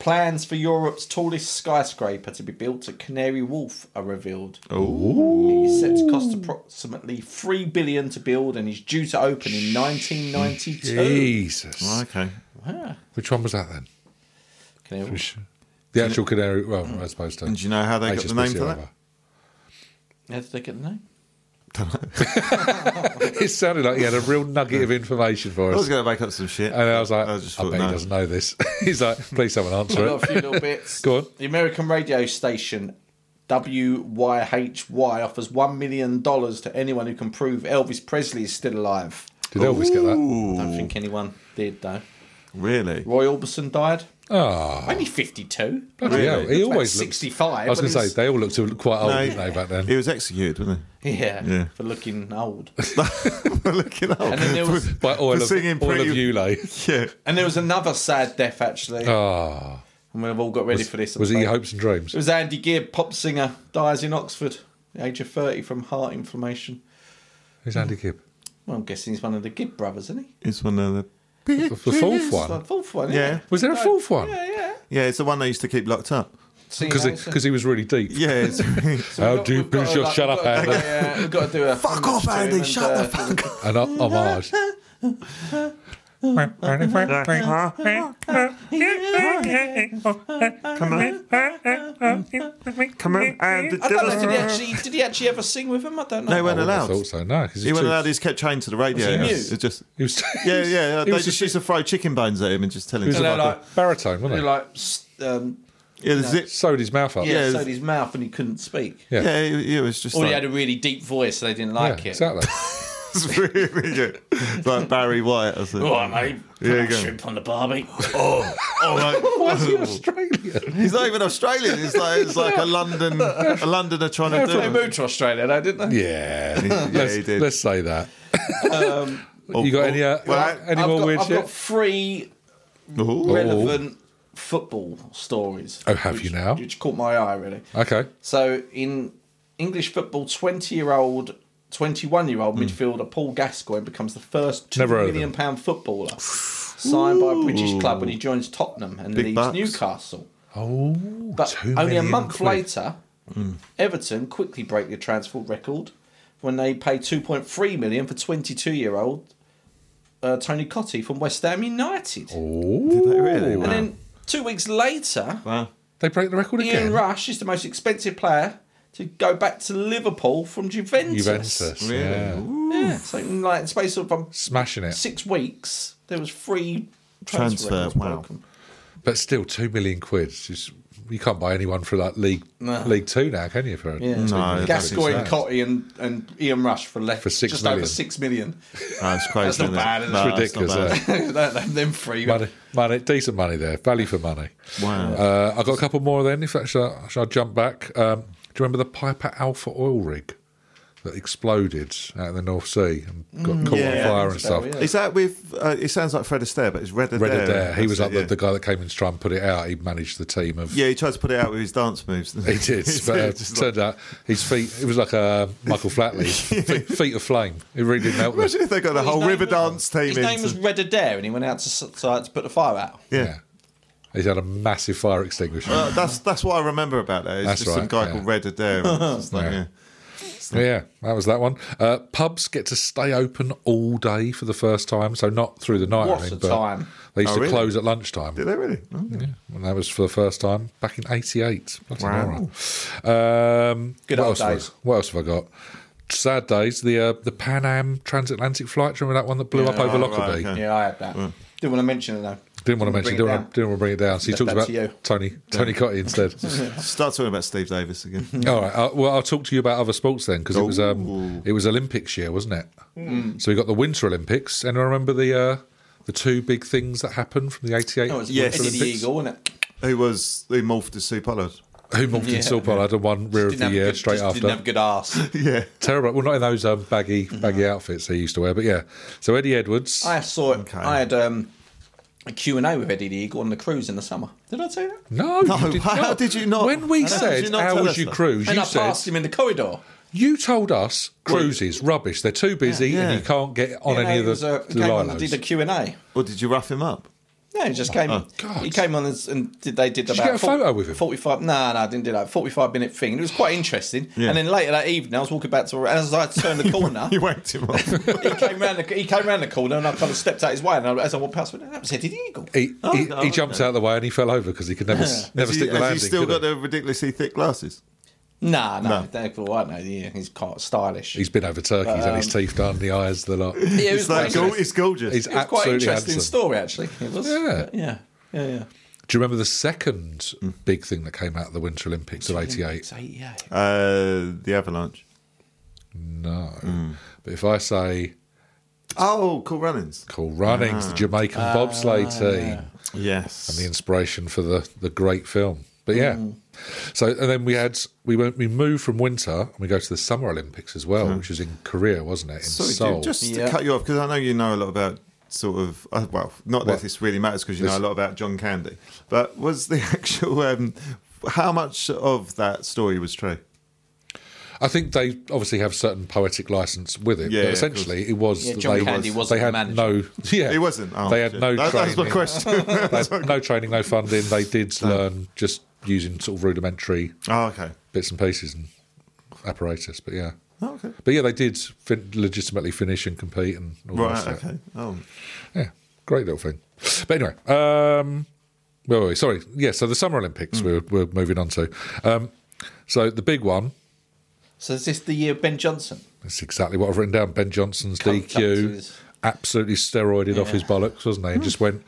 [SPEAKER 3] Plans for Europe's tallest skyscraper to be built at Canary Wharf are revealed.
[SPEAKER 2] Oh,
[SPEAKER 3] It's set to cost approximately three billion to build and is due to open in 1992.
[SPEAKER 1] Jesus.
[SPEAKER 2] okay.
[SPEAKER 1] Which one was that then?
[SPEAKER 3] Canary
[SPEAKER 1] Which-
[SPEAKER 3] Wharf.
[SPEAKER 1] The actual Canary. Well, I suppose.
[SPEAKER 2] And do you know how they got the name for that?
[SPEAKER 3] How did they get the name?
[SPEAKER 1] it sounded like he had a real nugget of information for
[SPEAKER 2] I was
[SPEAKER 1] us.
[SPEAKER 2] going to make up some shit.
[SPEAKER 1] And I was like, I,
[SPEAKER 2] just
[SPEAKER 1] bet
[SPEAKER 2] thought,
[SPEAKER 1] he
[SPEAKER 2] no.
[SPEAKER 1] doesn't know this. He's like, please someone
[SPEAKER 3] I've
[SPEAKER 1] answer
[SPEAKER 3] got a few
[SPEAKER 1] it.
[SPEAKER 3] little bits.
[SPEAKER 1] Go on.
[SPEAKER 3] The American radio station WYHY offers $1 million to anyone who can prove Elvis Presley is still alive.
[SPEAKER 1] Did Elvis get that?
[SPEAKER 3] I don't think anyone did, though.
[SPEAKER 2] Really?
[SPEAKER 3] Roy Orbison died.
[SPEAKER 1] Ah,
[SPEAKER 3] Only 52.
[SPEAKER 1] bloody
[SPEAKER 2] Really?
[SPEAKER 1] hell. He
[SPEAKER 3] About
[SPEAKER 1] always looked.
[SPEAKER 3] 65.
[SPEAKER 1] I was
[SPEAKER 3] when
[SPEAKER 1] going to
[SPEAKER 3] he
[SPEAKER 1] say, they all looked quite old,
[SPEAKER 2] No,
[SPEAKER 1] didn't they, back then?
[SPEAKER 2] He was executed, wasn't
[SPEAKER 3] Yeah,
[SPEAKER 2] Yeah.
[SPEAKER 3] for looking old.
[SPEAKER 2] he? Looking up.
[SPEAKER 3] And then there was,
[SPEAKER 1] By oil
[SPEAKER 2] For
[SPEAKER 1] of,
[SPEAKER 2] singing
[SPEAKER 1] oil of
[SPEAKER 2] pretty-
[SPEAKER 1] Ulay.
[SPEAKER 2] Yeah.
[SPEAKER 3] and there was another sad death actually.
[SPEAKER 1] Ah,
[SPEAKER 3] and we've all got ready for this. I'm
[SPEAKER 1] was he
[SPEAKER 3] afraid.
[SPEAKER 1] hopes and dreams?
[SPEAKER 3] It was Andy Gibb, pop singer, dies in Oxford, the age of thirty from heart inflammation.
[SPEAKER 1] Who's Andy Gibb?
[SPEAKER 3] Well, I'm guessing he's one of the Gibb brothers, isn't he?
[SPEAKER 2] It's one of the.
[SPEAKER 1] The, the fourth
[SPEAKER 3] It's
[SPEAKER 1] one.
[SPEAKER 3] the fourth one.
[SPEAKER 2] Yeah.
[SPEAKER 3] Yeah,
[SPEAKER 1] Was there a fourth one?
[SPEAKER 3] yeah, yeah.
[SPEAKER 2] Yeah, it's the one they used to keep locked up.
[SPEAKER 3] So, you
[SPEAKER 1] Because
[SPEAKER 3] know, so-
[SPEAKER 1] he, was really deep.
[SPEAKER 2] Yeah. It's,
[SPEAKER 3] so we've
[SPEAKER 1] How
[SPEAKER 3] got-
[SPEAKER 1] deep
[SPEAKER 3] we've got
[SPEAKER 1] is
[SPEAKER 3] to,
[SPEAKER 1] your-
[SPEAKER 3] like,
[SPEAKER 1] shut
[SPEAKER 3] we've
[SPEAKER 1] up,
[SPEAKER 3] got to do
[SPEAKER 1] Andy.
[SPEAKER 3] a- Yeah, we've got to do a
[SPEAKER 2] Fuck off, Andy, shut
[SPEAKER 3] uh,
[SPEAKER 2] the fuck
[SPEAKER 3] up.
[SPEAKER 1] An o- homage. Oh,
[SPEAKER 2] come on. Come on. Uh, And
[SPEAKER 3] I don't know. Did he actually? Did he actually ever sing with him? I don't know.
[SPEAKER 2] No, he weren't
[SPEAKER 1] Oh, I
[SPEAKER 2] allowed.
[SPEAKER 1] thought so. No, because
[SPEAKER 2] He wasn't allowed. He's kept chained to the radio.
[SPEAKER 3] Was he
[SPEAKER 2] It
[SPEAKER 3] mute?
[SPEAKER 2] was- it just.
[SPEAKER 1] He was.
[SPEAKER 2] Yeah, yeah.
[SPEAKER 1] He
[SPEAKER 2] They
[SPEAKER 1] was
[SPEAKER 2] just
[SPEAKER 1] just,
[SPEAKER 2] used to throw chicken bones at him and just tell him.
[SPEAKER 1] he was
[SPEAKER 2] to
[SPEAKER 1] a
[SPEAKER 3] they're
[SPEAKER 2] fuck
[SPEAKER 3] like-
[SPEAKER 2] off.
[SPEAKER 1] baritone, wasn't
[SPEAKER 3] He
[SPEAKER 1] he?
[SPEAKER 3] like s- um,
[SPEAKER 2] yeah, the zip.
[SPEAKER 1] Sewed his mouth up.
[SPEAKER 3] yeah,
[SPEAKER 2] Yeah,
[SPEAKER 3] sewed his mouth and he couldn't speak.
[SPEAKER 1] Yeah.
[SPEAKER 2] Yeah, it, it was just.
[SPEAKER 3] Or he
[SPEAKER 2] like-
[SPEAKER 3] had a really deep voice, so they didn't
[SPEAKER 1] Yeah,
[SPEAKER 3] like it.
[SPEAKER 1] exactly.
[SPEAKER 2] It's really good. It's like Barry White or something.
[SPEAKER 3] All right, mate.
[SPEAKER 2] Yeah,
[SPEAKER 3] Yeah,
[SPEAKER 2] go on.
[SPEAKER 3] shrimp on the barbie.
[SPEAKER 1] Why is he Australian?
[SPEAKER 2] He's not even Australian. It's like it's like a London a Londoner trying to
[SPEAKER 3] they
[SPEAKER 2] do. it.
[SPEAKER 3] moved to Australia, though, didn't they?
[SPEAKER 1] Yeah.
[SPEAKER 2] Yeah, he
[SPEAKER 1] let's,
[SPEAKER 2] did.
[SPEAKER 1] let's say that.
[SPEAKER 2] Oh,
[SPEAKER 1] you got
[SPEAKER 2] oh,
[SPEAKER 1] any, uh,
[SPEAKER 2] well,
[SPEAKER 1] any
[SPEAKER 3] Um, I've
[SPEAKER 1] more
[SPEAKER 3] got,
[SPEAKER 1] weird
[SPEAKER 3] I've
[SPEAKER 1] shit?
[SPEAKER 3] got three
[SPEAKER 2] oh,
[SPEAKER 3] relevant football stories.
[SPEAKER 1] Oh, have
[SPEAKER 3] which-
[SPEAKER 1] you now?
[SPEAKER 3] Which caught my eye, really.
[SPEAKER 1] Okay.
[SPEAKER 3] So, in English football, 20 year old, 21 year old midfielder Paul Gascoigne becomes the first £2
[SPEAKER 1] Hmm. Never heard of
[SPEAKER 3] million pound footballer signed by a British club when he joins Tottenham and
[SPEAKER 2] Big
[SPEAKER 3] leaves
[SPEAKER 2] bucks.
[SPEAKER 3] Newcastle.
[SPEAKER 1] Oh,
[SPEAKER 3] But
[SPEAKER 1] two
[SPEAKER 3] only a
[SPEAKER 1] million
[SPEAKER 3] month
[SPEAKER 1] quid. Hmm.
[SPEAKER 3] later, Everton quickly break the transfer record when they pay 2.3 million for 22-year-old uh, Tony Cotti from West Ham United.
[SPEAKER 1] Oh,
[SPEAKER 2] they really? Wow.
[SPEAKER 3] And then two weeks later,
[SPEAKER 2] wow.
[SPEAKER 1] they break the record
[SPEAKER 3] Ian
[SPEAKER 1] again.
[SPEAKER 3] Rush is the most expensive player to go back to Liverpool from Juventus.
[SPEAKER 1] Juventus.
[SPEAKER 2] Really?
[SPEAKER 1] Yeah.
[SPEAKER 3] Yeah, so in like in the space of um,
[SPEAKER 1] Smashing it.
[SPEAKER 3] six weeks, there was three transfer,
[SPEAKER 2] Transfer,
[SPEAKER 3] records
[SPEAKER 2] wow.
[SPEAKER 3] broken.
[SPEAKER 1] But still, two million quid. is Just, you can't buy anyone for like League
[SPEAKER 3] No.
[SPEAKER 1] League Two now, can you? For
[SPEAKER 3] Yeah.
[SPEAKER 2] No, I don't
[SPEAKER 3] Gascoigne,
[SPEAKER 2] think so.
[SPEAKER 3] Cotti, and, and Ian Rush for, le-
[SPEAKER 1] For six
[SPEAKER 3] just over
[SPEAKER 1] million.
[SPEAKER 3] six million.
[SPEAKER 2] That's crazy. isn't
[SPEAKER 3] That's not
[SPEAKER 2] it?
[SPEAKER 3] bad, is it?
[SPEAKER 2] No,
[SPEAKER 1] It's
[SPEAKER 2] that's not
[SPEAKER 1] ridiculous,
[SPEAKER 2] bad.
[SPEAKER 3] them them three.
[SPEAKER 1] money, money, decent money there, value for money.
[SPEAKER 2] Wow.
[SPEAKER 1] Uh, I got a couple more then. If shall I, shall I jump back? Um, do you remember the Piper Alpha oil rig that exploded out in the North Sea and got caught
[SPEAKER 2] Mm, yeah.
[SPEAKER 1] on fire and stuff?
[SPEAKER 3] Yeah.
[SPEAKER 2] Is that with? Uh, it sounds like Fred Astaire, but it's Red Adair.
[SPEAKER 1] Red Adair, he
[SPEAKER 2] That's
[SPEAKER 1] was
[SPEAKER 2] it,
[SPEAKER 1] like
[SPEAKER 2] yeah.
[SPEAKER 1] the, the guy that came in to try and put it out. He managed the team of.
[SPEAKER 2] Yeah, he tried to put it out with his dance moves.
[SPEAKER 1] He did, but uh,
[SPEAKER 2] Just like-
[SPEAKER 1] turned out his feet. It was like a Michael Flatley feet, feet of flame. It really didn't help. them.
[SPEAKER 2] Imagine if they got the whole river dance team
[SPEAKER 3] His
[SPEAKER 2] in.
[SPEAKER 3] name
[SPEAKER 2] to-
[SPEAKER 3] was Red Adair, and he went out to, s- to, to put the fire out.
[SPEAKER 2] yeah.
[SPEAKER 1] Yeah. He's had a massive fire extinguisher.
[SPEAKER 2] Uh, that's that's what I remember about that. It's
[SPEAKER 1] That's
[SPEAKER 2] just some
[SPEAKER 1] right,
[SPEAKER 2] guy
[SPEAKER 1] yeah.
[SPEAKER 2] called Red Adair. and it's just like,
[SPEAKER 1] Yeah.
[SPEAKER 2] yeah.
[SPEAKER 1] yeah, that was that one. Uh, pubs get to stay open all day for the first time, so not through the night.
[SPEAKER 3] What
[SPEAKER 1] I mean,
[SPEAKER 3] a
[SPEAKER 1] but
[SPEAKER 3] time.
[SPEAKER 1] They used
[SPEAKER 2] Oh,
[SPEAKER 1] to
[SPEAKER 2] really?
[SPEAKER 1] close at lunchtime.
[SPEAKER 2] Did they really? Oh, yeah.
[SPEAKER 1] And that was for the first time back in '88.
[SPEAKER 2] Wow.
[SPEAKER 1] Um,
[SPEAKER 3] Good
[SPEAKER 1] what
[SPEAKER 3] old
[SPEAKER 1] else have I-
[SPEAKER 3] days.
[SPEAKER 1] what else have I got? Sad days. The uh, the Pan Am transatlantic flight. Do you remember that one that blew up over
[SPEAKER 2] right,
[SPEAKER 1] Lockerbie?
[SPEAKER 2] okay.
[SPEAKER 3] Yeah, I had that. Didn't want to mention it though.
[SPEAKER 1] Didn't want to mention.
[SPEAKER 3] it
[SPEAKER 1] Didn't
[SPEAKER 3] down.
[SPEAKER 1] want to, didn't want to bring it down. So you
[SPEAKER 3] Left
[SPEAKER 1] talked
[SPEAKER 3] that
[SPEAKER 1] about
[SPEAKER 3] to you.
[SPEAKER 1] Tony Tony Cotty instead.
[SPEAKER 2] Start talking about Steve Davis again.
[SPEAKER 1] All right. Uh, well, I'll talk to you about other sports then, because it was
[SPEAKER 2] Ooh.
[SPEAKER 1] um, it was Olympics year, wasn't it?
[SPEAKER 3] Hmm.
[SPEAKER 1] So we got the Winter Olympics, and I remember the uh, the two big things that happened from the '88
[SPEAKER 3] No, Oh, it's
[SPEAKER 2] Yes.
[SPEAKER 3] Eddie the
[SPEAKER 1] Olympics.
[SPEAKER 3] Eagle, wasn't it?
[SPEAKER 2] Who was who morphed to Sue Pollard?
[SPEAKER 1] Who morphed in
[SPEAKER 3] Yeah.
[SPEAKER 1] Silk Pollard and won rear of
[SPEAKER 3] Didn't
[SPEAKER 1] the
[SPEAKER 3] have
[SPEAKER 1] year
[SPEAKER 3] good,
[SPEAKER 1] straight
[SPEAKER 3] just
[SPEAKER 1] after.
[SPEAKER 3] Didn't have good ass.
[SPEAKER 2] Yeah.
[SPEAKER 1] Terrible. Well, not in those um, baggy baggy outfits they used to wear, but yeah. So Eddie Edwards.
[SPEAKER 3] I saw it.
[SPEAKER 2] Okay.
[SPEAKER 3] I had um, a Q and A with Eddie the Eagle on the cruise in the summer. Did I tell you that?
[SPEAKER 1] no,
[SPEAKER 2] No,
[SPEAKER 1] you did
[SPEAKER 2] how
[SPEAKER 1] not.
[SPEAKER 2] did you not-
[SPEAKER 1] When we
[SPEAKER 2] How did
[SPEAKER 1] said
[SPEAKER 2] you not
[SPEAKER 1] how
[SPEAKER 2] tell
[SPEAKER 1] was
[SPEAKER 2] us
[SPEAKER 1] your
[SPEAKER 2] that?"
[SPEAKER 1] cruise,
[SPEAKER 3] And
[SPEAKER 1] you
[SPEAKER 3] I
[SPEAKER 1] said
[SPEAKER 3] passed him in the corridor.
[SPEAKER 1] you told us cruises rubbish. They're too busy
[SPEAKER 2] Yeah.
[SPEAKER 1] and you can't get on
[SPEAKER 3] You know,
[SPEAKER 1] any
[SPEAKER 3] he
[SPEAKER 1] of
[SPEAKER 3] was,
[SPEAKER 1] the,
[SPEAKER 3] uh,
[SPEAKER 1] the
[SPEAKER 3] came on and
[SPEAKER 1] lilos. Oh,
[SPEAKER 3] did a Q and A.
[SPEAKER 2] Or did you rough him up?
[SPEAKER 3] No, he just came.
[SPEAKER 1] God.
[SPEAKER 3] he came on and, and did they did,
[SPEAKER 1] Did you
[SPEAKER 3] about
[SPEAKER 1] get a photo with him?
[SPEAKER 3] Forty-five. No, no, I didn't do that. Forty-five minute thing. It was quite interesting.
[SPEAKER 2] Yeah.
[SPEAKER 3] And then later that evening, I was walking back to as I turned the corner.
[SPEAKER 2] You wanked him up.
[SPEAKER 3] he came round. The, he came round the corner, and I kind of stepped out his way. And I, as I walked past, I went, that was Eddie the Eagle.
[SPEAKER 1] He, he,
[SPEAKER 2] no,
[SPEAKER 1] he jumped
[SPEAKER 2] Oh, okay.
[SPEAKER 1] out of the way and he fell over because he could never s- never
[SPEAKER 2] Has
[SPEAKER 1] stick
[SPEAKER 2] he-
[SPEAKER 1] the
[SPEAKER 2] has
[SPEAKER 1] landing.
[SPEAKER 2] he still
[SPEAKER 1] could
[SPEAKER 2] got the ridiculously thick glasses?
[SPEAKER 3] Nah, no, no. they're cool, aren't they? Yeah, he's quite stylish.
[SPEAKER 1] He's been over turkeys and his teeth done, the eyes, the lot.
[SPEAKER 3] yeah, it
[SPEAKER 2] It's,
[SPEAKER 3] was quite,
[SPEAKER 2] like, go-
[SPEAKER 3] interesting.
[SPEAKER 2] Um, it's gorgeous.
[SPEAKER 1] He's
[SPEAKER 3] it was quite
[SPEAKER 1] absolutely
[SPEAKER 3] interesting
[SPEAKER 1] handsome.
[SPEAKER 3] story, actually. It was.
[SPEAKER 1] Yeah.
[SPEAKER 3] yeah, yeah, yeah.
[SPEAKER 1] Do you remember the second
[SPEAKER 2] Mm.
[SPEAKER 1] big thing that came out of the Winter Olympics of '88?
[SPEAKER 3] It's 88.
[SPEAKER 2] uh, the Avalanche.
[SPEAKER 1] No,
[SPEAKER 2] Mm.
[SPEAKER 1] but if I say
[SPEAKER 2] Oh, Cool Runnings.
[SPEAKER 1] Cool Runnings,
[SPEAKER 2] Ah.
[SPEAKER 1] the Jamaican bobsleigh team,
[SPEAKER 2] Yes.
[SPEAKER 1] the inspiration for the the great film. But yeah,
[SPEAKER 2] Mm.
[SPEAKER 1] so and then we had we went we moved from winter and we go to the Summer Olympics as well, which was in Korea, wasn't it? In
[SPEAKER 2] Mm. Sorry,
[SPEAKER 1] Seoul.
[SPEAKER 2] dude, just
[SPEAKER 3] Yeah.
[SPEAKER 2] to cut you off because I know you know a lot about sort of uh, well, not that
[SPEAKER 1] What?
[SPEAKER 2] this really matters because you know a lot about John Candy, but was the actual um, how much of that story was true?
[SPEAKER 1] I think they obviously have certain poetic license with it.
[SPEAKER 2] Yeah,
[SPEAKER 1] but
[SPEAKER 2] yeah,
[SPEAKER 1] essentially, it was
[SPEAKER 3] Yeah,
[SPEAKER 1] that
[SPEAKER 3] John
[SPEAKER 1] they,
[SPEAKER 3] Candy
[SPEAKER 1] they
[SPEAKER 3] wasn't the
[SPEAKER 1] had
[SPEAKER 3] manager.
[SPEAKER 1] no yeah
[SPEAKER 2] It wasn't. Oh,
[SPEAKER 1] they had
[SPEAKER 2] shit.
[SPEAKER 1] no
[SPEAKER 2] That, that
[SPEAKER 1] training.
[SPEAKER 2] was my question.
[SPEAKER 1] They had no training, no funding. They did learn just using sort of rudimentary
[SPEAKER 2] oh, okay.
[SPEAKER 1] bits and pieces and apparatus. But yeah,
[SPEAKER 2] Oh, okay.
[SPEAKER 1] but yeah, they did fin- legitimately finish and compete and all the
[SPEAKER 2] Right.
[SPEAKER 1] rest of it.
[SPEAKER 2] Okay. Oh,
[SPEAKER 1] Yeah, great little thing. But anyway, um, where were we? Sorry. Yeah, so the Summer Olympics
[SPEAKER 2] Hmm.
[SPEAKER 1] we're, we're moving on to. Um, so the big one,
[SPEAKER 3] So is this the year of Ben Johnson?
[SPEAKER 1] that's exactly what I've written down. Ben Johnson's
[SPEAKER 3] Come- come to
[SPEAKER 1] DQ,
[SPEAKER 3] his-
[SPEAKER 1] absolutely steroided off his bollocks, wasn't he? And just went,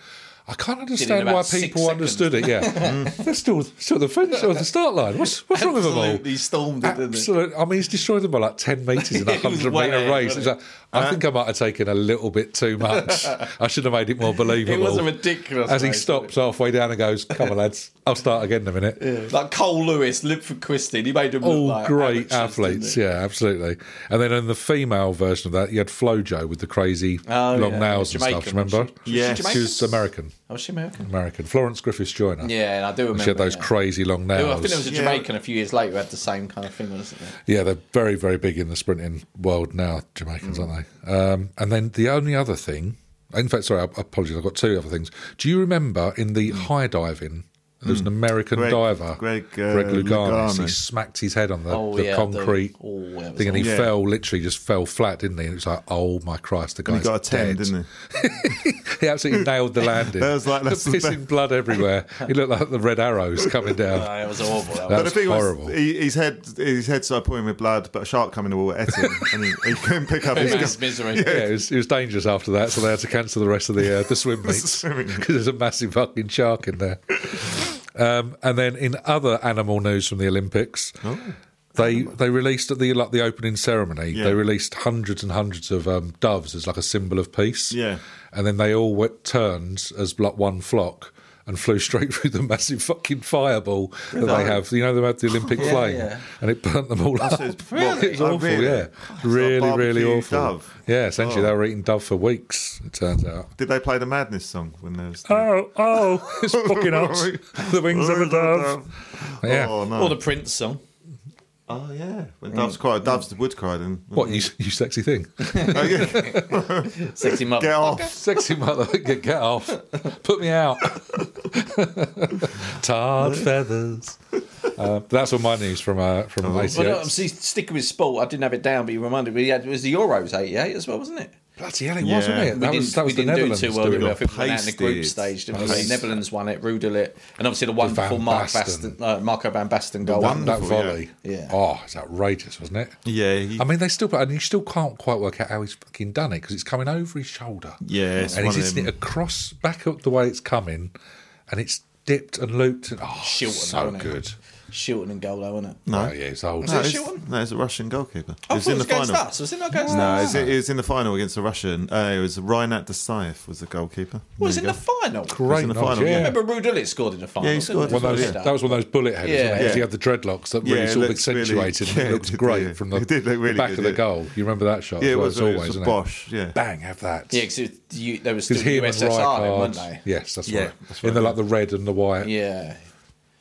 [SPEAKER 1] I can't understand why
[SPEAKER 3] about six
[SPEAKER 1] people
[SPEAKER 3] seconds.
[SPEAKER 1] understood it. Yeah. They're still, still, at the, finish, still at the start line. What's, what's wrong with them all?
[SPEAKER 3] Absolutely stormed it, didn't it?
[SPEAKER 1] Absolutely. I mean, he's destroyed them by like 10 metres in a
[SPEAKER 3] It was
[SPEAKER 1] 100
[SPEAKER 3] way
[SPEAKER 1] metre
[SPEAKER 3] ahead,
[SPEAKER 1] race.
[SPEAKER 3] wasn't
[SPEAKER 1] It's like, I think I might have taken a little bit too much. I should have made it more believable.
[SPEAKER 3] It was a ridiculous
[SPEAKER 1] As he
[SPEAKER 3] race,
[SPEAKER 1] stops halfway down and goes, Come on, lads, I'll start again in a minute.
[SPEAKER 3] Like Cole Lewis, Lipford Quistin, he made him
[SPEAKER 1] All
[SPEAKER 3] look like
[SPEAKER 1] Oh, great
[SPEAKER 3] amateurs, didn't
[SPEAKER 1] athletes,
[SPEAKER 3] he?
[SPEAKER 1] yeah, absolutely. And then in the female version of that, you had Flojo with the crazy
[SPEAKER 3] Oh,
[SPEAKER 1] long
[SPEAKER 3] yeah.
[SPEAKER 1] nails
[SPEAKER 3] Jamaican,
[SPEAKER 1] and stuff. Remember?
[SPEAKER 3] wasn't
[SPEAKER 2] Yes.
[SPEAKER 1] she was American.
[SPEAKER 3] Oh, was she American?
[SPEAKER 1] American. Florence Griffiths Joyner.
[SPEAKER 3] Yeah, and I do remember.
[SPEAKER 1] She had those
[SPEAKER 3] yeah.
[SPEAKER 1] crazy long
[SPEAKER 3] I
[SPEAKER 1] nails.
[SPEAKER 3] think there was a
[SPEAKER 2] Yeah.
[SPEAKER 3] Jamaican a few years later who had the same kind of thing, wasn't there?
[SPEAKER 1] Yeah, they're very, very big in the sprinting world now, Jamaicans, aren't
[SPEAKER 3] Hmm.
[SPEAKER 1] they? Um, and then the only other thing, in fact, sorry, I apologize, I've got two other things. Do you remember in
[SPEAKER 3] Hmm.
[SPEAKER 1] the high diving? There was an American
[SPEAKER 2] Greg-
[SPEAKER 1] diver,
[SPEAKER 2] Greg, uh,
[SPEAKER 1] Greg Louganis. He
[SPEAKER 2] Louganis.
[SPEAKER 1] smacked his head on the,
[SPEAKER 3] Oh,
[SPEAKER 1] the
[SPEAKER 3] yeah, the-
[SPEAKER 1] concrete
[SPEAKER 3] oh, yeah, it was
[SPEAKER 1] thing, and he
[SPEAKER 2] awful. Yeah.
[SPEAKER 1] fell literally just fell flat, didn't he? And it was like, oh my Christ, the
[SPEAKER 2] he
[SPEAKER 1] guy's
[SPEAKER 2] got a ten,
[SPEAKER 1] dead.
[SPEAKER 2] didn't he?
[SPEAKER 1] He absolutely nailed the landing.
[SPEAKER 2] That was like- that's the
[SPEAKER 1] pissing
[SPEAKER 2] best.
[SPEAKER 1] blood everywhere. He looked like the red arrows coming down.
[SPEAKER 3] No, it was awful.
[SPEAKER 1] That
[SPEAKER 3] That was.
[SPEAKER 2] But
[SPEAKER 1] was
[SPEAKER 2] the thing
[SPEAKER 1] horrible.
[SPEAKER 2] was, he, his head, his head started pouring with blood, but a shark coming to water ate him, and he, he couldn't pick up his.
[SPEAKER 3] Man's misery.
[SPEAKER 1] yeah, it was, it was dangerous after that, so they had to cancel the rest of the uh, the swim meets
[SPEAKER 2] swimming meet.
[SPEAKER 1] because there's a massive fucking shark in there. Um, and then in other animal news from the Olympics,
[SPEAKER 2] Oh.
[SPEAKER 1] they they released at the like the opening ceremony,
[SPEAKER 2] Yeah.
[SPEAKER 1] they released hundreds and hundreds of um, doves as like a symbol of peace.
[SPEAKER 2] Yeah.
[SPEAKER 1] and then they all went turned as like one flock. And flew straight through the massive fucking fireball that they have. You know, they have the Olympic flame,
[SPEAKER 3] yeah.
[SPEAKER 1] and it burnt them all up.
[SPEAKER 2] it's- what,
[SPEAKER 1] It's
[SPEAKER 2] oh,
[SPEAKER 1] awful,
[SPEAKER 2] really?
[SPEAKER 1] yeah.
[SPEAKER 2] It's like
[SPEAKER 1] Really, really awful.
[SPEAKER 2] barbecue dove.
[SPEAKER 1] Yeah, essentially they were eating dove for weeks. It turns out.
[SPEAKER 2] Did they play the Madness song when there was?
[SPEAKER 1] Oh, oh, it's fucking hot. The wings of a dove. Yeah.
[SPEAKER 2] Oh no!
[SPEAKER 3] Or the Prince song.
[SPEAKER 2] Oh yeah, when doves cry, doves the wood cried and
[SPEAKER 1] What you, you sexy thing?
[SPEAKER 2] Oh, yeah.
[SPEAKER 3] Sexy
[SPEAKER 1] Oh.
[SPEAKER 3] Mother.
[SPEAKER 2] get off.
[SPEAKER 1] sexy mother, get, get off, put me out. Tarred feathers. Uh, that's all my news from uh, from
[SPEAKER 2] Well,
[SPEAKER 3] Well, no,
[SPEAKER 1] 88.
[SPEAKER 3] I'm um, see, sticking with sport. I didn't have it down, but you reminded me. Yeah, it was the Euros '88 as well, wasn't it?
[SPEAKER 1] Bloody hell, it
[SPEAKER 2] Yeah.
[SPEAKER 1] was, wasn't
[SPEAKER 2] We
[SPEAKER 1] it? That
[SPEAKER 3] we
[SPEAKER 1] was,
[SPEAKER 3] didn't,
[SPEAKER 1] that was
[SPEAKER 3] we
[SPEAKER 1] the
[SPEAKER 3] didn't
[SPEAKER 1] Netherlands
[SPEAKER 3] do too well,
[SPEAKER 1] doing
[SPEAKER 3] did we? I
[SPEAKER 1] it.
[SPEAKER 3] think we went out in the group
[SPEAKER 2] Pasted.
[SPEAKER 3] stage. Didn't we?
[SPEAKER 1] Pasted.
[SPEAKER 3] Netherlands won it, Rudel it, and obviously the wonderful
[SPEAKER 1] Van
[SPEAKER 3] Mark
[SPEAKER 1] Basten.
[SPEAKER 3] Basten, uh, Marco Van Basten goal.
[SPEAKER 1] That, that
[SPEAKER 2] Wonderful,
[SPEAKER 1] volley.
[SPEAKER 3] yeah. Yeah.
[SPEAKER 1] Oh, it's outrageous, wasn't it?
[SPEAKER 2] Yeah, he,
[SPEAKER 1] I mean, they still, and you still can't quite work out how he's fucking done it because it's coming over his shoulder.
[SPEAKER 2] Yeah, it's
[SPEAKER 1] and
[SPEAKER 2] one
[SPEAKER 1] he's
[SPEAKER 2] of
[SPEAKER 1] hitting it
[SPEAKER 2] them.
[SPEAKER 1] across, back up the way it's coming, and it's dipped and looped. And, oh,
[SPEAKER 3] Shilton,
[SPEAKER 1] so
[SPEAKER 3] wasn't it?
[SPEAKER 1] good.
[SPEAKER 3] Shilton and goal, though, wasn't it?
[SPEAKER 1] No, yeah, it's old.
[SPEAKER 2] no,
[SPEAKER 3] it
[SPEAKER 2] it's,
[SPEAKER 3] Shilton?
[SPEAKER 2] no, it's a Russian goalkeeper.
[SPEAKER 3] I
[SPEAKER 2] it was
[SPEAKER 3] thought
[SPEAKER 2] in the
[SPEAKER 3] it was
[SPEAKER 2] final.
[SPEAKER 3] against us. Was it not against
[SPEAKER 2] No, it
[SPEAKER 3] us?
[SPEAKER 1] Ah.
[SPEAKER 2] was, it was in the final against the Russian. Uh, it was Reinat Desaev was the goalkeeper.
[SPEAKER 3] was
[SPEAKER 2] There
[SPEAKER 3] in
[SPEAKER 2] you
[SPEAKER 3] the
[SPEAKER 2] go.
[SPEAKER 3] final.
[SPEAKER 1] Great
[SPEAKER 2] in the
[SPEAKER 1] knock,
[SPEAKER 2] final,
[SPEAKER 1] yeah.
[SPEAKER 2] yeah.
[SPEAKER 3] Remember Rudelit scored in the final.
[SPEAKER 2] Yeah, he
[SPEAKER 3] didn't
[SPEAKER 2] scored
[SPEAKER 1] One of
[SPEAKER 2] Yeah.
[SPEAKER 1] those, That was one of those bullet headers,
[SPEAKER 3] Yeah.
[SPEAKER 1] wasn't it? 'Cause
[SPEAKER 2] Yeah.
[SPEAKER 1] He had the dreadlocks that really
[SPEAKER 2] Yeah, it
[SPEAKER 1] sort of
[SPEAKER 2] looks really-
[SPEAKER 1] accentuated
[SPEAKER 2] yeah,
[SPEAKER 1] and
[SPEAKER 2] it
[SPEAKER 1] it looked
[SPEAKER 2] did,
[SPEAKER 1] great
[SPEAKER 2] yeah.
[SPEAKER 1] from the,
[SPEAKER 2] It did look really
[SPEAKER 1] back
[SPEAKER 2] good,
[SPEAKER 1] of the
[SPEAKER 2] yeah.
[SPEAKER 1] goal. You remember that shot?
[SPEAKER 2] Yeah,
[SPEAKER 1] as
[SPEAKER 2] it
[SPEAKER 1] well,
[SPEAKER 2] was.
[SPEAKER 1] it's
[SPEAKER 2] It
[SPEAKER 1] always,
[SPEAKER 2] was a
[SPEAKER 1] isn't
[SPEAKER 2] Bosch. Yeah,
[SPEAKER 1] Bang, have that.
[SPEAKER 3] Yeah, because there was still
[SPEAKER 1] Because
[SPEAKER 3] the
[SPEAKER 1] him and
[SPEAKER 3] USSR, then, weren't
[SPEAKER 1] Rijkaard,
[SPEAKER 3] they?
[SPEAKER 1] yes, that's
[SPEAKER 2] Yeah,
[SPEAKER 1] right.
[SPEAKER 2] that's
[SPEAKER 1] In
[SPEAKER 2] right,
[SPEAKER 1] the
[SPEAKER 2] yeah.
[SPEAKER 1] like the red and the white
[SPEAKER 3] Yeah,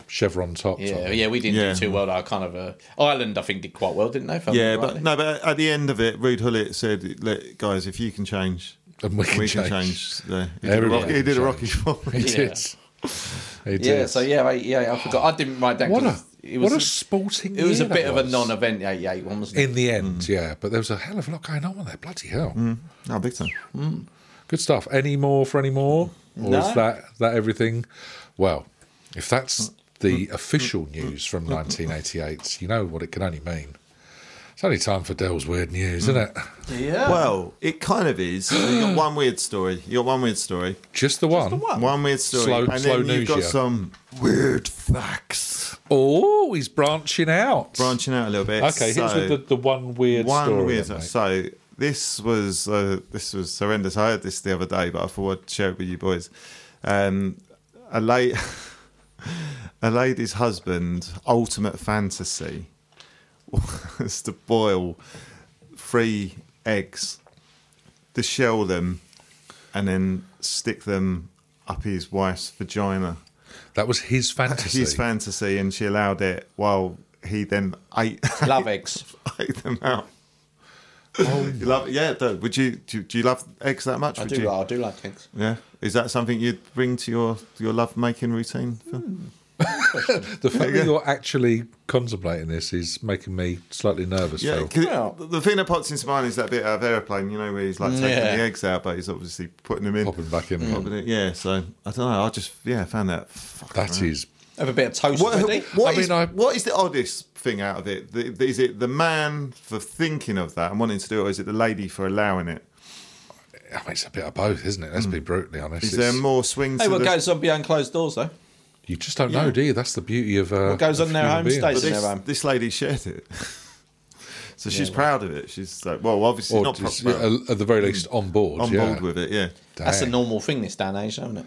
[SPEAKER 1] chevron top.
[SPEAKER 3] yeah,
[SPEAKER 1] top.
[SPEAKER 3] yeah. We didn't
[SPEAKER 2] Yeah.
[SPEAKER 3] do too well. I kind of uh, Ireland, I think, did quite well, didn't they? if I
[SPEAKER 2] yeah,
[SPEAKER 3] remember
[SPEAKER 2] but
[SPEAKER 3] rightly?
[SPEAKER 2] no, but at the end of it, Rude Hullet said, "Look, guys, if you can change,
[SPEAKER 1] And we can change."
[SPEAKER 2] The, he did a
[SPEAKER 1] Everybody
[SPEAKER 2] rocky,
[SPEAKER 1] can
[SPEAKER 2] he did a
[SPEAKER 1] change.
[SPEAKER 2] rocky volley.
[SPEAKER 1] He did. He did.
[SPEAKER 3] yeah. So yeah, right, yeah. I forgot. I didn't write that.
[SPEAKER 1] What a
[SPEAKER 3] 'cause
[SPEAKER 1] what a sporting.
[SPEAKER 3] It was
[SPEAKER 1] year
[SPEAKER 3] a bit
[SPEAKER 1] that
[SPEAKER 3] of a
[SPEAKER 1] was.
[SPEAKER 3] non-event 88 one, wasn't it?
[SPEAKER 1] In the end,
[SPEAKER 2] Mm.
[SPEAKER 1] yeah, but there was a hell of a lot going on with that. Bloody hell,
[SPEAKER 2] Oh, big time.
[SPEAKER 1] good stuff. Any more for any more, or
[SPEAKER 3] No.
[SPEAKER 2] Mm.
[SPEAKER 1] is that that everything? Well, if that's the official news from 1988, you know what it can only mean. It's only time for Dell's weird news,
[SPEAKER 2] Mm.
[SPEAKER 1] isn't it?
[SPEAKER 3] Yeah.
[SPEAKER 2] Well, it kind of is. You got one weird story. You got one weird story.
[SPEAKER 1] Just the one.
[SPEAKER 2] One weird story.
[SPEAKER 1] Slow-
[SPEAKER 2] and
[SPEAKER 1] slow
[SPEAKER 2] then
[SPEAKER 1] news,
[SPEAKER 2] you've got
[SPEAKER 1] yeah.
[SPEAKER 2] some weird facts
[SPEAKER 1] Oh, he's branching out.
[SPEAKER 2] branching out a little bit.
[SPEAKER 1] Okay, here's
[SPEAKER 2] So-
[SPEAKER 1] with the, the one weird
[SPEAKER 2] one
[SPEAKER 1] story.
[SPEAKER 2] weird.
[SPEAKER 1] then, mate.
[SPEAKER 2] So this was uh, this was horrendous. I heard this the other day, but I thought I'd share it with you boys. Um, a late a lady's husband ultimate fantasy was to boil three eggs, to shell them, and then stick them up his wife's vagina
[SPEAKER 1] That was his fantasy.
[SPEAKER 2] his fantasy, and she allowed it while he then ate,
[SPEAKER 3] Love eggs.
[SPEAKER 2] ate them out. you love, yeah. though, Would you do, do? you love eggs that much?
[SPEAKER 3] I
[SPEAKER 2] would
[SPEAKER 3] do.
[SPEAKER 2] you?
[SPEAKER 3] I do like eggs.
[SPEAKER 2] Yeah. Is that something you'd bring to your your love making routine? Phil?
[SPEAKER 1] the fact that you're actually contemplating this is making me slightly nervous,
[SPEAKER 2] Yeah.
[SPEAKER 1] Phil.
[SPEAKER 2] 'cause
[SPEAKER 3] Well-
[SPEAKER 2] The thing that pops into mind is that bit of aeroplane, you know, where he's like taking
[SPEAKER 3] Yeah.
[SPEAKER 2] the eggs out, but he's obviously putting them in.
[SPEAKER 1] Popping back in. again.
[SPEAKER 2] Popping it- Yeah. So I don't know. I just yeah found that. fucking
[SPEAKER 1] That is
[SPEAKER 3] Have a bit of toast
[SPEAKER 2] What,
[SPEAKER 3] ready.
[SPEAKER 2] what
[SPEAKER 1] I
[SPEAKER 2] is-
[SPEAKER 1] mean, I-
[SPEAKER 2] what is the oddest thing out of it? The, the- is it the man for thinking of that and wanting to do it, or is it the lady for allowing it?
[SPEAKER 1] I mean, it's a bit of both, isn't it? Let's be brutally honest.
[SPEAKER 2] Mm. Is
[SPEAKER 1] It's-
[SPEAKER 2] there more swing
[SPEAKER 3] Hey,
[SPEAKER 2] to
[SPEAKER 3] what
[SPEAKER 2] the...
[SPEAKER 3] goes on behind closed doors though?
[SPEAKER 1] You just don't know, do you? That's the beauty of uh,
[SPEAKER 3] What goes on
[SPEAKER 1] of
[SPEAKER 3] their
[SPEAKER 1] human
[SPEAKER 3] home
[SPEAKER 1] beings.
[SPEAKER 3] stays
[SPEAKER 2] But
[SPEAKER 3] in their
[SPEAKER 2] this,
[SPEAKER 3] home.
[SPEAKER 2] this lady shared it. so she's proud of it. She's like, well, obviously
[SPEAKER 1] Or
[SPEAKER 2] not
[SPEAKER 1] just,
[SPEAKER 2] pro- well,
[SPEAKER 1] yeah, at the very least, on board.
[SPEAKER 2] on
[SPEAKER 1] yeah.
[SPEAKER 2] board with it, yeah.
[SPEAKER 3] That's a
[SPEAKER 1] Dang.
[SPEAKER 3] normal thing this day and age, isn't it?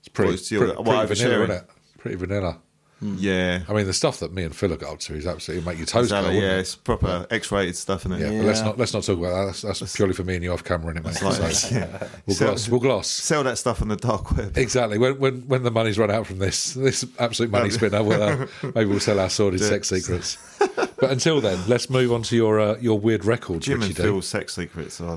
[SPEAKER 1] It's pretty,
[SPEAKER 2] Well, it's your-
[SPEAKER 1] pretty,
[SPEAKER 2] what
[SPEAKER 1] pretty
[SPEAKER 2] I've
[SPEAKER 1] vanilla,
[SPEAKER 2] shared.
[SPEAKER 1] isn't it? Pretty vanilla.
[SPEAKER 2] Yeah.
[SPEAKER 1] I mean, the stuff that me and Phil have got up to is absolutely make your toes
[SPEAKER 2] Exactly,
[SPEAKER 1] go.
[SPEAKER 2] yeah,
[SPEAKER 1] wouldn't it?
[SPEAKER 2] it's proper X-rated stuff, isn't it?
[SPEAKER 1] yeah. But let's
[SPEAKER 3] Yeah.
[SPEAKER 1] not let's not talk about that. That's, that's purely for me and you off camera, isn't it, mate?
[SPEAKER 2] Like,
[SPEAKER 1] So,
[SPEAKER 2] yeah.
[SPEAKER 1] we'll
[SPEAKER 2] Sell-
[SPEAKER 1] gloss. We'll gloss.
[SPEAKER 2] Sell that stuff on the dark web.
[SPEAKER 1] Exactly. When, when when the money's run out from this, this absolute money spinner, we'll, uh, maybe we'll sell our sordid sex secrets. But until then, let's move on to your uh, your weird records,
[SPEAKER 2] Jim
[SPEAKER 1] Richie
[SPEAKER 2] and
[SPEAKER 1] D.
[SPEAKER 2] Phil's sex secrets are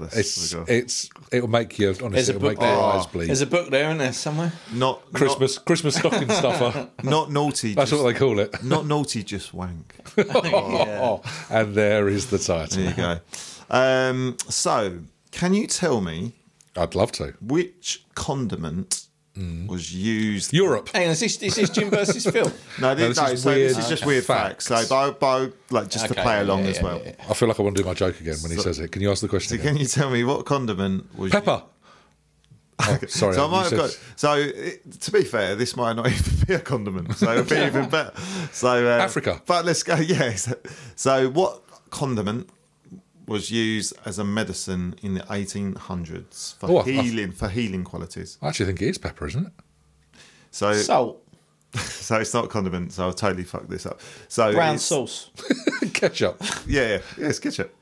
[SPEAKER 1] It's
[SPEAKER 2] this. Oh my God.
[SPEAKER 1] it's it'll make you
[SPEAKER 3] There's
[SPEAKER 1] honestly
[SPEAKER 3] a
[SPEAKER 1] it'll
[SPEAKER 3] book
[SPEAKER 1] make their
[SPEAKER 3] there.
[SPEAKER 2] Ah.
[SPEAKER 1] eyes bleed.
[SPEAKER 3] There's a book there, isn't there, somewhere?
[SPEAKER 2] not not-
[SPEAKER 1] Christmas Christmas stocking stuffer.
[SPEAKER 2] not, naughty.
[SPEAKER 1] That's
[SPEAKER 2] just,
[SPEAKER 1] what they call it. Oh,
[SPEAKER 2] not naughty, just wank.
[SPEAKER 1] and there is the title.
[SPEAKER 2] There you go. Um, so, can you tell me
[SPEAKER 1] I'd love to.
[SPEAKER 2] which condiment was used?
[SPEAKER 1] Europe.
[SPEAKER 3] Hang on, is this, is this Jim versus Phil?
[SPEAKER 2] No, this,
[SPEAKER 1] No,
[SPEAKER 2] no,
[SPEAKER 1] this is
[SPEAKER 2] so
[SPEAKER 1] weird
[SPEAKER 2] this is just weird
[SPEAKER 1] facts.
[SPEAKER 2] facts. So, by, by, like just to
[SPEAKER 3] Okay,
[SPEAKER 2] play
[SPEAKER 3] yeah,
[SPEAKER 2] along
[SPEAKER 3] yeah,
[SPEAKER 2] as
[SPEAKER 3] yeah,
[SPEAKER 2] well.
[SPEAKER 3] yeah.
[SPEAKER 1] I feel like I want to do my joke again when he says it. Can you ask the question
[SPEAKER 2] So,
[SPEAKER 1] again?
[SPEAKER 2] can you tell me what condiment was
[SPEAKER 1] Pepper. Oh, sorry,
[SPEAKER 2] So I
[SPEAKER 1] you
[SPEAKER 2] might have
[SPEAKER 1] said-
[SPEAKER 2] got. So it, to be fair, this might not even be a condiment. So it'd be even better. So uh,
[SPEAKER 1] Africa.
[SPEAKER 2] But let's go. Yeah. So, so what condiment was used as a medicine in the 1800s for
[SPEAKER 1] Oh, I- I-
[SPEAKER 2] healing for healing qualities?
[SPEAKER 1] I actually think it is pepper, isn't it?
[SPEAKER 2] So
[SPEAKER 3] Salt,
[SPEAKER 2] so it's not condiment. So I'll totally fuck this up. So
[SPEAKER 3] brown
[SPEAKER 2] it's-
[SPEAKER 3] sauce.
[SPEAKER 1] Ketchup.
[SPEAKER 2] Yeah, yeah, yeah. It's ketchup.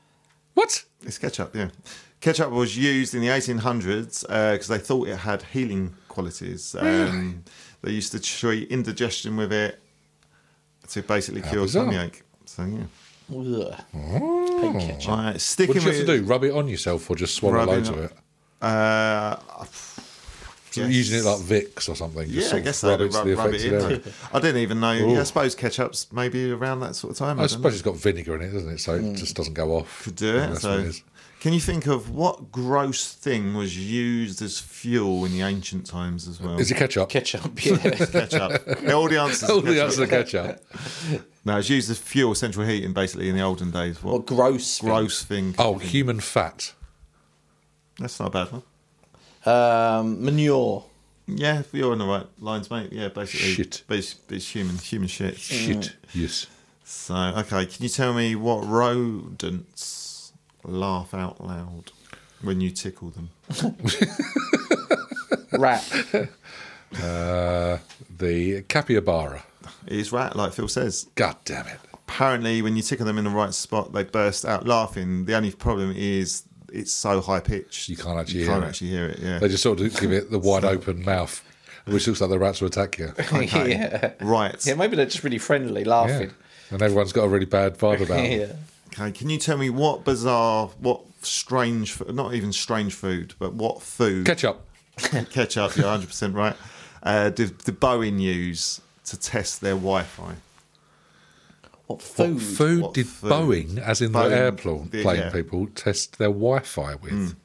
[SPEAKER 1] What?
[SPEAKER 2] It's ketchup. Yeah. Ketchup was used in the 1800s because they thought it had healing qualities. Um, they used to treat indigestion with it to basically cure
[SPEAKER 1] bizarre.
[SPEAKER 2] tummy ache. So yeah.
[SPEAKER 3] Ugh.
[SPEAKER 1] Oh.
[SPEAKER 3] Hate ketchup.
[SPEAKER 2] All right, sticking
[SPEAKER 1] What did you have to
[SPEAKER 2] with
[SPEAKER 1] do? Rub it on yourself or just swallow
[SPEAKER 2] Rubbing
[SPEAKER 1] loads
[SPEAKER 2] up-
[SPEAKER 1] of it?
[SPEAKER 2] Uh,
[SPEAKER 1] So
[SPEAKER 2] yes.
[SPEAKER 1] using it like Vicks or something. just
[SPEAKER 2] Yeah,
[SPEAKER 1] sort
[SPEAKER 2] I
[SPEAKER 1] of
[SPEAKER 2] guess
[SPEAKER 1] rub
[SPEAKER 2] they'd
[SPEAKER 1] it to
[SPEAKER 2] rub,
[SPEAKER 1] the
[SPEAKER 2] rub it
[SPEAKER 1] affected area.
[SPEAKER 2] in. I didn't even know. Yeah, I suppose ketchup's maybe around that sort of time. I,
[SPEAKER 1] I
[SPEAKER 2] don't
[SPEAKER 1] suppose it's got vinegar in it, doesn't it? So it just doesn't go off.
[SPEAKER 2] Mm. could do it.
[SPEAKER 1] That's what
[SPEAKER 2] So,
[SPEAKER 1] it is.
[SPEAKER 2] can you think of what gross thing was used as fuel in the ancient times as well?
[SPEAKER 1] Is it ketchup?
[SPEAKER 3] Ketchup, yeah.
[SPEAKER 2] ketchup? All the answers. are
[SPEAKER 1] All the
[SPEAKER 2] ketchup.
[SPEAKER 1] answers are ketchup.
[SPEAKER 2] No, it's used as fuel, central heating, basically in the olden days. What
[SPEAKER 3] or gross. thing.
[SPEAKER 2] gross thing?
[SPEAKER 1] Oh, human fat.
[SPEAKER 2] That's not a bad one.
[SPEAKER 3] Um, manure.
[SPEAKER 2] Yeah, you're on the right lines, mate. Yeah, basically,
[SPEAKER 1] Shit.
[SPEAKER 2] But it's, but it's human, human shit.
[SPEAKER 1] Shit. Yes.
[SPEAKER 2] So, okay, can you tell me what rodents laugh out loud when you tickle them?
[SPEAKER 3] Rat.
[SPEAKER 1] Uh, the capybara.
[SPEAKER 2] It's rat, like Phil says.
[SPEAKER 1] God damn it.
[SPEAKER 2] Apparently, when you tickle them in the right spot, they burst out laughing. The only problem is it's so high pitched.
[SPEAKER 1] You can't actually
[SPEAKER 2] you
[SPEAKER 1] hear
[SPEAKER 2] can't
[SPEAKER 1] it.
[SPEAKER 2] actually hear it. Yeah.
[SPEAKER 1] They just sort of give it the wide open mouth, which looks like the rats will attack you.
[SPEAKER 2] Okay.
[SPEAKER 3] yeah.
[SPEAKER 2] Right.
[SPEAKER 3] Yeah, maybe they're just really friendly,
[SPEAKER 1] Yeah.
[SPEAKER 3] laughing.
[SPEAKER 1] And everyone's got a really bad vibe about
[SPEAKER 3] Yeah.
[SPEAKER 1] it.
[SPEAKER 2] Okay, can you tell me what bizarre, what strange, not even strange food, but what food?
[SPEAKER 1] Ketchup.
[SPEAKER 2] Ketchup, you're 100% right. Uh, did the Boeing use to test their Wi Fi?
[SPEAKER 3] What food?
[SPEAKER 1] What food
[SPEAKER 2] What
[SPEAKER 1] did
[SPEAKER 2] food?
[SPEAKER 1] Boeing, as in
[SPEAKER 2] Boeing, Hmm.
[SPEAKER 1] the airplane
[SPEAKER 2] the-
[SPEAKER 1] plane
[SPEAKER 2] yeah.
[SPEAKER 1] people, test their Wi Fi with?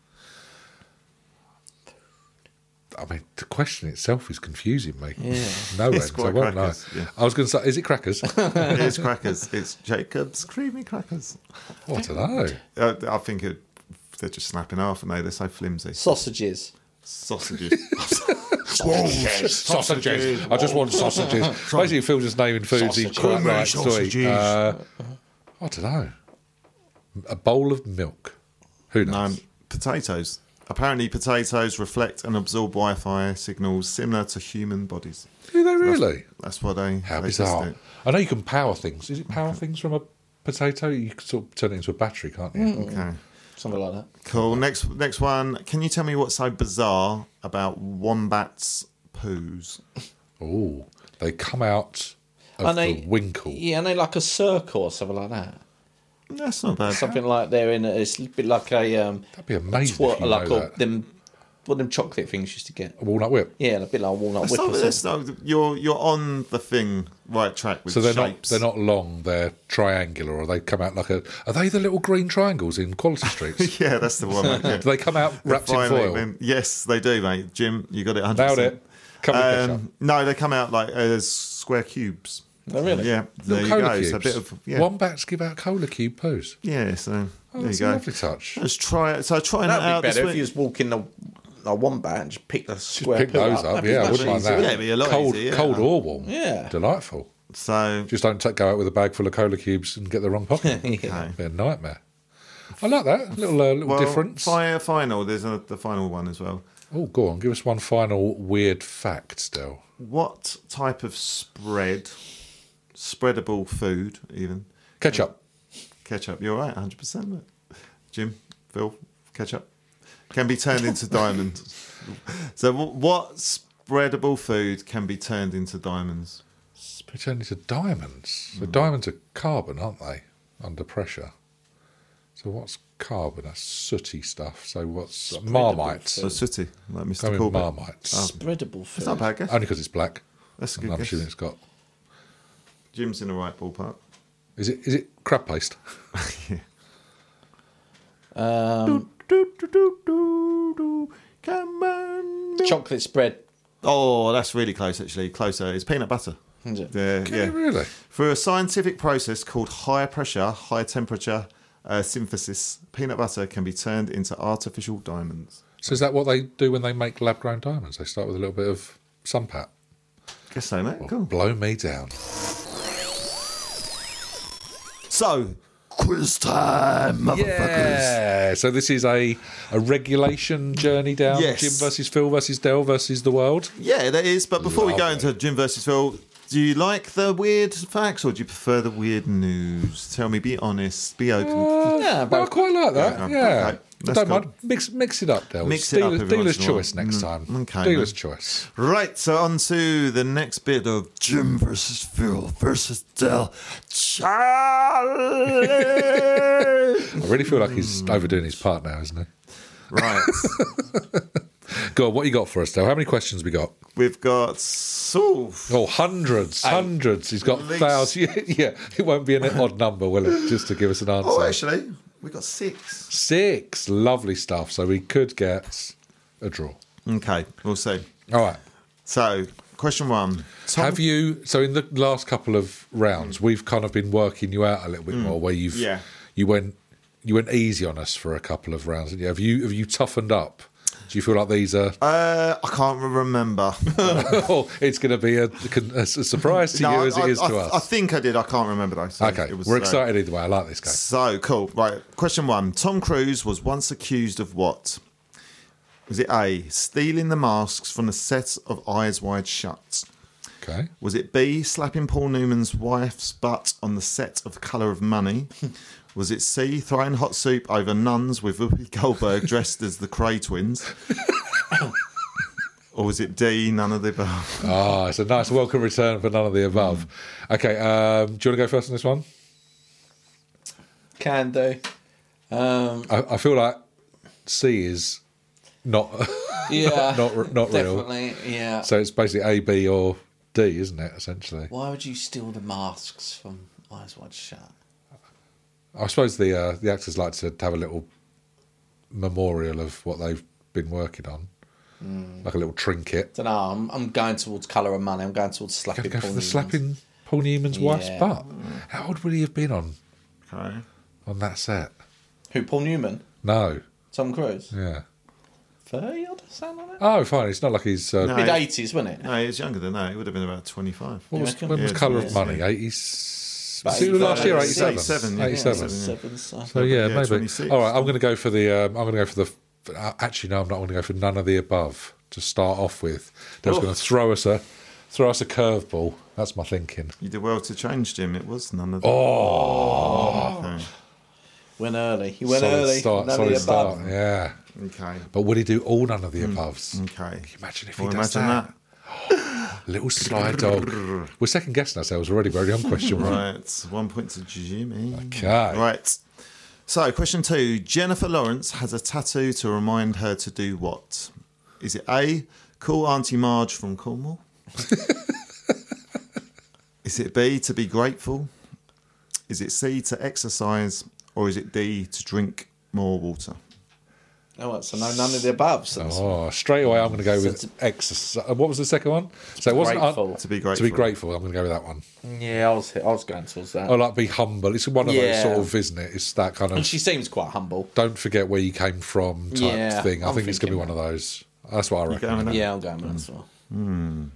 [SPEAKER 1] I mean, the question itself is confusing me.
[SPEAKER 3] Yeah.
[SPEAKER 1] No end. so
[SPEAKER 2] It's
[SPEAKER 1] I
[SPEAKER 2] quite
[SPEAKER 1] won't
[SPEAKER 2] crackers,
[SPEAKER 1] lie.
[SPEAKER 2] yeah.
[SPEAKER 1] I was going to say, is it crackers? oh,
[SPEAKER 2] it's crackers. It's Jacob's creamy crackers.
[SPEAKER 1] Oh, I don't know.
[SPEAKER 2] Uh, I think it, they're just snapping off, and they they're so flimsy.
[SPEAKER 5] Sausages.
[SPEAKER 2] Sausages.
[SPEAKER 1] Sausages. I just want sausages. Basically, Phil just naming foods he's
[SPEAKER 5] Sausages.
[SPEAKER 1] quite
[SPEAKER 2] Creamy
[SPEAKER 1] right. Sweet.
[SPEAKER 2] sausages.
[SPEAKER 1] Uh, I don't know. A bowl of milk. Who knows?
[SPEAKER 2] Um, potatoes. Apparently, potatoes reflect and absorb Wi-Fi signals similar to human bodies.
[SPEAKER 1] Do they really?
[SPEAKER 2] That's what they.
[SPEAKER 1] How
[SPEAKER 2] they
[SPEAKER 1] bizarre.
[SPEAKER 2] test it.
[SPEAKER 1] I know you can power things. Is it power things from a potato? You can sort of turn it into a battery, can't you?
[SPEAKER 5] Mm.
[SPEAKER 2] Okay.
[SPEAKER 5] Something like that.
[SPEAKER 2] Cool. Next, next one. Can you tell me what's so bizarre about wombats' poos?
[SPEAKER 1] Oh, they come out of
[SPEAKER 5] And
[SPEAKER 1] the winkle.
[SPEAKER 5] Yeah, and they like a circle or something like that.
[SPEAKER 2] That's not bad.
[SPEAKER 5] Something like they're in a, it's a bit like a um
[SPEAKER 1] That'd be amazing.
[SPEAKER 5] twirl,
[SPEAKER 1] if you
[SPEAKER 5] like
[SPEAKER 1] know
[SPEAKER 5] a,
[SPEAKER 1] that.
[SPEAKER 5] them what them chocolate things you used to get.
[SPEAKER 1] A walnut whip.
[SPEAKER 5] Yeah, a bit like a walnut
[SPEAKER 2] That's
[SPEAKER 5] whip
[SPEAKER 2] not,
[SPEAKER 5] or
[SPEAKER 2] that's
[SPEAKER 5] something.
[SPEAKER 2] not, you're you're on the thing right track with
[SPEAKER 1] So they're
[SPEAKER 2] shapes.
[SPEAKER 1] not they're not long. They're triangular, or they come out like a. Are they the little green triangles in Quality Streets?
[SPEAKER 2] Yeah, that's the one.
[SPEAKER 1] Do
[SPEAKER 2] yeah.
[SPEAKER 1] they come out wrapped in
[SPEAKER 2] Finally,
[SPEAKER 1] foil?
[SPEAKER 2] then- yes, they do, mate. Jim, you got it. 100%.
[SPEAKER 1] Nailed it. Come and
[SPEAKER 2] Um, no, they come out like as square cubes.
[SPEAKER 5] Oh, really?
[SPEAKER 2] Yeah, there
[SPEAKER 1] Little
[SPEAKER 2] you
[SPEAKER 1] cola
[SPEAKER 2] go.
[SPEAKER 1] cubes.
[SPEAKER 2] So a bit of yeah,
[SPEAKER 1] Wombats give out cola cube poos.
[SPEAKER 2] yeah. So
[SPEAKER 1] Oh,
[SPEAKER 2] there you
[SPEAKER 1] that's a
[SPEAKER 2] go.
[SPEAKER 1] lovely touch.
[SPEAKER 2] Let's try it. So trying that
[SPEAKER 3] That'd
[SPEAKER 2] out
[SPEAKER 3] be
[SPEAKER 2] this
[SPEAKER 3] better if
[SPEAKER 2] week.
[SPEAKER 3] you just walk in a, a wombat and just pick the square
[SPEAKER 1] Pick
[SPEAKER 3] poo
[SPEAKER 1] those up.
[SPEAKER 3] That'd be
[SPEAKER 1] Yeah, I
[SPEAKER 3] much
[SPEAKER 1] wouldn't mind
[SPEAKER 3] easier.
[SPEAKER 1] that.
[SPEAKER 2] Yeah, it'd be a lot
[SPEAKER 1] cold,
[SPEAKER 2] easier, yeah.
[SPEAKER 1] cold or warm.
[SPEAKER 5] Yeah.
[SPEAKER 1] delightful.
[SPEAKER 2] So
[SPEAKER 1] Just don't take, go out with a bag full of cola cubes and get the wrong pocket.
[SPEAKER 5] Yeah.
[SPEAKER 1] Be a nightmare. I like that little uh, little
[SPEAKER 2] well,
[SPEAKER 1] difference.
[SPEAKER 2] fi- final. There's a, the final one as well.
[SPEAKER 1] Oh, go on, give us one final weird fact, still.
[SPEAKER 2] What type of spread, spreadable food, even
[SPEAKER 1] Ketchup.
[SPEAKER 2] ketchup? You're right, 100. percent Jim, Phil, ketchup can be turned into diamonds. So wh- what spreadable food can be turned into diamonds?
[SPEAKER 1] It's turned into diamonds.
[SPEAKER 2] Hmm.
[SPEAKER 1] So diamonds are carbon, aren't they? Under pressure. So what's carbon? That's sooty stuff. So what's marmite?
[SPEAKER 2] So sooty, like
[SPEAKER 1] Go
[SPEAKER 2] Mr.
[SPEAKER 1] with
[SPEAKER 2] Corbett.
[SPEAKER 1] marmite.
[SPEAKER 5] Spreadable
[SPEAKER 2] It's not a
[SPEAKER 5] food.
[SPEAKER 2] bad guess.
[SPEAKER 1] Only because it's black.
[SPEAKER 2] Oh. That's a
[SPEAKER 1] And
[SPEAKER 2] good
[SPEAKER 1] I'm
[SPEAKER 2] guess.
[SPEAKER 1] sure it's got.
[SPEAKER 2] Jim's in the right ballpark.
[SPEAKER 1] Is it? Is it crab paste?
[SPEAKER 5] Um, chocolate spread.
[SPEAKER 2] Oh, that's really close, actually. Closer. It's peanut butter.
[SPEAKER 5] Is it?
[SPEAKER 2] Yeah,
[SPEAKER 1] Can it
[SPEAKER 2] yeah.
[SPEAKER 1] really?
[SPEAKER 2] Through a scientific process called high pressure, high temperature uh, synthesis, peanut butter can be turned into artificial diamonds.
[SPEAKER 1] So is that what they do when they make lab-grown diamonds? They start with a little bit of sunpat.
[SPEAKER 2] Guess so, mate. Cool.
[SPEAKER 1] Blow me down.
[SPEAKER 2] So, quiz time, motherfuckers.
[SPEAKER 1] Yeah. So this is a, a regulation journey down
[SPEAKER 2] Yes.
[SPEAKER 1] Jim versus Phil versus Dell versus the world.
[SPEAKER 2] Yeah, that is. But before we
[SPEAKER 1] Love
[SPEAKER 2] go
[SPEAKER 1] it.
[SPEAKER 2] into Jim versus Phil, do you like the weird facts or do you prefer the weird news? Tell me, be honest, be open.
[SPEAKER 1] yeah, but I quite like that.
[SPEAKER 2] Yeah,
[SPEAKER 1] Yeah, I
[SPEAKER 2] okay. That's
[SPEAKER 1] don't
[SPEAKER 2] cool.
[SPEAKER 1] mind. Mix mix it up, Dell.
[SPEAKER 2] Mix
[SPEAKER 1] Mix
[SPEAKER 2] it up
[SPEAKER 1] dealer's,
[SPEAKER 2] every
[SPEAKER 1] dealer's
[SPEAKER 2] once in a while.
[SPEAKER 1] choice next time.
[SPEAKER 2] okay,
[SPEAKER 1] dealer's
[SPEAKER 2] then.
[SPEAKER 1] choice.
[SPEAKER 2] Right, so on to the next bit of Jim versus Phil versus Dell. Charlie!
[SPEAKER 1] I really feel like he's
[SPEAKER 2] Hmm.
[SPEAKER 1] overdoing his part now, isn't
[SPEAKER 2] right,
[SPEAKER 1] he? Go on, what you got for us, Dell? How many questions we got?
[SPEAKER 2] we've got so
[SPEAKER 1] Oh, hundreds, hundreds. He's got
[SPEAKER 2] At least-
[SPEAKER 1] thousands. Yeah, it won't be an odd number, will it? Just to give us an answer.
[SPEAKER 2] Oh, actually, we got six.
[SPEAKER 1] Six. Lovely stuff. So we could get a draw.
[SPEAKER 2] Okay, we'll see.
[SPEAKER 1] All right.
[SPEAKER 2] So, question one. Tom-
[SPEAKER 1] Have you? So in the last couple of rounds, we've kind of been working you out a little bit more. Where you've
[SPEAKER 2] Mm. Yeah.
[SPEAKER 1] you went you went easy on us for a couple of rounds. Didn't you? Have you have you toughened up? Do you feel like these are?
[SPEAKER 2] Uh, I can't remember.
[SPEAKER 1] oh, it's going to be a, a s- surprise to you as
[SPEAKER 2] Uh, I,
[SPEAKER 1] it is
[SPEAKER 2] I-
[SPEAKER 1] to
[SPEAKER 2] I- I
[SPEAKER 1] us.
[SPEAKER 2] think I did. I can't remember though. so
[SPEAKER 1] okay,
[SPEAKER 2] it was,
[SPEAKER 1] we're
[SPEAKER 2] uh,
[SPEAKER 1] excited either way. I like this guy.
[SPEAKER 2] So cool. Right. Question one. Tom Cruise was once accused of what? Was it A, stealing the masks from the set of Eyes Wide Shut?
[SPEAKER 1] Okay,
[SPEAKER 2] Was it B, slapping Paul Newman's wife's butt on the set of Colour of Money? Was it C, throwing hot soup over nuns with Whoopi Goldberg dressed as the Cray twins? or was it D, none of the above?
[SPEAKER 1] ah, it's a nice welcome return for none of the above.
[SPEAKER 2] Mm.
[SPEAKER 1] Okay, um, do you want to go first on this one?
[SPEAKER 3] Can do. Um,
[SPEAKER 1] I, I feel like C is not
[SPEAKER 3] yeah.
[SPEAKER 1] not r- not real.
[SPEAKER 3] definitely. Yeah.
[SPEAKER 1] So it's basically A, B, or D, isn't it? Essentially,
[SPEAKER 3] Why would you steal the masks from Eyes Wide Shut?
[SPEAKER 1] I suppose the uh, the actors like to have a little memorial of what they've been working on. like a little trinket.
[SPEAKER 5] Don't know. I'm, I'm going towards colour and money. I'm going towards
[SPEAKER 1] Gotta
[SPEAKER 5] slapping.
[SPEAKER 1] go for
[SPEAKER 5] Paul
[SPEAKER 1] the
[SPEAKER 5] Newman's.
[SPEAKER 1] slapping Paul Newman's wife's
[SPEAKER 5] Yeah.
[SPEAKER 1] butt. How old would he have been on
[SPEAKER 2] Okay.
[SPEAKER 1] on that set?
[SPEAKER 5] Who? Paul Newman.
[SPEAKER 1] No,
[SPEAKER 5] Tom Cruise.
[SPEAKER 1] yeah.
[SPEAKER 5] Thirty odd sound on it.
[SPEAKER 1] Oh, fine. It's not like he's. Uh,
[SPEAKER 2] No.
[SPEAKER 5] Mid eighties, wasn't it?
[SPEAKER 2] No, he was younger than that. He would have been about 25.
[SPEAKER 1] What was,
[SPEAKER 5] reckon?
[SPEAKER 1] when was
[SPEAKER 2] Yeah,
[SPEAKER 1] Colour
[SPEAKER 2] yeah.
[SPEAKER 1] of Money? Eighty.
[SPEAKER 5] About
[SPEAKER 1] Last
[SPEAKER 5] 87.
[SPEAKER 1] year, 87.
[SPEAKER 2] 87, yeah.
[SPEAKER 1] 87.
[SPEAKER 5] Seven. so-
[SPEAKER 1] So yeah,
[SPEAKER 2] Yeah,
[SPEAKER 1] maybe.
[SPEAKER 2] 26.
[SPEAKER 1] All right, I'm going to go for the. Um, I'm going to go for the. uh, Actually, no, I'm not going to go for none of the above to start off with. They're just going to throw us a, throw us a curveball. That's my thinking.
[SPEAKER 2] You did well to change, Jim. It was none of that.
[SPEAKER 1] Oh,
[SPEAKER 2] Okay.
[SPEAKER 5] Went early. He went
[SPEAKER 1] solid
[SPEAKER 5] early.
[SPEAKER 1] start,
[SPEAKER 5] None of
[SPEAKER 1] solid
[SPEAKER 5] the above. Mm,
[SPEAKER 1] start. Yeah,
[SPEAKER 2] Okay.
[SPEAKER 1] but would he do all none of the aboves?
[SPEAKER 2] Okay.
[SPEAKER 1] Imagine if he
[SPEAKER 2] Well,
[SPEAKER 1] does
[SPEAKER 2] imagine
[SPEAKER 1] that. Little sly dog. We're second guessing ourselves already. Very unquestionable.
[SPEAKER 2] that.
[SPEAKER 1] right.
[SPEAKER 2] Right. One point to Jimmy.
[SPEAKER 1] Okay.
[SPEAKER 2] Right. So, question two Jennifer Lawrence has a tattoo to remind her to do what? Is it A, call Auntie Marge from Cornwall? is it B, to be grateful? Is it C, to exercise? Or is it D, to drink more water?
[SPEAKER 5] Oh, well, so no, none of the above. So it's
[SPEAKER 1] Oh, straight away, I'm going to go
[SPEAKER 5] So
[SPEAKER 1] with exercise. Uh, What was the second one? So it wasn't
[SPEAKER 5] grateful.
[SPEAKER 2] To be
[SPEAKER 1] to
[SPEAKER 2] grateful.
[SPEAKER 1] be grateful. I'm going to go with that one.
[SPEAKER 3] Yeah, I was I was going towards that.
[SPEAKER 1] Oh, like be humble. It's one of those
[SPEAKER 5] Yeah.
[SPEAKER 1] sort of, isn't it? It's that kind
[SPEAKER 5] And
[SPEAKER 1] of
[SPEAKER 5] she seems quite humble.
[SPEAKER 1] don't forget where you came from type
[SPEAKER 5] Yeah,
[SPEAKER 1] thing. I
[SPEAKER 5] I'm
[SPEAKER 1] think it's going to be one
[SPEAKER 5] thinking
[SPEAKER 1] of those. That's what I
[SPEAKER 2] You going
[SPEAKER 1] reckon.
[SPEAKER 2] with that?
[SPEAKER 5] Yeah, I'll go with
[SPEAKER 1] Mm.
[SPEAKER 5] that as well.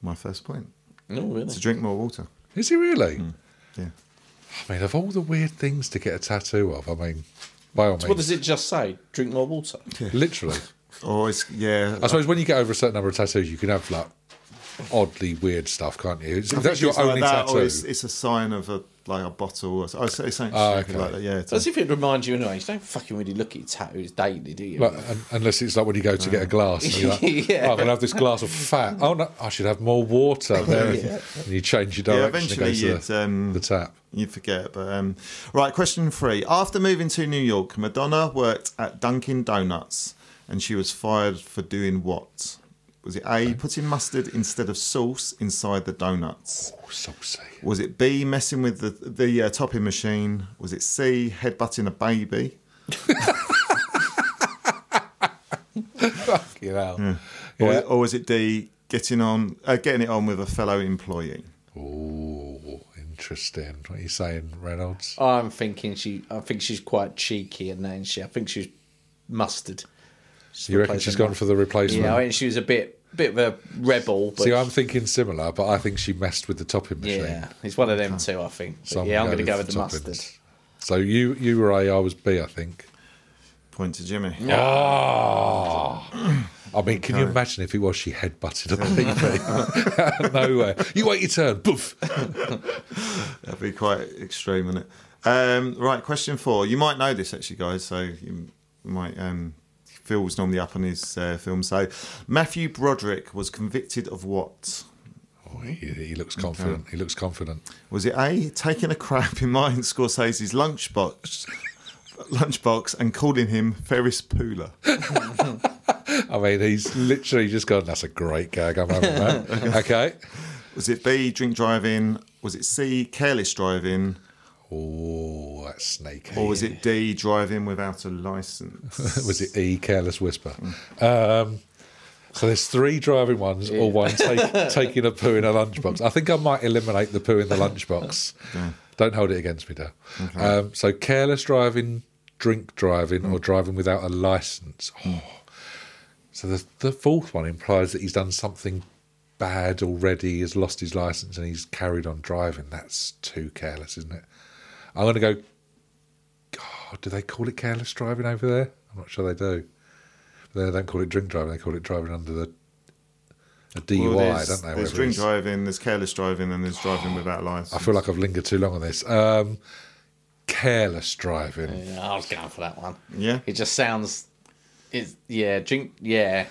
[SPEAKER 2] My first point.
[SPEAKER 5] No, really.
[SPEAKER 2] To drink more water.
[SPEAKER 1] Is he really?
[SPEAKER 2] Hmm. Yeah.
[SPEAKER 1] I mean, of all the weird things to get a tattoo of, I mean, by all
[SPEAKER 5] What
[SPEAKER 1] means,
[SPEAKER 5] does it just say? Drink more water.
[SPEAKER 1] literally.
[SPEAKER 2] Or it's, yeah.
[SPEAKER 1] I suppose when you get over a certain number of tattoos, you can have like oddly weird stuff, can't you? It's-
[SPEAKER 2] I
[SPEAKER 1] If
[SPEAKER 2] think
[SPEAKER 1] that's your
[SPEAKER 2] it's like
[SPEAKER 1] only
[SPEAKER 2] that,
[SPEAKER 1] tattoo.
[SPEAKER 2] Or it's, it's a sign of a like a bottle. Or, so- oh, it's, it's something
[SPEAKER 1] Oh,
[SPEAKER 2] stupid
[SPEAKER 1] okay.
[SPEAKER 2] like that. Yeah. it's a-
[SPEAKER 5] As if it reminds you anyway. You don't fucking really look at your tattoos daily, do you?
[SPEAKER 1] Well, un- unless it's like when you go to get a glass, and you're like,
[SPEAKER 5] Yeah.
[SPEAKER 1] oh, I'm gonna have this glass of fat. Oh no, I should have more water. There, and you change your
[SPEAKER 2] Yeah,
[SPEAKER 1] direction.
[SPEAKER 2] eventually
[SPEAKER 1] and go to
[SPEAKER 2] you'd,
[SPEAKER 1] the,
[SPEAKER 2] um,
[SPEAKER 1] the tap.
[SPEAKER 2] you forget, but um, right. Question three: After moving to New York, Madonna worked at Dunkin' Donuts, and she was fired for doing what? Was it A, putting mustard instead of sauce inside the donuts?
[SPEAKER 1] Oh, saucy.
[SPEAKER 2] Was it B, messing with the the uh, topping machine? Was it C, headbutting a baby?
[SPEAKER 1] Fucking hell.
[SPEAKER 2] Or,
[SPEAKER 1] Yeah.
[SPEAKER 2] or was it D, getting on uh, getting it on with a fellow employee?
[SPEAKER 1] Oh, interesting. What are you saying, Reynolds?
[SPEAKER 5] I'm thinking she. I think she's quite cheeky and that, and she. I think she's mustard.
[SPEAKER 1] you reckon she's gone for the replacement?
[SPEAKER 5] Yeah, I mean, she was a bit, bit of a rebel. But
[SPEAKER 1] See, I'm thinking similar, but I think she messed with the topping machine.
[SPEAKER 5] yeah, it's one of them two. I think. But
[SPEAKER 1] So
[SPEAKER 5] yeah, I'm going to go with the
[SPEAKER 1] toppings.
[SPEAKER 5] mustard.
[SPEAKER 1] So you you were A, I was B, I think.
[SPEAKER 2] Point to Jimmy.
[SPEAKER 1] Ah. I mean, can you imagine if it was she headbutted a baby out of nowhere? You wait your turn. Boof.
[SPEAKER 2] That'd be quite extreme, wouldn't it? Um, right, question four. You might know this actually, guys. So you might. Um, Phil was normally up on his uh, film. So Matthew Broderick was convicted of what?
[SPEAKER 1] Oh, he, he looks confident. He looks confident.
[SPEAKER 2] Was it A, taking a crap in Martin Scorsese's lunchbox, lunchbox, and calling him Ferris Pooler?
[SPEAKER 1] I mean, he's literally just gone. That's a great gag. I'm having that. okay.
[SPEAKER 2] Was it B, drink driving? Was it C, careless driving?
[SPEAKER 1] Oh, that's snaky.
[SPEAKER 2] Or was it D, driving without a license?
[SPEAKER 1] was it E Careless Whisper? Um, so there's three driving ones or one take, taking a poo in a lunchbox. I think I might eliminate the poo in the lunchbox. Don't hold it against me, Dale. Um, so careless driving, drink driving, or driving without a license. Oh. So the the fourth one implies that he's done something bad already. He has lost his license and he's carried on driving. That's too careless, isn't it? I'm going to go God, do they call it careless driving over there? I'm not sure they do. But they don't call it drink driving. They call it driving under the a DUI,
[SPEAKER 2] Well, there's-
[SPEAKER 1] don't they?
[SPEAKER 2] There's
[SPEAKER 1] whatever it
[SPEAKER 2] drink
[SPEAKER 1] is.
[SPEAKER 2] driving, there's careless driving, and there's driving without a license.
[SPEAKER 1] I feel like I've lingered too long on this. Um, careless driving.
[SPEAKER 5] Yeah, I was going for that one.
[SPEAKER 2] Yeah.
[SPEAKER 5] It just sounds. It's yeah. Drink yeah.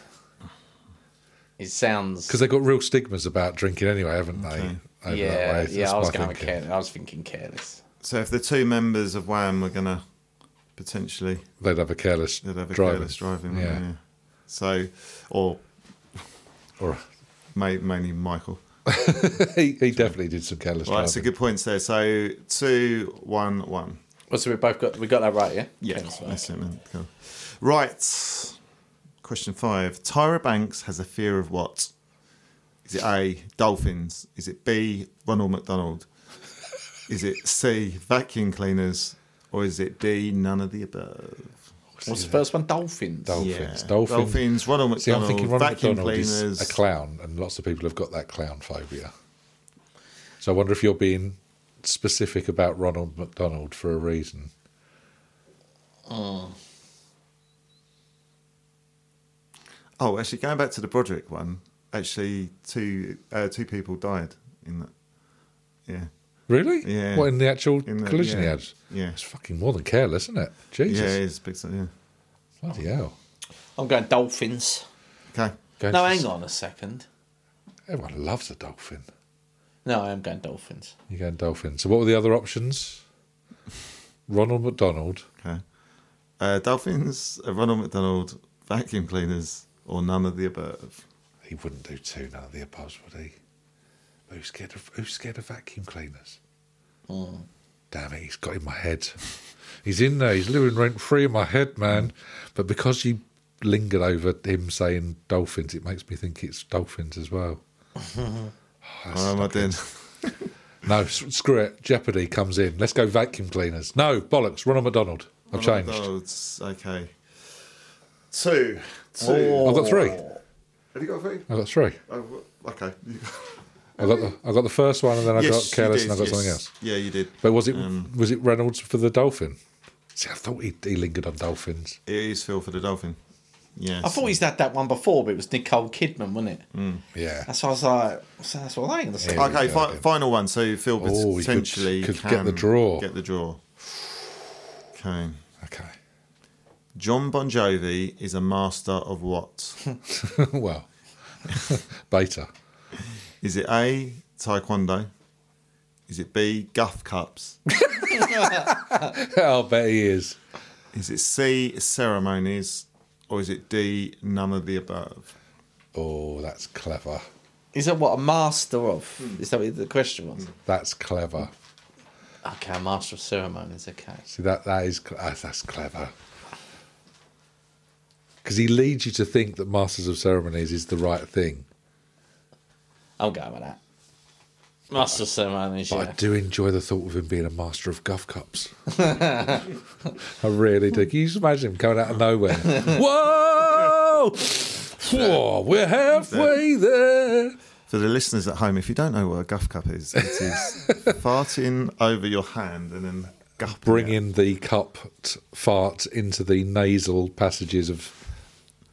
[SPEAKER 5] It sounds.
[SPEAKER 1] Because they've got real stigmas about drinking anyway, haven't they? Over
[SPEAKER 5] yeah,
[SPEAKER 1] that way.
[SPEAKER 5] yeah.
[SPEAKER 1] That's
[SPEAKER 5] I was
[SPEAKER 1] my
[SPEAKER 5] going with
[SPEAKER 1] thinking.
[SPEAKER 5] careless. I was thinking careless.
[SPEAKER 2] So if the two members of Wham were going to potentially
[SPEAKER 1] They'd have a careless
[SPEAKER 2] they'd have a
[SPEAKER 1] driving.
[SPEAKER 2] careless driving,
[SPEAKER 1] Yeah.
[SPEAKER 2] yeah. yeah. So, or
[SPEAKER 1] Or,
[SPEAKER 2] ma- mainly Michael.
[SPEAKER 1] he, he definitely did some careless
[SPEAKER 2] Right,
[SPEAKER 1] driving.
[SPEAKER 2] so good points there. So two, one, one.
[SPEAKER 5] Oh, Well, so we both got we got that right, yeah.
[SPEAKER 2] Yeah,
[SPEAKER 5] Thanks, mate.
[SPEAKER 2] that's it, man. Cool. Right. Question five Tyra Banks has a fear of what? Is it A, dolphins? Is it B, Ronald McDonald? Is it C, vacuum cleaners? Or is it D, none of the above?
[SPEAKER 5] What's the first one? Dolphins.
[SPEAKER 1] Dolphins.
[SPEAKER 2] Yeah.
[SPEAKER 1] Dolphins.
[SPEAKER 2] Dolphins, Ronald
[SPEAKER 1] See, I'm
[SPEAKER 2] McDonald,
[SPEAKER 1] thinking Ronald
[SPEAKER 2] vacuum
[SPEAKER 1] McDonald
[SPEAKER 2] cleaners.
[SPEAKER 1] is a clown, and lots of people have got that clown phobia. So I wonder if you're being specific about Ronald McDonald for a reason.
[SPEAKER 2] Oh, actually, going back to the Broderick one, actually, two uh, two people died in that. Yeah,
[SPEAKER 1] Really?
[SPEAKER 2] Yeah.
[SPEAKER 1] What in the actual
[SPEAKER 2] In the-
[SPEAKER 1] collision
[SPEAKER 2] yeah.
[SPEAKER 1] he had?
[SPEAKER 2] Yeah.
[SPEAKER 1] It's fucking more than careless, isn't it?
[SPEAKER 2] yeah, it
[SPEAKER 1] Jesus.
[SPEAKER 2] is big. Yeah,
[SPEAKER 1] Bloody hell.
[SPEAKER 5] I'm going dolphins.
[SPEAKER 2] okay.
[SPEAKER 1] Going
[SPEAKER 5] No,
[SPEAKER 1] to-
[SPEAKER 5] hang on a second.
[SPEAKER 1] Everyone loves a dolphin.
[SPEAKER 5] No, I am going dolphins.
[SPEAKER 1] You're going dolphin. So what were the other options? Ronald McDonald.
[SPEAKER 2] Okay. Uh, dolphins, uh, Ronald McDonald, vacuum cleaners, or none of the above.
[SPEAKER 1] He wouldn't do two none of the above, would he? But who's scared of who's scared of vacuum cleaners? Damn it, he's got in my head. He's in there, he's living rent free in my head, man. But because you lingered over him saying dolphins, it makes me think it's dolphins as well. Oh, that's
[SPEAKER 2] Why am I doing?
[SPEAKER 1] No, s- screw it. Jeopardy comes in. Let's go vacuum cleaners. No, bollocks. Ronald McDonald. I've
[SPEAKER 2] Ronald
[SPEAKER 1] changed.
[SPEAKER 2] McDonald's, Okay. Two. Two.
[SPEAKER 1] I've got three.
[SPEAKER 2] Oh. Have you got three?
[SPEAKER 1] I've got three.
[SPEAKER 2] Oh, w- okay. You got-
[SPEAKER 1] I got the I got the first one, and then I
[SPEAKER 2] Yes,
[SPEAKER 1] got
[SPEAKER 2] you
[SPEAKER 1] careless,
[SPEAKER 2] did,
[SPEAKER 1] and I got
[SPEAKER 2] yes.
[SPEAKER 1] something else.
[SPEAKER 2] Yeah, you did.
[SPEAKER 1] But was it was it Reynolds for the dolphin? See, I thought he, he lingered on dolphins.
[SPEAKER 2] It is Phil for the dolphin. Yeah.
[SPEAKER 5] I thought he's had that one before, but it was Nicole Kidman, wasn't it?
[SPEAKER 1] Mm. Yeah.
[SPEAKER 5] That's why I was like, so that's what I ain't gonna say.
[SPEAKER 1] Yeah.
[SPEAKER 2] Okay,
[SPEAKER 1] go
[SPEAKER 2] fi-
[SPEAKER 1] again.
[SPEAKER 2] final one. So Phil
[SPEAKER 1] Oh, he could-
[SPEAKER 2] potentially
[SPEAKER 1] could get
[SPEAKER 2] can
[SPEAKER 1] the draw.
[SPEAKER 2] Get the draw. Okay.
[SPEAKER 1] Okay.
[SPEAKER 2] John Bon Jovi is a master of what?
[SPEAKER 1] well, beta.
[SPEAKER 2] Is it A, Taekwondo? Is it B, Guff Cups?
[SPEAKER 1] I'll bet he is.
[SPEAKER 2] Is it C, Ceremonies? Or is it D, none of the above?
[SPEAKER 1] Oh, that's clever.
[SPEAKER 5] Is that what a master
[SPEAKER 1] Mm.
[SPEAKER 5] of? Is that what the question was?
[SPEAKER 1] That's clever.
[SPEAKER 5] Okay, a master of ceremonies. Okay.
[SPEAKER 1] See that that is cl- ah, that's clever. Because he leads you to think that Masters of Ceremonies is the right thing.
[SPEAKER 5] I'm going with that. Master of ceremonies.
[SPEAKER 1] But I
[SPEAKER 5] Yeah.
[SPEAKER 1] do enjoy the thought of him being a master of guff cups. I really do. Can you just imagine him coming out of nowhere? Whoa! Whoa, we're halfway there.
[SPEAKER 2] For the listeners at home, if you don't know what a Guff Cup is, it is farting over your hand and then guff.
[SPEAKER 1] Bringing the cupped fart into the nasal passages of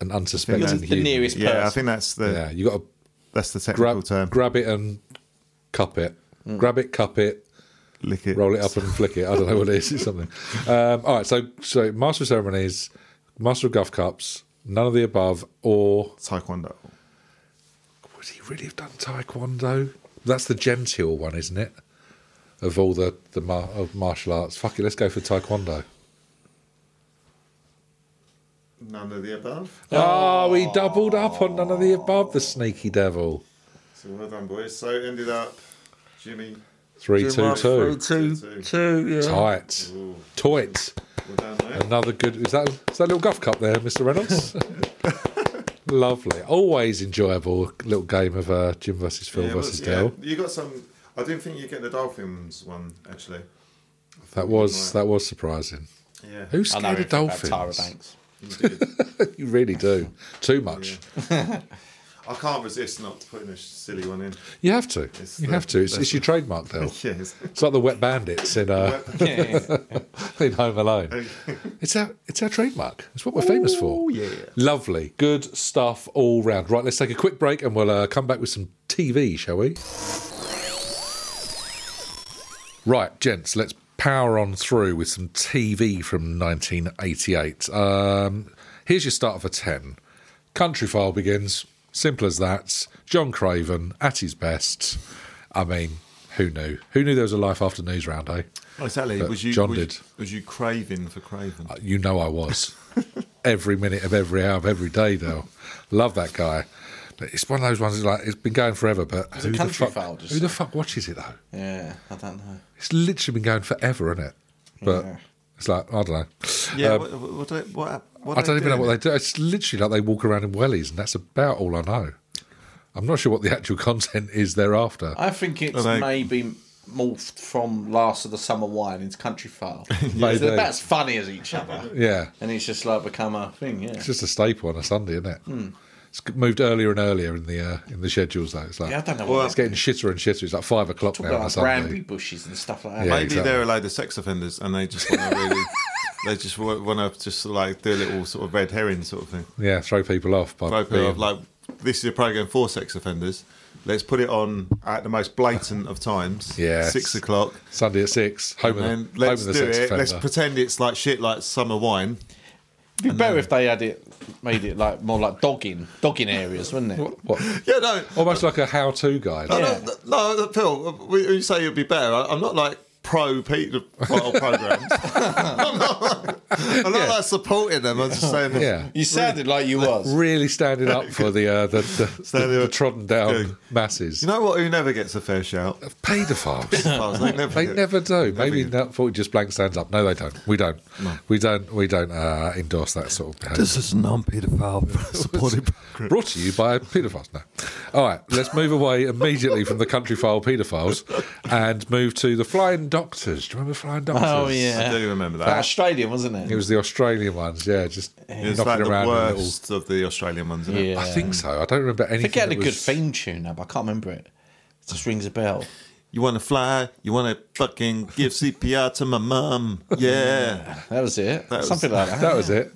[SPEAKER 1] an unsuspecting
[SPEAKER 2] that's the
[SPEAKER 1] human.
[SPEAKER 5] nearest-
[SPEAKER 2] Yeah, I
[SPEAKER 5] person.
[SPEAKER 2] think that's the
[SPEAKER 1] Yeah, you got to
[SPEAKER 2] that's the technical
[SPEAKER 1] grab
[SPEAKER 2] term.
[SPEAKER 1] grab it and cup it. Grab it, cup it,
[SPEAKER 2] Lick it.
[SPEAKER 1] roll it up and flick it. I don't know what it is. It's something. Um, all right. So, so master of ceremonies, master of guff cups, none of the above, or
[SPEAKER 2] Taekwondo.
[SPEAKER 1] would he really have done taekwondo? That's the genteel one, isn't it? Of all the the mar- of martial arts, fuck it, let's go for taekwondo.
[SPEAKER 2] None of the above.
[SPEAKER 1] Oh, he doubled up on none of the above. The sneaky devil.
[SPEAKER 2] So well done, boys. So it ended up Jimmy.
[SPEAKER 1] Three two two.
[SPEAKER 2] Two, two.
[SPEAKER 1] Tight. Toit.
[SPEAKER 2] Well done, mate.
[SPEAKER 1] Another good. Is that is that a little guff cup there, Mr. Reynolds? Lovely. Always enjoyable little game of uh, Jim versus Phil
[SPEAKER 2] Yeah,
[SPEAKER 1] versus
[SPEAKER 2] well, yeah,
[SPEAKER 1] Dale.
[SPEAKER 2] You got some. I didn't think you get the dolphins one actually.
[SPEAKER 1] That was that was surprising.
[SPEAKER 2] Yeah.
[SPEAKER 1] Who's
[SPEAKER 5] I know
[SPEAKER 1] scared of
[SPEAKER 5] everything about Tyra
[SPEAKER 1] dolphins?
[SPEAKER 5] Banks.
[SPEAKER 2] Indeed.
[SPEAKER 1] you really do. Too much.
[SPEAKER 2] I can't resist not putting a silly one in.
[SPEAKER 1] You have to.
[SPEAKER 2] It's
[SPEAKER 1] you
[SPEAKER 2] the-
[SPEAKER 1] have to. It's, it's your trademark, Dale.
[SPEAKER 2] Yes.
[SPEAKER 1] It's like the wet bandits in uh, in Home Alone. It's our it's our trademark. It's what we're famous for.
[SPEAKER 2] yeah.
[SPEAKER 1] Lovely, good stuff all round. Right, let's take a quick break and we'll uh, come back with some TV, shall we? Right, gents, let's power on through with some TV from 1988. Um, here's your start of a 10. Country File begins. Simple as that. John Craven at his best. I mean, who knew? Who knew there was a life after News Round, eh?
[SPEAKER 2] exactly.
[SPEAKER 1] But
[SPEAKER 2] was you
[SPEAKER 1] John
[SPEAKER 2] was,
[SPEAKER 1] did. Uh,
[SPEAKER 2] was you craving for Craven?
[SPEAKER 1] You know I was. every minute of every hour of every day, though. Love that guy. But it's one of those ones that's like it's been going forever, but who, the
[SPEAKER 5] country
[SPEAKER 1] fuck,
[SPEAKER 5] file, just
[SPEAKER 1] who the fuck watches it though?
[SPEAKER 5] Yeah, I don't know.
[SPEAKER 1] It's literally been going forever, isn't it? But
[SPEAKER 5] Yeah.
[SPEAKER 1] It's like I don't know.
[SPEAKER 2] Yeah,
[SPEAKER 1] Um,
[SPEAKER 2] what, what, what, what, what
[SPEAKER 1] I don't even know
[SPEAKER 2] doing?
[SPEAKER 1] what they do. It's literally like they walk around in wellies, and that's about all I know. I'm not sure what the actual content is thereafter.
[SPEAKER 6] I think it's
[SPEAKER 2] Are they-
[SPEAKER 6] maybe morphed from Last of the Summer Wine into Country File.
[SPEAKER 1] Maybe.
[SPEAKER 6] They're about as funny as each other.
[SPEAKER 1] yeah,
[SPEAKER 6] And it's just like become a thing, yeah.
[SPEAKER 1] it's just a staple on a Sunday, isn't it? It's moved earlier and earlier in the uh, in the schedules, though. It's like
[SPEAKER 6] Yeah, I don't know
[SPEAKER 2] Well,
[SPEAKER 6] what
[SPEAKER 1] it's getting shitter and shitter. It's like five o'clock
[SPEAKER 6] Talk
[SPEAKER 1] now on a
[SPEAKER 6] about like
[SPEAKER 1] Sunday.
[SPEAKER 6] brandy bushes and stuff like that.
[SPEAKER 1] Yeah,
[SPEAKER 2] Maybe
[SPEAKER 1] exactly.
[SPEAKER 2] they're a load of sex offenders, and they just want to really, they just want to just like do a little sort of red herring sort of thing.
[SPEAKER 1] Yeah, throw people off by
[SPEAKER 2] Both
[SPEAKER 1] being-
[SPEAKER 2] people like this is a program for sex offenders. Let's put it on at the most blatant of times.
[SPEAKER 1] Yes.
[SPEAKER 2] six o'clock.
[SPEAKER 1] Sunday at six. Home of the,
[SPEAKER 2] And
[SPEAKER 1] home
[SPEAKER 2] let's
[SPEAKER 1] of the
[SPEAKER 2] do
[SPEAKER 1] sex
[SPEAKER 2] it. Let's
[SPEAKER 1] offender.
[SPEAKER 2] pretend it's like shit, like summer wine.
[SPEAKER 3] It'd be better if they had it, made it like more like dogging, dogging areas, wouldn't it?
[SPEAKER 1] What- what?
[SPEAKER 2] Yeah, no,
[SPEAKER 1] Almost like a how-to guide.
[SPEAKER 2] I don't- no, no, Phil. When you say it'd be better, I- I'm not like pro Peter File programs. I'm not, like, I'm not like supporting them. I'm just saying,
[SPEAKER 1] Oh, Yeah.
[SPEAKER 3] You sounded like you was.
[SPEAKER 1] Really standing up for the uh, the, the,
[SPEAKER 2] Standing
[SPEAKER 1] the
[SPEAKER 2] up.
[SPEAKER 1] trodden down
[SPEAKER 2] Good.
[SPEAKER 1] masses.
[SPEAKER 2] You know what? Who never gets a fair shout?
[SPEAKER 1] Paedophiles.
[SPEAKER 2] Pedophiles, they never.
[SPEAKER 1] They
[SPEAKER 2] get-
[SPEAKER 1] never do. Maybe
[SPEAKER 2] do.
[SPEAKER 1] that thought just blank stands up. No, they don't. We don't. We don't. We don't uh, endorse that sort of behaviour.
[SPEAKER 7] This is non-pedophile supported.
[SPEAKER 1] Brought to you by paedophiles. No. All right, let's move away immediately from the country file paedophiles and move to the Flying Doctors. Do you remember Flying Doctors?
[SPEAKER 3] Oh yeah,
[SPEAKER 2] I do remember that.
[SPEAKER 3] Australian, wasn't it?
[SPEAKER 1] It was the Australian ones. Yeah, just
[SPEAKER 2] It's
[SPEAKER 1] knocking
[SPEAKER 2] like the
[SPEAKER 1] around. in little-
[SPEAKER 2] worst of the Australian ones. Isn't
[SPEAKER 3] yeah,
[SPEAKER 2] It?
[SPEAKER 3] I
[SPEAKER 1] I think so. I don't remember anything.
[SPEAKER 3] think it had a
[SPEAKER 1] that
[SPEAKER 3] good
[SPEAKER 1] was-
[SPEAKER 3] theme tune, though, but I can't remember it. It just rings a bell.
[SPEAKER 2] You want to fly? You want to fucking give CPR to my mum? Yeah.
[SPEAKER 3] That was it.
[SPEAKER 2] was-
[SPEAKER 3] Something like that.
[SPEAKER 1] That was it.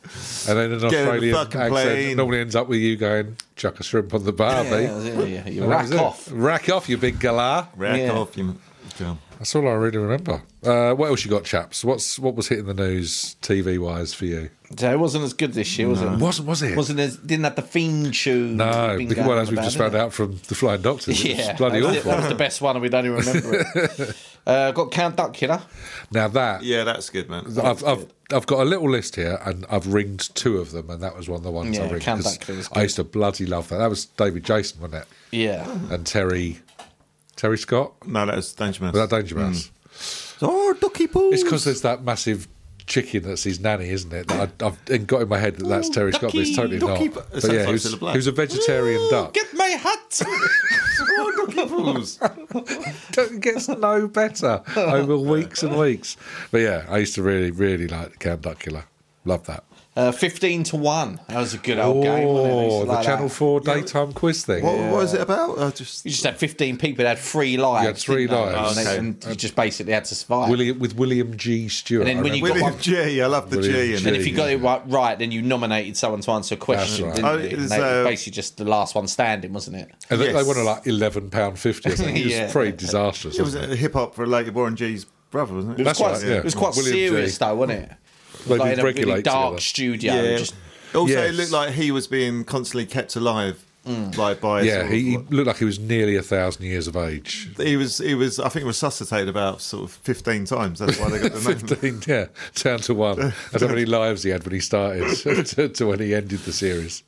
[SPEAKER 1] And then an
[SPEAKER 2] the
[SPEAKER 1] Australian
[SPEAKER 2] fucking
[SPEAKER 1] accent
[SPEAKER 2] plane.
[SPEAKER 1] normally ends up with you going, chuck a shrimp on the bar,
[SPEAKER 3] Yeah,
[SPEAKER 1] mate.
[SPEAKER 3] that was it, yeah. You
[SPEAKER 1] And that
[SPEAKER 3] rack
[SPEAKER 1] was it.
[SPEAKER 3] off.
[SPEAKER 1] Rack off, you big galah.
[SPEAKER 2] Rack
[SPEAKER 3] Yeah.
[SPEAKER 2] off, you. you-
[SPEAKER 1] That's all I really remember. Uh, what else you got, chaps? What's What was hitting the news TV wise for you?
[SPEAKER 3] So it wasn't as good this year, was it?
[SPEAKER 1] Wasn't, was it?
[SPEAKER 3] Wasn't as didn't have the theme tune.
[SPEAKER 1] no,
[SPEAKER 3] that's been
[SPEAKER 1] because,
[SPEAKER 3] going
[SPEAKER 1] well,
[SPEAKER 3] on
[SPEAKER 1] as we've
[SPEAKER 3] about,
[SPEAKER 1] just
[SPEAKER 3] did
[SPEAKER 1] found
[SPEAKER 3] it?
[SPEAKER 1] out from the Flying Doctors, it was
[SPEAKER 3] Yeah,
[SPEAKER 1] bloody
[SPEAKER 3] that was, it.
[SPEAKER 1] awful.
[SPEAKER 3] That was the best one, and we don't even remember it. Uh, got Count Duckula.
[SPEAKER 1] Now that,
[SPEAKER 2] Yeah, that's good, man.
[SPEAKER 1] I've, I've I've got a little list here, and I've ringed two of them, and that was one of the ones I
[SPEAKER 3] Yeah,
[SPEAKER 1] ringed.
[SPEAKER 3] Count
[SPEAKER 1] 'cause
[SPEAKER 3] Back was
[SPEAKER 1] I used to bloody love that. That was David Jason, wasn't it?
[SPEAKER 3] Yeah,
[SPEAKER 1] And Terry, Terry Scott.
[SPEAKER 2] No, that was Danger Mouse.
[SPEAKER 1] Was that
[SPEAKER 3] Hmm.
[SPEAKER 1] Danger Mouse?
[SPEAKER 2] Oh, ducky poo.
[SPEAKER 1] It's because there's that massive chicken that's his nanny, isn't it? That I, I've got in my head that that's
[SPEAKER 3] Oh,
[SPEAKER 1] Terry Scott, but it's totally
[SPEAKER 2] ducky.
[SPEAKER 1] not.
[SPEAKER 2] It
[SPEAKER 1] But
[SPEAKER 2] sounds
[SPEAKER 1] yeah,
[SPEAKER 2] like
[SPEAKER 1] he was,
[SPEAKER 2] Cilla Black.
[SPEAKER 1] he was a vegetarian duck.
[SPEAKER 3] get my hat.
[SPEAKER 1] It gets no better over weeks and weeks. But yeah, I used to really, really like Count Duckula. Love that.
[SPEAKER 3] Uh, Fifteen to one. That was a good old game. Wasn't it? They used
[SPEAKER 1] Oh,
[SPEAKER 3] to
[SPEAKER 1] the
[SPEAKER 3] like
[SPEAKER 1] Channel
[SPEAKER 3] that.
[SPEAKER 1] Four daytime quiz thing.
[SPEAKER 2] What, what was it about? I just.
[SPEAKER 3] You just had fifteen people. They had three lives.
[SPEAKER 1] You had three
[SPEAKER 3] didn't they?
[SPEAKER 1] lives.
[SPEAKER 3] and,
[SPEAKER 2] Okay.
[SPEAKER 3] they, and you just basically had to survive.
[SPEAKER 1] William, with William G. Stewart.
[SPEAKER 3] And then
[SPEAKER 1] I
[SPEAKER 3] when you
[SPEAKER 1] remember.
[SPEAKER 3] got
[SPEAKER 2] William G. I love the
[SPEAKER 1] William
[SPEAKER 2] G.
[SPEAKER 3] and
[SPEAKER 2] In
[SPEAKER 1] G.
[SPEAKER 2] it.
[SPEAKER 3] if you got it right, right, then you nominated someone to answer a question,
[SPEAKER 1] right.
[SPEAKER 3] didn't
[SPEAKER 2] Oh,
[SPEAKER 3] you?
[SPEAKER 2] it
[SPEAKER 3] And
[SPEAKER 2] was,
[SPEAKER 3] they were
[SPEAKER 2] uh,
[SPEAKER 3] basically just the last one standing, wasn't it?
[SPEAKER 1] And they- they
[SPEAKER 2] Yes.
[SPEAKER 1] won a, like eleven pound fifty or something. It was
[SPEAKER 3] Yeah.
[SPEAKER 1] pretty disastrous.
[SPEAKER 2] It was
[SPEAKER 1] wasn't it?
[SPEAKER 2] a hip hop related Warren G's brother, wasn't it?
[SPEAKER 3] It was
[SPEAKER 1] That's
[SPEAKER 3] quite,
[SPEAKER 1] right, yeah.
[SPEAKER 3] It was quite
[SPEAKER 1] William G.
[SPEAKER 3] serious, though, wasn't it?
[SPEAKER 1] They
[SPEAKER 3] like
[SPEAKER 1] did
[SPEAKER 3] in a really
[SPEAKER 1] regulate
[SPEAKER 3] dark
[SPEAKER 1] together.
[SPEAKER 3] studio.
[SPEAKER 2] Yeah.
[SPEAKER 3] Just,
[SPEAKER 2] also,
[SPEAKER 1] Yes.
[SPEAKER 2] it looked like he was being constantly kept alive, like by. sort
[SPEAKER 1] Yeah,
[SPEAKER 2] of
[SPEAKER 1] he, he
[SPEAKER 2] like-
[SPEAKER 1] looked like he was nearly a thousand years of age.
[SPEAKER 2] He was, he was. I think resuscitated about sort of fifteen times. That's why they got the name.
[SPEAKER 1] 15, yeah, down to one. That's how many lives he had when he started to, to when he ended the series.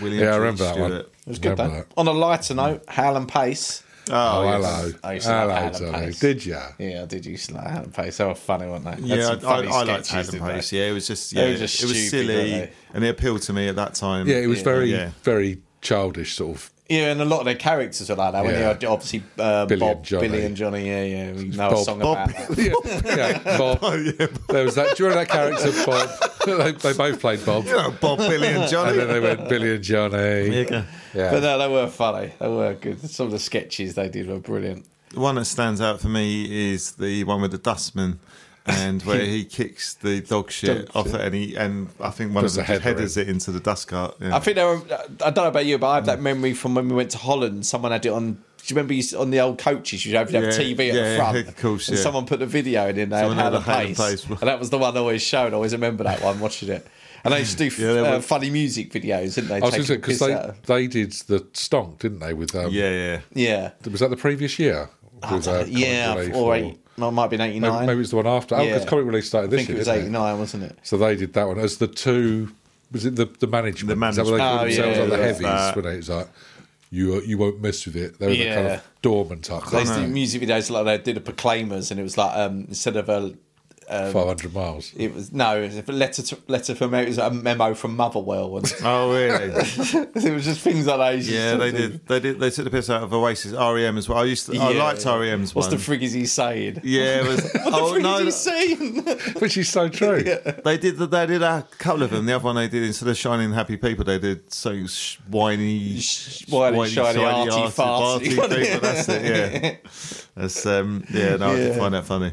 [SPEAKER 2] William
[SPEAKER 1] yeah, I
[SPEAKER 2] G.
[SPEAKER 1] remember that one.
[SPEAKER 2] Stewart. It
[SPEAKER 3] it was good,
[SPEAKER 1] Remember
[SPEAKER 3] though.
[SPEAKER 1] that.
[SPEAKER 3] On a lighter note, Howlin' Pace.
[SPEAKER 1] Oh,
[SPEAKER 2] yes.
[SPEAKER 1] hello.
[SPEAKER 3] I used to love
[SPEAKER 1] hello,
[SPEAKER 3] Alan
[SPEAKER 1] Tony.
[SPEAKER 3] Pace.
[SPEAKER 1] Did you?
[SPEAKER 3] Yeah, I did used to like Howlin' Pace. They were funny, weren't they? Had
[SPEAKER 2] Yeah, I,
[SPEAKER 3] some
[SPEAKER 2] I,
[SPEAKER 3] funny
[SPEAKER 2] I liked
[SPEAKER 3] sketches,
[SPEAKER 2] Howlin'
[SPEAKER 3] didn't they?
[SPEAKER 2] Pace. Yeah, it was just yeah,
[SPEAKER 3] They were just
[SPEAKER 2] it was
[SPEAKER 3] stupid,
[SPEAKER 2] silly,
[SPEAKER 3] weren't
[SPEAKER 2] and it appealed to me at that time.
[SPEAKER 1] Yeah, it was very,
[SPEAKER 2] Yeah.
[SPEAKER 1] very childish, sort of.
[SPEAKER 3] Yeah, and a lot of their characters were like that. weren't
[SPEAKER 1] Yeah.
[SPEAKER 3] they? obviously uh,
[SPEAKER 1] Billy
[SPEAKER 3] Bob,
[SPEAKER 1] and Johnny.
[SPEAKER 3] Billy and Johnny. Yeah, yeah, we know a
[SPEAKER 1] Bob-
[SPEAKER 3] song
[SPEAKER 2] Bob-
[SPEAKER 3] about that.
[SPEAKER 1] Yeah, yeah, Bob.
[SPEAKER 2] Oh,
[SPEAKER 1] There was that. Do you remember that character, Bob? they, they both played Bob,
[SPEAKER 2] You know, Bob, Billy, and
[SPEAKER 1] and
[SPEAKER 2] Johnny.
[SPEAKER 1] then they went Billy and Johnny.
[SPEAKER 2] Yeah.
[SPEAKER 1] Yeah.
[SPEAKER 3] But no, they were funny. They were good. Some of the sketches they did were brilliant.
[SPEAKER 2] The one that stands out for me is the one with the dustman. And where he kicks the dog shit off at any, and I think one
[SPEAKER 1] Puts
[SPEAKER 2] of them
[SPEAKER 1] a
[SPEAKER 2] just
[SPEAKER 1] header
[SPEAKER 2] headers it into the dust cart. Yeah.
[SPEAKER 3] I think there were, I don't know about you, but I have
[SPEAKER 2] Mm.
[SPEAKER 3] that memory from when we went to Holland. Someone had it on. Do you remember you, on the old coaches? You'd have, you'd have
[SPEAKER 2] Yeah,
[SPEAKER 3] TV at
[SPEAKER 2] yeah,
[SPEAKER 3] the front.
[SPEAKER 2] of course,
[SPEAKER 3] And
[SPEAKER 2] yeah.
[SPEAKER 3] someone put the video in and they
[SPEAKER 2] Someone had
[SPEAKER 3] had, had a
[SPEAKER 2] the Highland
[SPEAKER 3] pace.
[SPEAKER 2] Pace.
[SPEAKER 3] And that was the one I always showed. I always remember that one, watching it. And they used to do
[SPEAKER 2] Yeah, they
[SPEAKER 3] uh,
[SPEAKER 2] were-
[SPEAKER 3] funny music videos, didn't they?
[SPEAKER 1] I was going to
[SPEAKER 3] Taking
[SPEAKER 1] say
[SPEAKER 3] the
[SPEAKER 1] because
[SPEAKER 3] piss out
[SPEAKER 1] they,
[SPEAKER 3] of-
[SPEAKER 1] they did the stonk, didn't they? With um,
[SPEAKER 2] yeah, yeah.
[SPEAKER 3] Yeah. Oh,
[SPEAKER 1] was that the previous year?
[SPEAKER 3] I
[SPEAKER 1] With,
[SPEAKER 3] don't know.
[SPEAKER 1] uh,
[SPEAKER 3] yeah,
[SPEAKER 1] Comic Relief
[SPEAKER 3] or eight, no, it might have been
[SPEAKER 1] Maybe,
[SPEAKER 3] 89.
[SPEAKER 1] maybe it was the one after. Oh, because
[SPEAKER 3] Yeah.
[SPEAKER 1] comic relief started
[SPEAKER 3] I
[SPEAKER 1] this
[SPEAKER 3] think it
[SPEAKER 1] year.
[SPEAKER 3] was
[SPEAKER 1] didn't
[SPEAKER 3] 89, wasn't it?
[SPEAKER 1] So they did that one as the two. Was it the the management?
[SPEAKER 2] The
[SPEAKER 1] Is that what they called
[SPEAKER 3] management.
[SPEAKER 1] themselves?
[SPEAKER 3] Oh,
[SPEAKER 1] like the
[SPEAKER 3] yeah,
[SPEAKER 1] heavies.
[SPEAKER 2] yeah.
[SPEAKER 1] When it was like you you won't mess with it. They were the kind
[SPEAKER 3] Yeah.
[SPEAKER 1] of doorman type.
[SPEAKER 3] They
[SPEAKER 1] thing.
[SPEAKER 3] used to do music videos like they did the Proclaimers, and it was like um, instead of a um,
[SPEAKER 1] 500 miles.
[SPEAKER 3] it was no, it was a letter to, letter from it was a memo from Motherwell, and
[SPEAKER 2] Oh, really?
[SPEAKER 3] it was just things like that. It's just-
[SPEAKER 2] yeah, they did. They did. They took the piss out of Oasis, REM as well. I used to. I
[SPEAKER 3] Yeah.
[SPEAKER 2] liked E REM's
[SPEAKER 3] What's
[SPEAKER 2] one.
[SPEAKER 3] the frig is he saying?
[SPEAKER 2] yeah, it was. oh
[SPEAKER 3] Frig
[SPEAKER 2] no,
[SPEAKER 3] is he saying?
[SPEAKER 1] Which is so true.
[SPEAKER 2] they did. They did a couple of them. The other one they did instead of shining happy people, they did so sh- whiny,
[SPEAKER 3] Sh- whiny, shiny, arty, farty.
[SPEAKER 2] people. That's it. Yeah, that's um, yeah. No, I did
[SPEAKER 3] Yeah.
[SPEAKER 2] find that funny.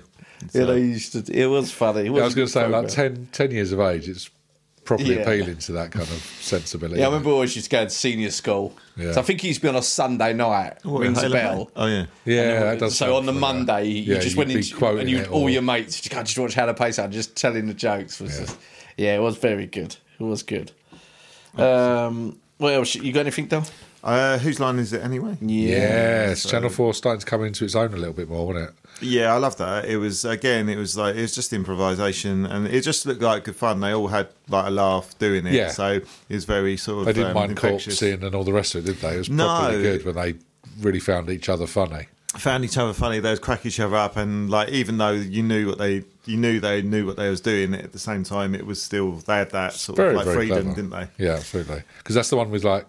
[SPEAKER 3] yeah,
[SPEAKER 2] So-
[SPEAKER 3] they used to. It was funny. It
[SPEAKER 1] I was
[SPEAKER 3] a
[SPEAKER 1] going
[SPEAKER 3] good
[SPEAKER 1] to say, like
[SPEAKER 3] programme.
[SPEAKER 1] 10, 10 years of age, it's probably
[SPEAKER 3] Yeah.
[SPEAKER 1] appealing to that kind of sensibility.
[SPEAKER 3] Yeah, I remember always used to go to senior school.
[SPEAKER 1] Yeah.
[SPEAKER 3] So I think he used to be on a Sunday night.
[SPEAKER 2] What,
[SPEAKER 3] rings a
[SPEAKER 2] Halo
[SPEAKER 3] bell.
[SPEAKER 2] Bay? Oh yeah.
[SPEAKER 1] Yeah,
[SPEAKER 3] And
[SPEAKER 1] that does
[SPEAKER 3] so
[SPEAKER 1] sound
[SPEAKER 3] on the
[SPEAKER 1] familiar.
[SPEAKER 3] Monday, you
[SPEAKER 1] Yeah,
[SPEAKER 3] just
[SPEAKER 1] you'd
[SPEAKER 3] went
[SPEAKER 1] be
[SPEAKER 3] into
[SPEAKER 1] quoting
[SPEAKER 3] and you,
[SPEAKER 1] it
[SPEAKER 3] all
[SPEAKER 1] or-
[SPEAKER 3] your mates, you can't just watch Jalapesa and just telling the jokes. Was yeah. Just, yeah, it was very good. It was good. Um, what else? You got anything, Dom?
[SPEAKER 2] Uh, whose line is it anyway?
[SPEAKER 1] Yes, Channel 4 starting to come into its own a little bit more, wasn't it?
[SPEAKER 2] Yeah, I love that. It was again, it was like it was just improvisation, and it just looked like good fun. They all had like a laugh doing it,
[SPEAKER 1] Yeah.
[SPEAKER 2] so it was very sort of.
[SPEAKER 1] They didn't
[SPEAKER 2] um,
[SPEAKER 1] mind
[SPEAKER 2] infectious.
[SPEAKER 1] corpsing and all the rest of it, did they? It was
[SPEAKER 2] No.
[SPEAKER 1] properly good when they really found each other funny.
[SPEAKER 2] found each other funny. They would crack each other up, and like even though you knew what they you knew they knew what they was doing, at the same time it was still they had that sort
[SPEAKER 1] Very,
[SPEAKER 2] of like
[SPEAKER 1] very
[SPEAKER 2] freedom,
[SPEAKER 1] clever.
[SPEAKER 2] didn't they?
[SPEAKER 1] Yeah, absolutely. Because that's the one with like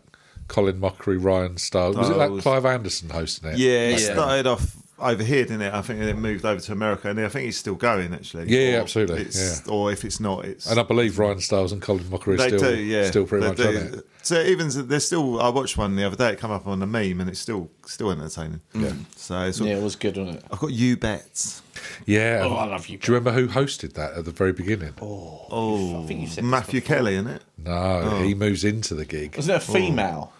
[SPEAKER 1] Colin Mockery, Ryan Stiles. Was it like
[SPEAKER 2] Stiles.
[SPEAKER 1] Clive Anderson hosting it?
[SPEAKER 2] Yeah, it
[SPEAKER 1] Back then?
[SPEAKER 2] started off over here, didn't it? I think and it moved over to America, and I think it's still going actually.
[SPEAKER 1] Yeah, yeah, absolutely,
[SPEAKER 2] It's, Or if it's not, it's
[SPEAKER 1] And I believe Ryan Stiles and Colin Mockery are
[SPEAKER 2] they
[SPEAKER 1] still,
[SPEAKER 2] do, yeah,
[SPEAKER 1] still pretty
[SPEAKER 2] They
[SPEAKER 1] much
[SPEAKER 2] do.
[SPEAKER 1] on it.
[SPEAKER 2] So even so, there's still. I watched one the other day. It come up on a meme, and it's still still entertaining. Yeah. So it's all,
[SPEAKER 3] Yeah, it was good, wasn't it?
[SPEAKER 2] I've got you bets.
[SPEAKER 1] Yeah.
[SPEAKER 3] Oh, I love you.
[SPEAKER 1] Do you remember who hosted that at the very beginning?
[SPEAKER 2] Oh,
[SPEAKER 3] think you said this
[SPEAKER 2] Matthew Kelly, isn't it?
[SPEAKER 1] No, he moves into the gig.
[SPEAKER 3] Wasn't it a female?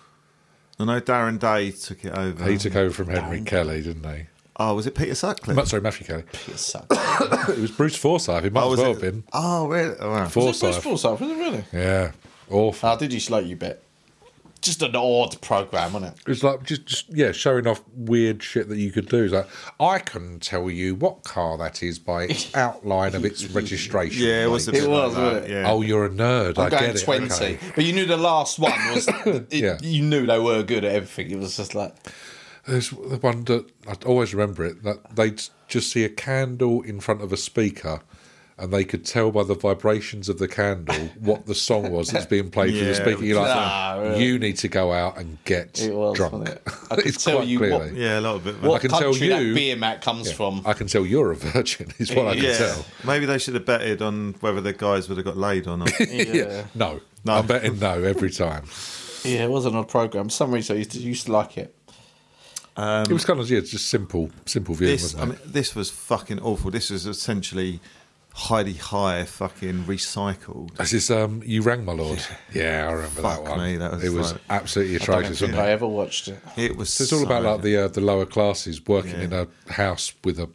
[SPEAKER 2] I know Darren Day took it over.
[SPEAKER 1] He took over from Henry Kelly, didn't he?
[SPEAKER 2] Oh, was it Peter Sutcliffe?
[SPEAKER 1] Ma- Sorry, Matthew Kelly.
[SPEAKER 3] It sucked.
[SPEAKER 1] It was Bruce Forsyth. It might
[SPEAKER 2] oh,
[SPEAKER 1] as
[SPEAKER 2] was
[SPEAKER 1] well
[SPEAKER 2] it-
[SPEAKER 1] have been.
[SPEAKER 2] Oh, really? Oh, wow.
[SPEAKER 3] was it Bruce
[SPEAKER 1] Forsyth.
[SPEAKER 3] Forsyth? Was it really?
[SPEAKER 1] Yeah. Awful.
[SPEAKER 3] Oh, did you slow you bet? Just an odd program, wasn't it?
[SPEAKER 1] It was like just, just yeah, showing off weird shit that you could do. It's Like I can tell you what car that is by its outline of its registration.
[SPEAKER 2] Yeah, it was. A
[SPEAKER 1] plate.
[SPEAKER 2] bit like
[SPEAKER 3] was,
[SPEAKER 2] that,
[SPEAKER 3] wasn't it?
[SPEAKER 2] Yeah.
[SPEAKER 1] Oh, you're a nerd. i
[SPEAKER 3] I'm
[SPEAKER 1] get
[SPEAKER 3] going
[SPEAKER 1] it.
[SPEAKER 3] twenty,
[SPEAKER 1] Okay.
[SPEAKER 3] but you knew the last one was. it,
[SPEAKER 1] Yeah.
[SPEAKER 3] You knew they were good at everything. It was just like
[SPEAKER 1] There's the one that I always remember it that they'd just see a candle in front of a speaker. And they could tell by the vibrations of the candle what the song was that's being played through the
[SPEAKER 2] Yeah,
[SPEAKER 1] speaker. You're like,
[SPEAKER 3] Ah, really?
[SPEAKER 1] you need to go out and get
[SPEAKER 3] It was,
[SPEAKER 1] drunk.
[SPEAKER 3] wasn't it? I could
[SPEAKER 1] it's
[SPEAKER 3] tell
[SPEAKER 1] quite
[SPEAKER 3] you what-
[SPEAKER 1] clearly.
[SPEAKER 2] Yeah, a lot of it.
[SPEAKER 3] what
[SPEAKER 1] I can tell
[SPEAKER 3] country
[SPEAKER 1] you-
[SPEAKER 3] that beer mat comes from.
[SPEAKER 1] I can tell you're a virgin. Is what I can
[SPEAKER 2] yeah.
[SPEAKER 1] tell.
[SPEAKER 2] Maybe they should have betted on whether the guys would have got laid or not.
[SPEAKER 1] Yeah. No.
[SPEAKER 2] No.
[SPEAKER 1] I'm betting no every time.
[SPEAKER 3] Yeah, it was an odd program. For some reason, I used to, used to like it.
[SPEAKER 1] it was kind of yeah, just simple, simple viewing,
[SPEAKER 2] this,
[SPEAKER 1] wasn't
[SPEAKER 2] I
[SPEAKER 1] it?
[SPEAKER 2] mean, this was fucking awful. This was essentially Heidi High fucking recycled.
[SPEAKER 1] this is um, you rang my lord. Yeah, I remember that
[SPEAKER 2] Fuck
[SPEAKER 1] one.
[SPEAKER 2] me, that was
[SPEAKER 1] it was
[SPEAKER 2] like-
[SPEAKER 1] absolutely atrocious.
[SPEAKER 3] If
[SPEAKER 1] Wasn't
[SPEAKER 3] I
[SPEAKER 1] it?
[SPEAKER 3] ever watched it.
[SPEAKER 2] It was.
[SPEAKER 1] So it's all about like the uh, the lower classes working
[SPEAKER 2] Yeah.
[SPEAKER 1] in a house with a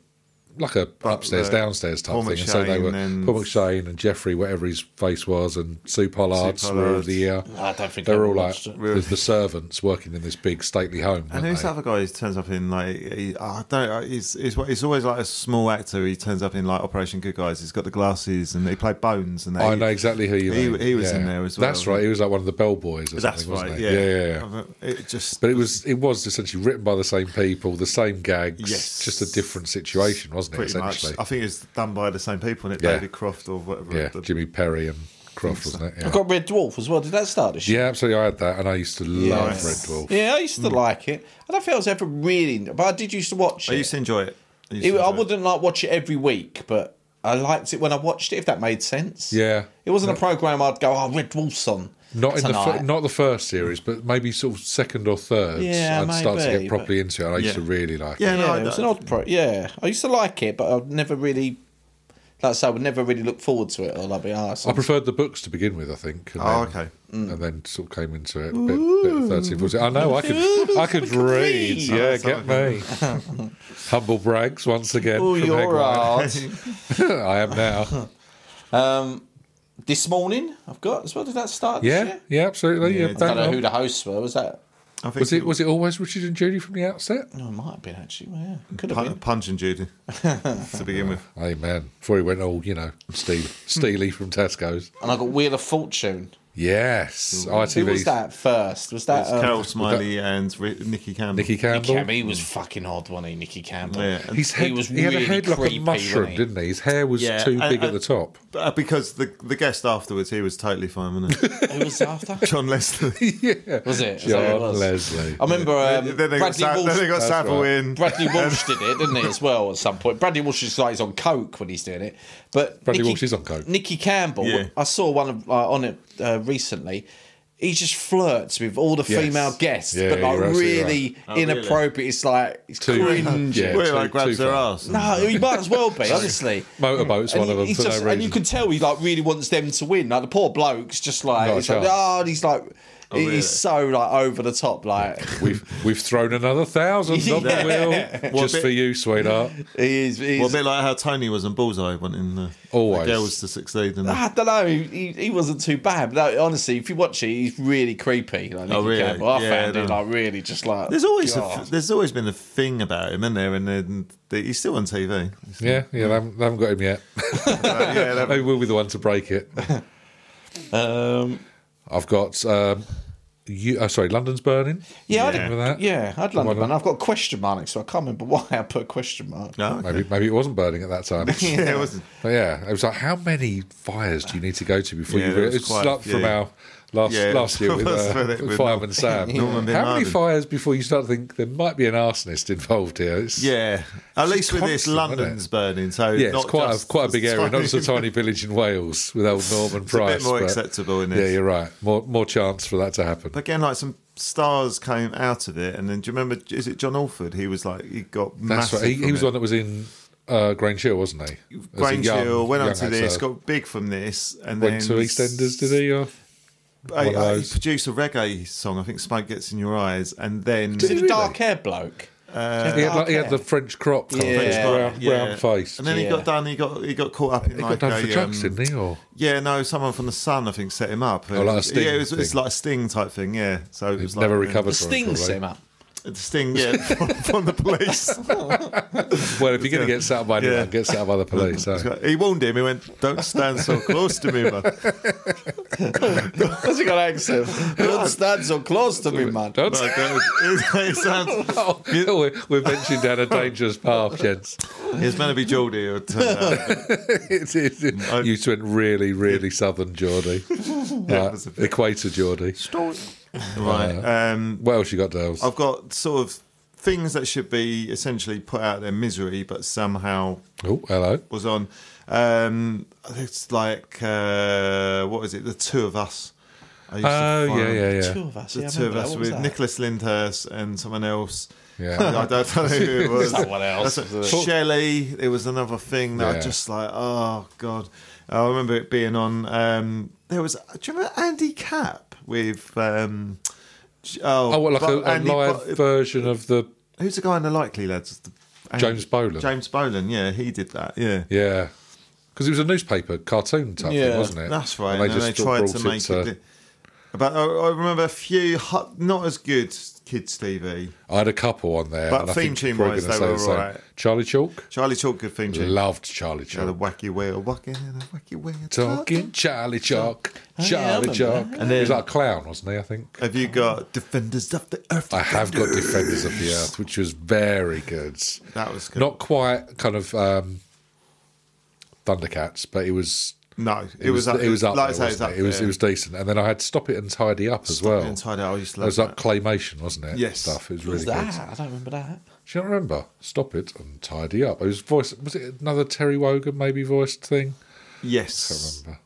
[SPEAKER 1] like a upstairs
[SPEAKER 2] uh,
[SPEAKER 1] downstairs type
[SPEAKER 2] Paul
[SPEAKER 1] thing, and so they
[SPEAKER 2] McShane
[SPEAKER 1] were
[SPEAKER 2] and-
[SPEAKER 1] Paul McShane and Jeffrey, whatever his face was, and Sue Pollard,
[SPEAKER 2] Sue
[SPEAKER 1] Swear
[SPEAKER 2] Pollard.
[SPEAKER 1] of the Year.
[SPEAKER 3] I don't think
[SPEAKER 1] They
[SPEAKER 3] I
[SPEAKER 1] were all like
[SPEAKER 3] watched it.
[SPEAKER 1] the, the servants working in this big stately home.
[SPEAKER 2] And
[SPEAKER 1] weren't
[SPEAKER 2] who's
[SPEAKER 1] they?
[SPEAKER 2] the other guy who turns up in like he, I don't know, he's, he's he's always like a small actor. He turns up in like Operation Good Guys. He's got the glasses and he played Bones and that.
[SPEAKER 1] I know exactly who you
[SPEAKER 2] He-
[SPEAKER 1] mean.
[SPEAKER 2] he was in there as well,
[SPEAKER 1] That's right. He was like one of the bellboys or
[SPEAKER 2] That's
[SPEAKER 1] something, wasn't
[SPEAKER 2] right.
[SPEAKER 1] he?
[SPEAKER 2] Yeah.
[SPEAKER 1] yeah, yeah.
[SPEAKER 2] It just
[SPEAKER 1] But it was it was essentially written by the same people, the same gags,
[SPEAKER 2] Yes.
[SPEAKER 1] just a different situation, wasn't it?
[SPEAKER 2] pretty much.
[SPEAKER 1] Essentially,
[SPEAKER 2] I think it's done by the same people, and it
[SPEAKER 1] Yeah.
[SPEAKER 2] David Croft or whatever.
[SPEAKER 1] yeah.
[SPEAKER 2] the-
[SPEAKER 1] Jimmy Perry and Croft, wasn't it?
[SPEAKER 3] I
[SPEAKER 1] Yeah.
[SPEAKER 3] got Red Dwarf as well. Did that start this year?
[SPEAKER 1] yeah, absolutely. I had that, and I used to love
[SPEAKER 3] Yes.
[SPEAKER 1] Red Dwarf.
[SPEAKER 3] Yeah, I used
[SPEAKER 1] Hmm.
[SPEAKER 3] to like it. I don't think I was ever really, but I did used to watch
[SPEAKER 2] I
[SPEAKER 3] it.
[SPEAKER 2] Oh, used to enjoy it. I, used to
[SPEAKER 3] It- I
[SPEAKER 2] enjoy it.
[SPEAKER 3] wouldn't like watch it every week, but I liked it when I watched it. If that made sense.
[SPEAKER 1] Yeah.
[SPEAKER 3] It wasn't a program I'd go, oh, Red Dwarf's on.
[SPEAKER 1] Not in the
[SPEAKER 3] tonight."
[SPEAKER 1] fir- not the first series, but maybe sort of second or third.
[SPEAKER 3] Yeah,
[SPEAKER 1] I'd start to
[SPEAKER 3] maybe,
[SPEAKER 1] get properly into it. and I used
[SPEAKER 2] Yeah.
[SPEAKER 1] to really like
[SPEAKER 2] Yeah,
[SPEAKER 1] it.
[SPEAKER 2] no,
[SPEAKER 3] yeah,
[SPEAKER 2] I,
[SPEAKER 3] it was an odd pro. Yeah, I used to like it, but I've never really, like I say, I would never really look forward to it or like be "Oh, asked.
[SPEAKER 1] I preferred the books to begin with, I think. And
[SPEAKER 2] Oh,
[SPEAKER 1] then,
[SPEAKER 2] okay.
[SPEAKER 3] Mm.
[SPEAKER 1] And then sort of came into it a bit, bit of 13, 14. I know, I could, I could read.
[SPEAKER 3] read.
[SPEAKER 1] Yeah,
[SPEAKER 2] that's
[SPEAKER 1] get me. Humble brags once again.
[SPEAKER 3] Oh,
[SPEAKER 1] from
[SPEAKER 3] you're
[SPEAKER 1] Hegwine.
[SPEAKER 3] right.
[SPEAKER 1] I am now.
[SPEAKER 3] Um, this morning I've got as well. Did that start? this
[SPEAKER 1] Yeah,
[SPEAKER 3] year?
[SPEAKER 1] yeah, absolutely. Yeah,
[SPEAKER 2] Yeah,
[SPEAKER 3] I
[SPEAKER 1] bang
[SPEAKER 3] don't know
[SPEAKER 1] on.
[SPEAKER 3] who the hosts were. Was that?
[SPEAKER 2] I think
[SPEAKER 1] was it was it always Richard and Judy from the outset?
[SPEAKER 3] No, it might have been actually. Well, yeah, could have
[SPEAKER 2] Pun-
[SPEAKER 3] been.
[SPEAKER 2] Punch and Judy to begin with.
[SPEAKER 1] Amen. Before he went all, you know, steel, steely from Tesco's.
[SPEAKER 3] And I got Wheel of Fortune.
[SPEAKER 1] Yes,
[SPEAKER 3] Who was
[SPEAKER 1] ITV's
[SPEAKER 3] that first? Was that
[SPEAKER 2] It's
[SPEAKER 3] um,
[SPEAKER 2] Carol Smiley and Ri Nicky Campbell.
[SPEAKER 1] Nicky Campbell.
[SPEAKER 3] Campbell? He was fucking odd, wasn't he, Nicky Campbell?
[SPEAKER 2] Yeah, and-
[SPEAKER 1] His head,
[SPEAKER 3] he
[SPEAKER 1] he,
[SPEAKER 3] was
[SPEAKER 1] had a
[SPEAKER 3] really
[SPEAKER 1] head like a
[SPEAKER 3] creepy,
[SPEAKER 1] mushroom,
[SPEAKER 3] wasn't he?
[SPEAKER 1] didn't he? His hair was
[SPEAKER 2] Yeah,
[SPEAKER 1] too
[SPEAKER 2] and-
[SPEAKER 1] big at
[SPEAKER 2] and-
[SPEAKER 1] the top.
[SPEAKER 2] Uh, because the the guest afterwards, he was totally fine, wasn't it?
[SPEAKER 3] Who was after?
[SPEAKER 2] John
[SPEAKER 3] Um,
[SPEAKER 2] Lester.
[SPEAKER 1] yeah.
[SPEAKER 3] Was it? Is that who it
[SPEAKER 1] John
[SPEAKER 3] was?
[SPEAKER 1] Leslie.
[SPEAKER 3] I remember um,
[SPEAKER 2] then they got,
[SPEAKER 3] Bradley
[SPEAKER 2] Sa- then
[SPEAKER 3] Walsh.
[SPEAKER 2] they got Savile in.
[SPEAKER 3] Bradley Walsh
[SPEAKER 1] Um,
[SPEAKER 3] did it, didn't he, as well, at some point? Bradley Walsh is like he's on coke when he's doing it. But
[SPEAKER 1] Bradley Walsh is on coke.
[SPEAKER 3] Nicky Campbell,
[SPEAKER 2] Yeah.
[SPEAKER 3] I saw one of, uh, on it uh, recently. He just flirts with all the
[SPEAKER 1] Yes.
[SPEAKER 3] female guests,
[SPEAKER 1] Yeah,
[SPEAKER 3] but like
[SPEAKER 1] you're absolutely
[SPEAKER 3] really
[SPEAKER 2] Oh, really?
[SPEAKER 3] inappropriate. It's like it's
[SPEAKER 1] Too-
[SPEAKER 3] cringe.
[SPEAKER 1] Yeah,
[SPEAKER 2] Where he,
[SPEAKER 1] too-
[SPEAKER 2] like grabs
[SPEAKER 1] too
[SPEAKER 2] her
[SPEAKER 1] far.
[SPEAKER 2] ass.
[SPEAKER 3] No, he might as well be, honestly.
[SPEAKER 1] Motorboat's one
[SPEAKER 3] he-
[SPEAKER 1] of them
[SPEAKER 3] he's
[SPEAKER 1] for
[SPEAKER 3] just-
[SPEAKER 1] no reason.
[SPEAKER 3] And you can tell he like really wants them to win. Like the poor bloke's just like,
[SPEAKER 1] Not a
[SPEAKER 3] it's like,
[SPEAKER 1] chance.
[SPEAKER 3] oh, and he's like,
[SPEAKER 2] really?
[SPEAKER 3] he's so like over the top. Like
[SPEAKER 1] We've we've thrown another thousand on
[SPEAKER 3] Yeah.
[SPEAKER 1] the wheel
[SPEAKER 2] Well,
[SPEAKER 1] just
[SPEAKER 2] bit-
[SPEAKER 1] for you, sweetheart.
[SPEAKER 3] he is. He's,
[SPEAKER 2] Well, a bit like how Tony was in Bullseye, wanting the, the
[SPEAKER 1] Always.
[SPEAKER 2] girls to succeed. And
[SPEAKER 3] I don't know. He, he, he wasn't too bad. No, honestly, if you watch it, he's really creepy. Like, Nicky
[SPEAKER 2] Oh, really?
[SPEAKER 3] Campbell. I
[SPEAKER 2] Yeah,
[SPEAKER 3] found
[SPEAKER 2] I
[SPEAKER 3] him
[SPEAKER 2] know.
[SPEAKER 3] like really just like.
[SPEAKER 2] there's always a,
[SPEAKER 3] God.
[SPEAKER 2] there's always been a thing about him, isn't there? And then the, he's still on TV.
[SPEAKER 1] Yeah, yeah, they haven't, they haven't got him yet.
[SPEAKER 2] yeah, that-
[SPEAKER 1] Maybe we'll be the one to break it.
[SPEAKER 3] Um,
[SPEAKER 1] I've got, um, you, oh, sorry, London's burning.
[SPEAKER 3] yeah,
[SPEAKER 2] Yeah.
[SPEAKER 3] I'd,
[SPEAKER 1] Remember that?
[SPEAKER 3] yeah, I'd London man. I've got a question mark next, so I can't remember why I put a question mark.
[SPEAKER 2] No, okay.
[SPEAKER 1] Maybe maybe it wasn't burning at that time.
[SPEAKER 2] yeah, it wasn't.
[SPEAKER 1] But yeah, it was like, how many fires do you need to go to before
[SPEAKER 2] Yeah,
[SPEAKER 1] you?
[SPEAKER 2] that
[SPEAKER 1] Re-
[SPEAKER 2] was
[SPEAKER 1] it's
[SPEAKER 2] quite-
[SPEAKER 1] like from
[SPEAKER 2] yeah.
[SPEAKER 1] our last
[SPEAKER 2] Yeah,
[SPEAKER 1] last year with,
[SPEAKER 2] that's
[SPEAKER 1] uh,
[SPEAKER 2] what it-
[SPEAKER 1] with
[SPEAKER 2] with
[SPEAKER 1] Fireman Sam.
[SPEAKER 2] Norman Bin
[SPEAKER 1] how many
[SPEAKER 2] Laden.
[SPEAKER 1] fires before you start to think there might be an arsonist involved here? It's,
[SPEAKER 2] Yeah, at least with this,
[SPEAKER 1] constant, isn't it?
[SPEAKER 2] London's burning, so
[SPEAKER 1] yeah, it's
[SPEAKER 2] not
[SPEAKER 1] quite a,
[SPEAKER 2] just
[SPEAKER 1] quite a big area, not just a
[SPEAKER 2] Tony.
[SPEAKER 1] tiny village in Wales with old Norman
[SPEAKER 2] a bit
[SPEAKER 1] Price.
[SPEAKER 2] more
[SPEAKER 1] but-
[SPEAKER 2] acceptable in
[SPEAKER 1] Yeah,
[SPEAKER 2] this.
[SPEAKER 1] you're right. More more chance for that to happen.
[SPEAKER 2] But again, like some stars came out of it, and then do you remember? Is it John Alford? He was like he got
[SPEAKER 1] That's
[SPEAKER 2] massive.
[SPEAKER 1] right. He,
[SPEAKER 2] from
[SPEAKER 1] he was
[SPEAKER 2] it.
[SPEAKER 1] the one that was in uh, Grange Hill, wasn't he? As a
[SPEAKER 2] Grange
[SPEAKER 1] young-
[SPEAKER 2] Hill went on
[SPEAKER 1] young
[SPEAKER 2] to this,
[SPEAKER 1] actor.
[SPEAKER 2] got big from this, and
[SPEAKER 1] went
[SPEAKER 2] then
[SPEAKER 1] to EastEnders, did he? Or?
[SPEAKER 2] I-
[SPEAKER 1] One of
[SPEAKER 2] I- he
[SPEAKER 1] those.
[SPEAKER 2] produced a reggae song, I think "Smoke Gets in Your Eyes," and then
[SPEAKER 3] He's
[SPEAKER 1] Really?
[SPEAKER 3] a dark hair bloke.
[SPEAKER 2] Uh,
[SPEAKER 1] he, had, like, he had the French crop, yeah.
[SPEAKER 3] French crop,
[SPEAKER 1] round, round face.
[SPEAKER 2] and then he
[SPEAKER 3] Yeah.
[SPEAKER 2] got done. He got he got caught up in
[SPEAKER 1] He
[SPEAKER 2] like
[SPEAKER 1] got done
[SPEAKER 2] a
[SPEAKER 1] for drugs,
[SPEAKER 2] um,
[SPEAKER 1] didn't he? Or
[SPEAKER 2] yeah, no, someone from the Sun, I think, set him up.
[SPEAKER 1] Oh, like a Sting
[SPEAKER 2] yeah, it was it's
[SPEAKER 1] thing.
[SPEAKER 2] like a Sting type thing. Yeah, so it was
[SPEAKER 1] he's never
[SPEAKER 2] like,
[SPEAKER 1] recovered.
[SPEAKER 3] The
[SPEAKER 1] from it,
[SPEAKER 3] sting
[SPEAKER 1] probably.
[SPEAKER 3] him up.
[SPEAKER 2] The Sting, yeah, from, from the police.
[SPEAKER 1] Well, if you're going to get set up by anyone,
[SPEAKER 2] Yeah.
[SPEAKER 1] get set up by the police. eh?
[SPEAKER 2] he warned him. He went, "Don't stand so close to me, man."
[SPEAKER 3] Has he got an accent? Don't stand so close to me, man.
[SPEAKER 1] Don't-
[SPEAKER 2] Like, that was- it, it sounds,
[SPEAKER 1] Oh, we're, we're venturing down a dangerous path, gents.
[SPEAKER 2] it's meant to be Geordie. It turned out
[SPEAKER 1] It's, it's, you two went really, really southern Geordie,
[SPEAKER 2] it
[SPEAKER 1] uh,
[SPEAKER 2] was a bit-
[SPEAKER 1] equator Geordie.
[SPEAKER 2] right. Um,
[SPEAKER 1] What else you got, Dales?
[SPEAKER 2] I've got sort of things that should be essentially put out of their misery, but somehow
[SPEAKER 1] Oh, hello.
[SPEAKER 2] was on. Um, it's like uh, what is it? The two of us. I used to
[SPEAKER 1] Oh, yeah,
[SPEAKER 2] find-
[SPEAKER 1] yeah, yeah.
[SPEAKER 3] Two of us.
[SPEAKER 2] The
[SPEAKER 3] yeah, I
[SPEAKER 2] two of
[SPEAKER 3] remember that.
[SPEAKER 2] us
[SPEAKER 3] What was
[SPEAKER 2] with
[SPEAKER 3] that?
[SPEAKER 2] Nicholas Lyndhurst and someone else.
[SPEAKER 1] Yeah.
[SPEAKER 2] I don't know who it was.
[SPEAKER 3] Someone else.
[SPEAKER 2] That's it. Shelley. There was another thing that I
[SPEAKER 1] Yeah.
[SPEAKER 2] just like. Oh god, I remember it being on. Um, there was. Do you remember Andy Cap with? Um, j- oh,
[SPEAKER 1] Oh, what, like a,
[SPEAKER 2] Bo-
[SPEAKER 1] a
[SPEAKER 2] Andy
[SPEAKER 1] live
[SPEAKER 2] Bo-
[SPEAKER 1] version of the.
[SPEAKER 2] Who's the guy in the Likely Lads? The- Andy-
[SPEAKER 1] James Bolan.
[SPEAKER 2] James Bolan. Yeah, he did that. Yeah.
[SPEAKER 1] Yeah. Because it was a newspaper cartoon type thing,
[SPEAKER 3] Yeah.
[SPEAKER 1] wasn't it?
[SPEAKER 2] That's right.
[SPEAKER 1] And they just sort
[SPEAKER 2] tried
[SPEAKER 1] of
[SPEAKER 2] to
[SPEAKER 1] brought
[SPEAKER 2] make
[SPEAKER 1] it
[SPEAKER 2] it. But I, I remember a few hu- not as good kids TV.
[SPEAKER 1] I had a couple on there.
[SPEAKER 2] But
[SPEAKER 1] and I
[SPEAKER 2] theme
[SPEAKER 1] think
[SPEAKER 2] tune
[SPEAKER 1] we're
[SPEAKER 2] wise,
[SPEAKER 1] gonna
[SPEAKER 2] they
[SPEAKER 1] say
[SPEAKER 2] were
[SPEAKER 1] the same.
[SPEAKER 2] alright.
[SPEAKER 1] Charlie Chalk?
[SPEAKER 2] Charlie Chalk good theme tune.
[SPEAKER 1] Loved Charlie
[SPEAKER 2] Had a
[SPEAKER 1] Chalk.
[SPEAKER 2] wacky wheel, walking in a wacky wheel.
[SPEAKER 1] Talking Charlie Chalk.
[SPEAKER 3] Oh, yeah, I
[SPEAKER 1] Charlie
[SPEAKER 3] remember
[SPEAKER 1] Chalk.
[SPEAKER 3] that.
[SPEAKER 1] And he was like a clown, wasn't he? I think.
[SPEAKER 2] Have you got Defenders of the Earth?
[SPEAKER 1] I have got Defenders of the Earth, which was very good.
[SPEAKER 2] That was good.
[SPEAKER 1] Not quite kind of um, Thundercats, but it was.
[SPEAKER 2] No, it, was, up,
[SPEAKER 1] it was up.
[SPEAKER 2] Like I
[SPEAKER 1] there,
[SPEAKER 2] say, it was
[SPEAKER 1] wasn't
[SPEAKER 2] up.
[SPEAKER 1] it? It was
[SPEAKER 2] there.
[SPEAKER 1] it was decent, and then I had Stop It and Tidy Up as well.
[SPEAKER 2] And tied out. I used to
[SPEAKER 1] That
[SPEAKER 2] love
[SPEAKER 1] was like
[SPEAKER 2] that.
[SPEAKER 1] claymation, wasn't it?
[SPEAKER 2] Yes.
[SPEAKER 1] stuff. It was
[SPEAKER 3] What
[SPEAKER 1] really
[SPEAKER 3] was
[SPEAKER 1] good.
[SPEAKER 3] that? I don't remember that.
[SPEAKER 1] Do you not remember? Stop it and tidy up. It was voice. Was it another Terry Wogan maybe voiced thing?
[SPEAKER 2] Yes.
[SPEAKER 1] Remember?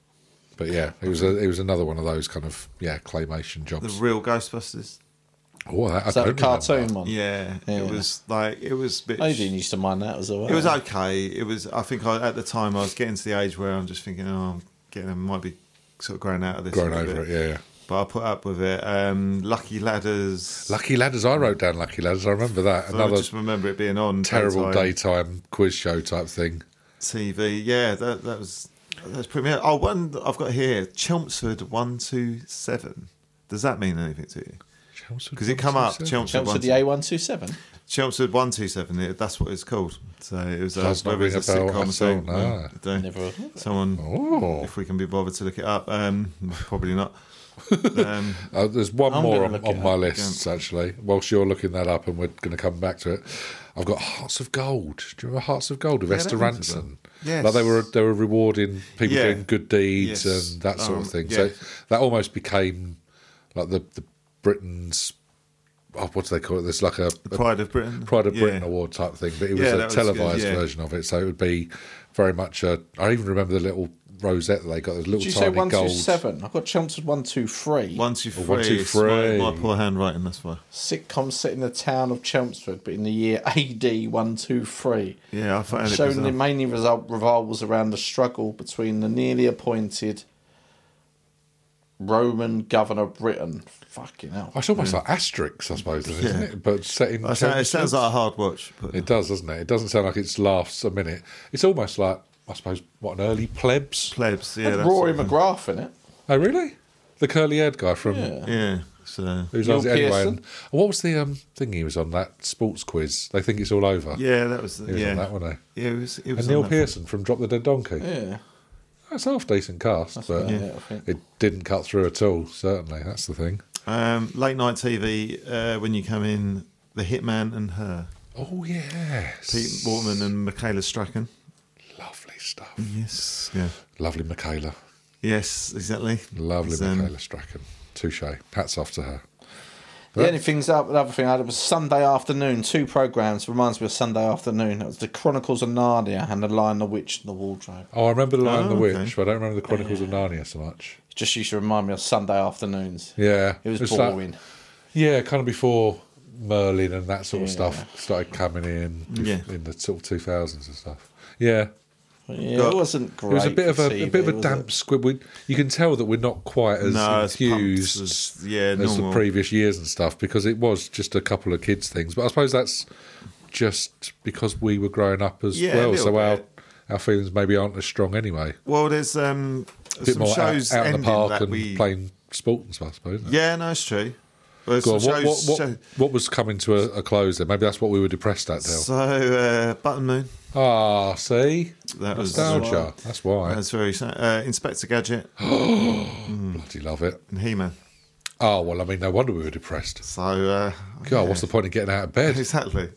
[SPEAKER 1] But yeah, it was a, it was another one of those kind of yeah claymation
[SPEAKER 2] The
[SPEAKER 1] jobs.
[SPEAKER 2] real Ghostbusters.
[SPEAKER 1] Oh, I, I
[SPEAKER 3] Is that a
[SPEAKER 1] don't
[SPEAKER 3] cartoon
[SPEAKER 1] remember.
[SPEAKER 3] one?
[SPEAKER 2] Yeah,
[SPEAKER 3] Yeah.
[SPEAKER 2] It was like, it was a bit.
[SPEAKER 3] I didn't used to mind that as well.
[SPEAKER 2] It was okay. It was. I think I, at the time I was getting to the age where I'm just thinking, oh, I'm getting, I might be sort of growing out of this.
[SPEAKER 1] Grown
[SPEAKER 2] a little
[SPEAKER 1] over it,
[SPEAKER 2] bit.
[SPEAKER 1] yeah, yeah.
[SPEAKER 2] But I put up with it. Um, Lucky Ladders.
[SPEAKER 1] Lucky Ladders. I wrote down Lucky Ladders. I remember that.
[SPEAKER 2] I
[SPEAKER 1] Another
[SPEAKER 2] Hmm. just remember it being on
[SPEAKER 1] terrible
[SPEAKER 2] daytime
[SPEAKER 1] daytime quiz show type thing.
[SPEAKER 2] TV. Yeah, that that was that's pretty. much- Oh, one I've got here, Chelmsford one two seven. Does that mean anything to you? Because it come up Chelmsford,
[SPEAKER 3] Chunks
[SPEAKER 2] one
[SPEAKER 3] of the A127.
[SPEAKER 2] Chelmsford one two seven. it- That's what it's called. So it was
[SPEAKER 1] Does
[SPEAKER 2] uh,
[SPEAKER 1] not
[SPEAKER 2] whether it's a
[SPEAKER 1] ring a bell
[SPEAKER 2] sitcom
[SPEAKER 1] at
[SPEAKER 2] thing.
[SPEAKER 1] all, no.
[SPEAKER 2] I don't-
[SPEAKER 3] Never heard of
[SPEAKER 2] Someone,
[SPEAKER 1] Oh.
[SPEAKER 2] if we can be bothered to look it up, um, probably not. Um,
[SPEAKER 1] Uh, there's one
[SPEAKER 3] I'm
[SPEAKER 1] more
[SPEAKER 3] gonna
[SPEAKER 1] on,
[SPEAKER 3] look
[SPEAKER 1] on
[SPEAKER 3] it
[SPEAKER 1] my list, actually. Whilst you're looking that up, and we're going to come back to it, I've got Hearts of Gold. Do you remember Hearts of Gold with
[SPEAKER 2] Yeah,
[SPEAKER 1] Esther
[SPEAKER 2] that rings a bell.
[SPEAKER 1] Ranson?
[SPEAKER 2] Yes.
[SPEAKER 1] Like they were they were rewarding people
[SPEAKER 2] Yeah.
[SPEAKER 1] doing good deeds
[SPEAKER 2] Yes.
[SPEAKER 1] and that sort
[SPEAKER 2] Um,
[SPEAKER 1] of thing.
[SPEAKER 2] yeah.
[SPEAKER 1] So that almost became like the the Britain's oh, what do they call it? There's like a, a
[SPEAKER 2] Pride of Britain.
[SPEAKER 1] Pride of
[SPEAKER 2] Yeah.
[SPEAKER 1] Britain award type thing, but it was
[SPEAKER 2] Yeah,
[SPEAKER 1] a
[SPEAKER 2] that was good,
[SPEAKER 1] televised
[SPEAKER 2] yeah.
[SPEAKER 1] version of it. So it would be very much a. I even remember the little rosette that they got, the little
[SPEAKER 5] Did you say
[SPEAKER 1] tiny
[SPEAKER 5] one two
[SPEAKER 1] gold.
[SPEAKER 5] seven? I've got Chelmsford one two three.
[SPEAKER 2] Once you free,
[SPEAKER 1] one, two,
[SPEAKER 2] it's my-
[SPEAKER 1] three.
[SPEAKER 2] My, poor handwriting. That's why.
[SPEAKER 5] Sitcom set in the town of Chelmsford, but in the year AD one two three.
[SPEAKER 2] Yeah, I found it. uh,
[SPEAKER 5] Showing
[SPEAKER 2] bizarre.
[SPEAKER 5] the mainly result revolves around the struggle between the nearly appointed Roman governor of Britain. Fucking hell.
[SPEAKER 1] It's almost like Asterix, I suppose, isn't it? But set in.
[SPEAKER 2] I sound- it sounds like a hard watch, but
[SPEAKER 1] It does, doesn't it? It doesn't sound like it's laughs a minute. It's almost like, I suppose, what, an early plebs?
[SPEAKER 2] plebs. Yeah,
[SPEAKER 5] Had
[SPEAKER 2] that's
[SPEAKER 5] Rory
[SPEAKER 2] sort of
[SPEAKER 5] McGrath in it.
[SPEAKER 1] Oh, really? The curly haired guy from.
[SPEAKER 5] Yeah.
[SPEAKER 2] thing. Yeah. So
[SPEAKER 1] Who's
[SPEAKER 5] Neil
[SPEAKER 1] on it anyway?
[SPEAKER 5] Pearson.
[SPEAKER 1] And, and what was the um, thing he was on, that sports quiz? They think it's all over.
[SPEAKER 2] yeah, that was,
[SPEAKER 1] He was
[SPEAKER 2] yeah.
[SPEAKER 1] on that, wasn't he?
[SPEAKER 2] Yeah, it was. It
[SPEAKER 1] And
[SPEAKER 2] was on
[SPEAKER 1] Neil
[SPEAKER 2] that.
[SPEAKER 1] Pearson from Drop the Dead Donkey.
[SPEAKER 5] Yeah.
[SPEAKER 1] That's half decent cast, but
[SPEAKER 5] about it, I think.
[SPEAKER 1] it didn't cut through at all, certainly. That's the thing.
[SPEAKER 2] Um, late night TV. Uh, when you come in, the Hitman and her,
[SPEAKER 1] Oh, yes.
[SPEAKER 2] Pete Waterman and Michaela Strachan.
[SPEAKER 1] Lovely stuff.
[SPEAKER 2] Yes. Yeah.
[SPEAKER 1] Lovely Michaela.
[SPEAKER 2] Yes, exactly.
[SPEAKER 1] Lovely
[SPEAKER 2] It's, um,
[SPEAKER 1] Michaela Strachan. Touche. Hats off to her.
[SPEAKER 5] The only things up, the other thing I had was Sunday afternoon, two programs. Reminds me of Sunday afternoon. That was The Chronicles of Narnia and The Lion, the Witch, and the Wardrobe.
[SPEAKER 1] Oh, I remember The Lion and the
[SPEAKER 2] Oh,
[SPEAKER 1] Witch,
[SPEAKER 2] okay.
[SPEAKER 1] but I don't remember The Chronicles of Narnia so much.
[SPEAKER 5] It just used to remind me of Sunday afternoons.
[SPEAKER 1] Yeah.
[SPEAKER 5] It was
[SPEAKER 1] It's like-
[SPEAKER 5] boring.
[SPEAKER 1] yeah, kind of before Merlin and that sort of
[SPEAKER 5] Yeah.
[SPEAKER 1] stuff started coming in
[SPEAKER 2] Yeah.
[SPEAKER 1] in the sort of 2000s and stuff. Yeah.
[SPEAKER 5] Yeah,
[SPEAKER 2] Got-
[SPEAKER 5] it wasn't great.
[SPEAKER 1] It was a bit of
[SPEAKER 5] for
[SPEAKER 1] a, a
[SPEAKER 5] TV,
[SPEAKER 1] bit of a
[SPEAKER 5] was it?
[SPEAKER 1] damp squib. We, you can tell that we're not quite as
[SPEAKER 2] No, it's pumped
[SPEAKER 1] infused
[SPEAKER 2] as- yeah,
[SPEAKER 1] as the
[SPEAKER 2] normal.
[SPEAKER 1] previous years and stuff because it was just a couple of kids things. But I suppose that's just because we were growing up as
[SPEAKER 2] Yeah, a
[SPEAKER 1] well, so
[SPEAKER 2] little
[SPEAKER 1] our
[SPEAKER 2] bit.
[SPEAKER 1] our feelings maybe aren't as strong anyway.
[SPEAKER 2] Well, there's um,
[SPEAKER 1] A bit
[SPEAKER 2] some
[SPEAKER 1] more out-
[SPEAKER 2] shows
[SPEAKER 1] out, in
[SPEAKER 2] ending
[SPEAKER 1] the park
[SPEAKER 2] that
[SPEAKER 1] and
[SPEAKER 2] we.
[SPEAKER 1] playing sport and stuff, I suppose. isn't it?
[SPEAKER 2] Yeah, no, it's true. Well,
[SPEAKER 1] Go on,
[SPEAKER 2] some
[SPEAKER 1] what, what,
[SPEAKER 2] shows-
[SPEAKER 1] what,
[SPEAKER 2] show-
[SPEAKER 1] what was coming to a, a close then? Maybe that's what we were depressed at, Dale.
[SPEAKER 2] So, uh, Button Moon.
[SPEAKER 1] Ah, see?
[SPEAKER 2] That was-
[SPEAKER 1] Nostalgia. That's why.
[SPEAKER 2] That's very sad. Uh, Inspector Gadget
[SPEAKER 1] Bloody love it.
[SPEAKER 2] and He Man.
[SPEAKER 1] Oh, well, I mean, no wonder we were depressed.
[SPEAKER 2] So, uh,
[SPEAKER 1] God, what's the point of getting out of bed?
[SPEAKER 2] exactly?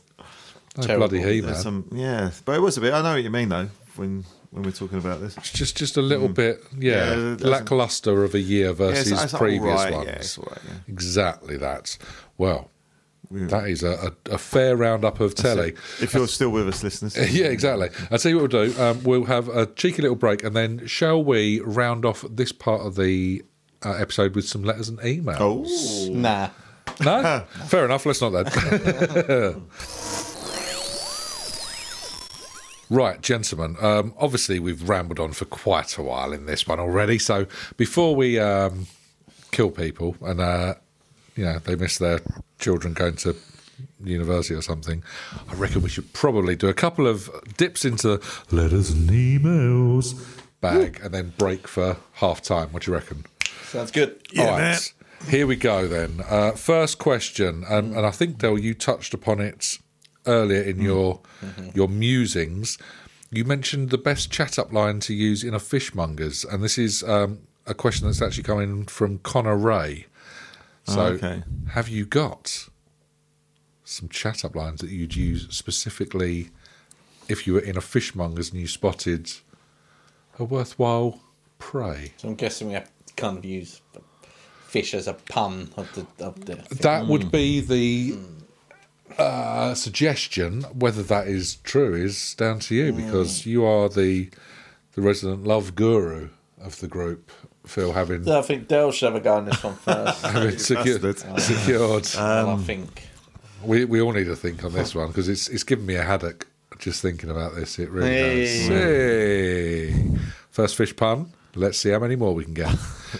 [SPEAKER 1] No
[SPEAKER 5] Terrible.
[SPEAKER 1] bloody he man.
[SPEAKER 2] There's some, yeah, but it was a bit. I know what you mean though. When when we're talking about this,
[SPEAKER 1] It's just just a little bit, yeah,
[SPEAKER 2] Hmm. Yeah, that's-
[SPEAKER 1] lackluster of a year versus
[SPEAKER 2] it's all
[SPEAKER 1] previous
[SPEAKER 2] right,
[SPEAKER 1] ones.
[SPEAKER 2] yeah, it's all right, yeah.
[SPEAKER 1] Exactly that. Well, that is a, a, a fair roundup of telly.
[SPEAKER 2] if you're still with us, listeners,
[SPEAKER 1] Yeah, exactly. I'll tell you what we'll do. Um, we'll have a cheeky little break, and then shall we round off this part of the uh, episode with some letters and emails?
[SPEAKER 2] Oh,
[SPEAKER 5] Nah.
[SPEAKER 1] No? Fair enough. Let's not then. Right, gentlemen. Um, obviously, we've rambled on for quite a while in this one already. So before we um, kill people and uh, you know they miss their children going to university or something, I reckon we should probably do a couple of dips into letters and emails bag and then break for half time. What do you reckon?
[SPEAKER 5] Sounds good.
[SPEAKER 1] All right. Here we go then. Uh, first question, um, and I think Del, you touched upon it earlier in your your musings. You mentioned the best chat up line to use in a fishmonger's, and this is um, a question that's actually coming from Connor Ray. So,
[SPEAKER 2] okay.
[SPEAKER 1] have you got some chat up lines that you'd use specifically if you were in a fishmonger's and you spotted a worthwhile prey?
[SPEAKER 5] So I'm guessing we have kind of use fish as a pun of the of the. thing.
[SPEAKER 1] That would be the uh, suggestion. Whether that is true is down to
[SPEAKER 5] Mm.
[SPEAKER 1] you because you are the the resident love guru of the group. Phil having
[SPEAKER 5] I think Dale should have a go on this one first.
[SPEAKER 1] having secured,
[SPEAKER 2] bastard.
[SPEAKER 1] secured.
[SPEAKER 5] Well, I think.
[SPEAKER 1] we we all need to think on this one because it's it's given me a headache just thinking about this. It really has. Hey. First fish pun. Let's see how many more we can get.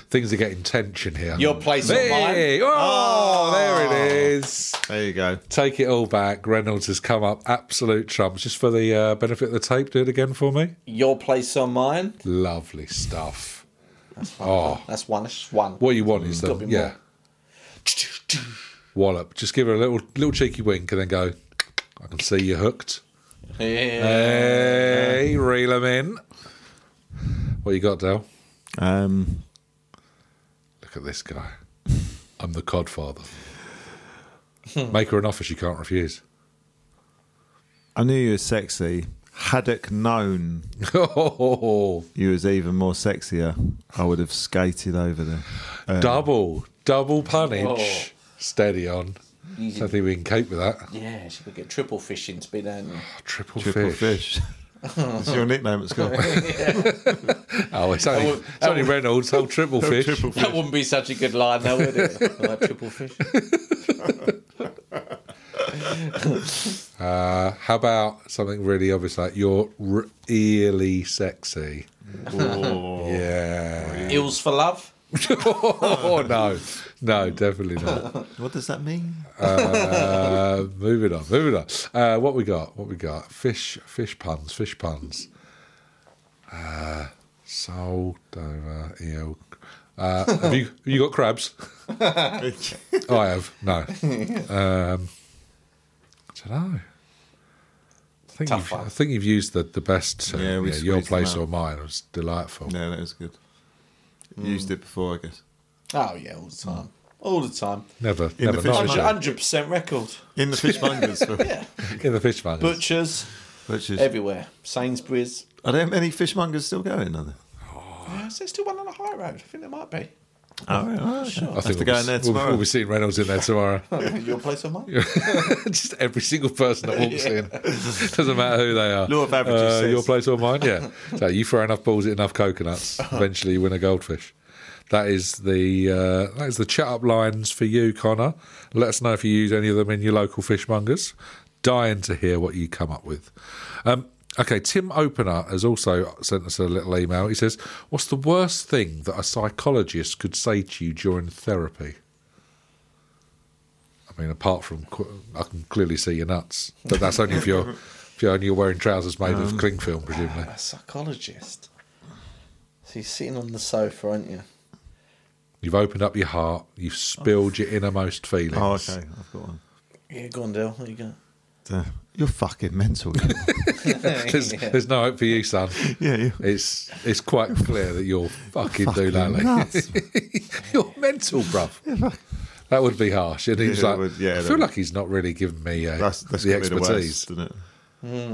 [SPEAKER 1] Things are getting tension here.
[SPEAKER 5] Your place Ah. or
[SPEAKER 1] Hey! Oh, there it is.
[SPEAKER 2] there you go.
[SPEAKER 1] Take it all back. Reynolds has come up absolute trumps. Just for the uh, benefit of the tape, do it again for me.
[SPEAKER 5] Your place or mine?
[SPEAKER 1] Lovely stuff. Oh,
[SPEAKER 5] That's one. That's one.
[SPEAKER 1] what you want is the
[SPEAKER 5] gotta be
[SPEAKER 1] yeah. Wallop. Just give her a little little cheeky wink and then go. I can see you're hooked.
[SPEAKER 5] Yeah.
[SPEAKER 1] Uh, Hey, reel 'em in. What you got, Dale?
[SPEAKER 2] Um,
[SPEAKER 1] Look at this guy. I'm the codfather. Make her an offer she can't refuse.
[SPEAKER 2] I knew you were sexy. Haddock known
[SPEAKER 1] Oh,
[SPEAKER 2] you was even more sexier. I would have skated over there.
[SPEAKER 1] double, double punnage. Steady on. I
[SPEAKER 3] Easy.
[SPEAKER 1] don't think we can cope with that.
[SPEAKER 3] Yeah, she could get triple fishing to be down there.
[SPEAKER 1] Triple,
[SPEAKER 2] Triple
[SPEAKER 1] fish.
[SPEAKER 2] fish. It's your nickname at school.
[SPEAKER 1] Oh, it's only, it's only Reynolds. Oh, triple fish.
[SPEAKER 2] Triple
[SPEAKER 5] That wouldn't be such a good line, though, would it? like triple fish.
[SPEAKER 1] Uh, how about something really obvious like you're really sexy? Yeah.
[SPEAKER 5] Ills for love.
[SPEAKER 1] Oh no, no, definitely not.
[SPEAKER 2] What does that mean?
[SPEAKER 1] Uh, moving on, moving on. Uh, what we got? What we got? Fish, fish puns, fish puns. Uh, soul, dover, eel. Uh, have you have you got crabs? I have. No. Um, I don't know. I think,
[SPEAKER 5] Tough
[SPEAKER 1] you've,
[SPEAKER 5] one.
[SPEAKER 1] I think you've used the, the best. Uh,
[SPEAKER 2] Yeah, we
[SPEAKER 1] yeah, your
[SPEAKER 2] squeezed them
[SPEAKER 1] place
[SPEAKER 2] out.
[SPEAKER 1] or mine. It was delightful.
[SPEAKER 2] Yeah, that was good.
[SPEAKER 1] Mm.
[SPEAKER 2] Used it before, I guess.
[SPEAKER 5] Oh, yeah, all the time. All the time.
[SPEAKER 1] Never,
[SPEAKER 2] the
[SPEAKER 1] never
[SPEAKER 2] fish
[SPEAKER 1] not
[SPEAKER 2] market.
[SPEAKER 1] a
[SPEAKER 5] 100% record.
[SPEAKER 2] In the fishmongers. film.
[SPEAKER 1] joke. in the fish market.
[SPEAKER 5] Butchers
[SPEAKER 2] Which is,
[SPEAKER 5] everywhere. Sainsbury's.
[SPEAKER 2] are there many fishmongers still going? Are there?
[SPEAKER 5] Yeah, Ah, is there still one on the high road? I think there might be.
[SPEAKER 2] Oh, right, all
[SPEAKER 1] I
[SPEAKER 2] right.
[SPEAKER 1] think we'll,
[SPEAKER 2] to go
[SPEAKER 1] be-
[SPEAKER 2] in there
[SPEAKER 1] we'll-
[SPEAKER 2] tomorrow.
[SPEAKER 1] we'll be seeing Reynolds in there tomorrow.
[SPEAKER 5] Your place or mine?
[SPEAKER 1] Just every single person that walks in. Doesn't matter who they are.
[SPEAKER 2] Law of averages
[SPEAKER 1] Uh,
[SPEAKER 2] says-
[SPEAKER 1] Your place or mine, yeah. So you throw enough balls at enough coconuts, eventually you win a goldfish. That is the uh, that is the chat up lines for you, Connor. Let us know if you use any of them in your local fishmongers. Dying to hear what you come up with. Um, okay, Tim Opener has also sent us a little email. He says, "What's the worst thing that a psychologist could say to you during therapy?" I mean, apart from qu- I can clearly see your nuts, but that's only if you're if you're only wearing trousers made
[SPEAKER 2] Um.
[SPEAKER 1] of cling film, presumably.
[SPEAKER 5] A psychologist. So you're sitting on the sofa, aren't you?
[SPEAKER 1] You've opened up your heart. You've spilled your innermost feelings.
[SPEAKER 2] Oh, okay. I've got one.
[SPEAKER 5] Yeah, go on, Dale. There you go.
[SPEAKER 2] Uh, You're fucking mental. you know.
[SPEAKER 1] There's, there's no hope for you, son.
[SPEAKER 2] yeah, you
[SPEAKER 1] It's it's quite clear that you're fucking
[SPEAKER 2] fucking
[SPEAKER 1] doolally.
[SPEAKER 2] nuts.
[SPEAKER 1] you're mental, bruv. That would be harsh. And he's
[SPEAKER 2] Yeah,
[SPEAKER 1] like,
[SPEAKER 2] it would- yeah,
[SPEAKER 1] I
[SPEAKER 2] that
[SPEAKER 1] feel
[SPEAKER 2] would-
[SPEAKER 1] like he's not really giving me uh,
[SPEAKER 2] That's, that's
[SPEAKER 1] the
[SPEAKER 2] gotta be the
[SPEAKER 1] expertise.
[SPEAKER 2] worst, isn't it?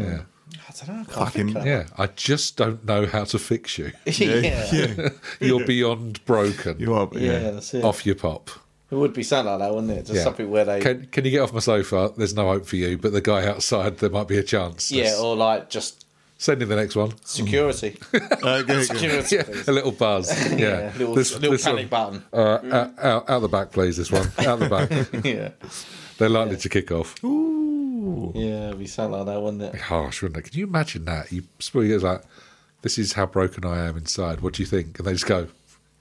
[SPEAKER 1] yeah.
[SPEAKER 5] I don't know. I can't
[SPEAKER 2] Fucking-
[SPEAKER 5] think of
[SPEAKER 1] yeah, I just don't know how to fix you.
[SPEAKER 5] that. yeah. yeah.
[SPEAKER 1] You're beyond broken.
[SPEAKER 2] You are, but yeah.
[SPEAKER 5] that's it.
[SPEAKER 1] Off your pop.
[SPEAKER 5] It would be something like that, wouldn't it? Just something where they.
[SPEAKER 1] can can you get off my sofa? There's no hope for you, but the guy outside there might be a chance.
[SPEAKER 5] yeah, or like just
[SPEAKER 1] send him the next one.
[SPEAKER 5] security.
[SPEAKER 2] Uh, go- go-
[SPEAKER 5] security.
[SPEAKER 1] Yeah, a little buzz. Yeah,
[SPEAKER 5] Yeah, little, little panic
[SPEAKER 1] one.
[SPEAKER 5] button.
[SPEAKER 1] Uh, out, out, out the back, please. This one out the back.
[SPEAKER 5] yeah.
[SPEAKER 1] They're likely to kick off.
[SPEAKER 5] Yeah, it'd be something like that, wouldn't it?
[SPEAKER 1] Harsh, wouldn't it? Can you imagine that? You spill your like, this is how broken I am inside. What do you think? And they just go,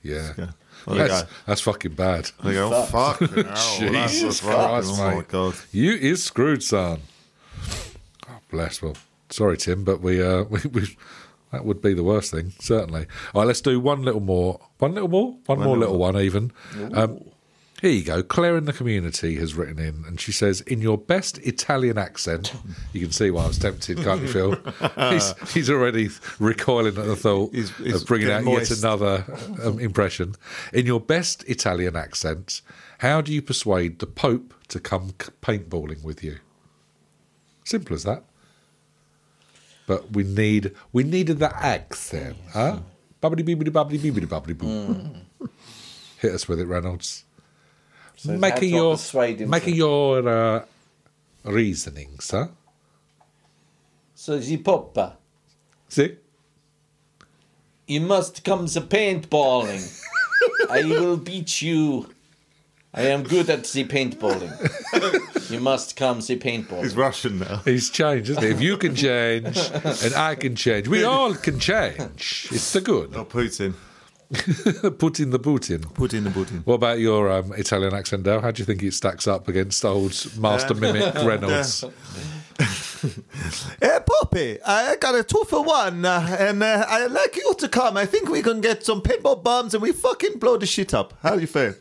[SPEAKER 1] yeah,
[SPEAKER 2] go. Well, there you
[SPEAKER 1] that's,
[SPEAKER 2] go.
[SPEAKER 1] that's fucking bad.
[SPEAKER 2] There you go. Fuck. Jesus
[SPEAKER 1] Jesus Christ,
[SPEAKER 2] Oh my
[SPEAKER 1] mate.
[SPEAKER 2] god.
[SPEAKER 1] You is screwed, son. Oh, bless. Well, sorry, Tim, but we, uh, we, we that would be the worst thing, certainly. All right, let's do one little more. One little more? One, more little one, even. Um, here you go. Claire in the community has written in, and she says, in your best Italian accent, you can see why I was tempted, can't you, Phil? He's, he's already recoiling at the thought
[SPEAKER 2] He's- he's
[SPEAKER 1] of bringing out
[SPEAKER 2] getting
[SPEAKER 1] yet
[SPEAKER 2] moist.
[SPEAKER 1] another um, impression. In your best Italian accent, how do you persuade the Pope to come c- paintballing with you? Simple as that. But we need we needed that accent, huh? Bubbly bibbly bubbly bibbly bubbly boo.
[SPEAKER 5] Hmm.
[SPEAKER 1] Hit us with it, Reynolds.
[SPEAKER 5] it's how
[SPEAKER 1] making
[SPEAKER 5] do I
[SPEAKER 1] your
[SPEAKER 5] persuade him
[SPEAKER 1] making
[SPEAKER 5] to-
[SPEAKER 1] your uh, reasonings, huh?
[SPEAKER 5] So, the Pope,
[SPEAKER 1] See,
[SPEAKER 5] you must come the paintballing. I will beat you. I am good at the paintballing. you must come the paintballing.
[SPEAKER 2] He's Russian now.
[SPEAKER 1] he's changed, isn't he? If you can change, and I can change, we all can change. It's the good.
[SPEAKER 2] Not Putin.
[SPEAKER 1] Put in the boot in.
[SPEAKER 2] Put in the Putin.
[SPEAKER 1] What about your um, Italian accent, Dale? How do you think it stacks up against old master mimic Reynolds?
[SPEAKER 2] Hey, Poppy, I got a two for one, uh, and uh, I like you to come. I think we can get some paintball bombs and we fucking blow the shit up. How do you feel?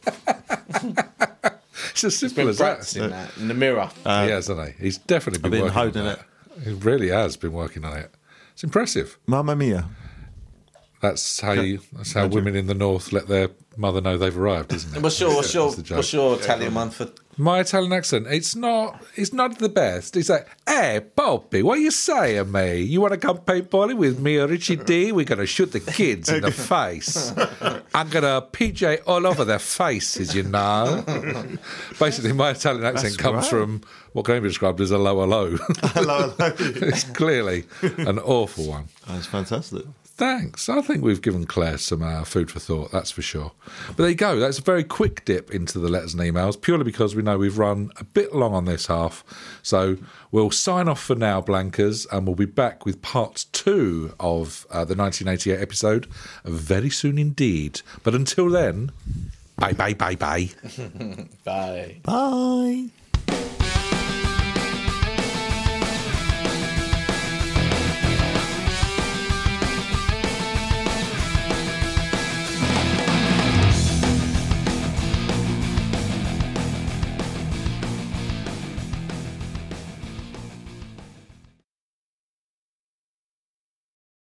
[SPEAKER 1] It's as simple
[SPEAKER 5] been
[SPEAKER 1] as that. Ah,
[SPEAKER 5] practicing that in the mirror.
[SPEAKER 1] he has, hasn't he? He's definitely been,
[SPEAKER 2] been
[SPEAKER 1] working
[SPEAKER 2] holding
[SPEAKER 1] on that. He really has been working on it. It's impressive.
[SPEAKER 2] Mamma mia.
[SPEAKER 1] That's how you, that's how women in the north let their mother know they've arrived, isn't it?
[SPEAKER 5] What's your, what's your,
[SPEAKER 1] That's the joke.
[SPEAKER 5] what's your Italian man for
[SPEAKER 1] My Italian accent, it's not it's not the best. It's like, hey, Poppy, what you saying, mate? You want to come paintballing with me or Richie D? We're going to shoot the kids in the face. I'm going to PJ all over their faces, you know. Basically, my Italian accent comes
[SPEAKER 2] right.
[SPEAKER 1] from what can only be described as a lower low.
[SPEAKER 2] hello, hello.
[SPEAKER 1] it's clearly an awful one.
[SPEAKER 2] That's fantastic.
[SPEAKER 1] Thanks. I think we've given Claire some uh, food for thought, that's for sure. But there you go. That's a very quick dip into the letters and emails, purely because we know we've run a bit long on this half. So we'll sign off for now, Blankers, and we'll be back with part two of uh, the 1988 episode very soon indeed. But until then, bye, bye, bye, bye.
[SPEAKER 5] bye?
[SPEAKER 2] Bye.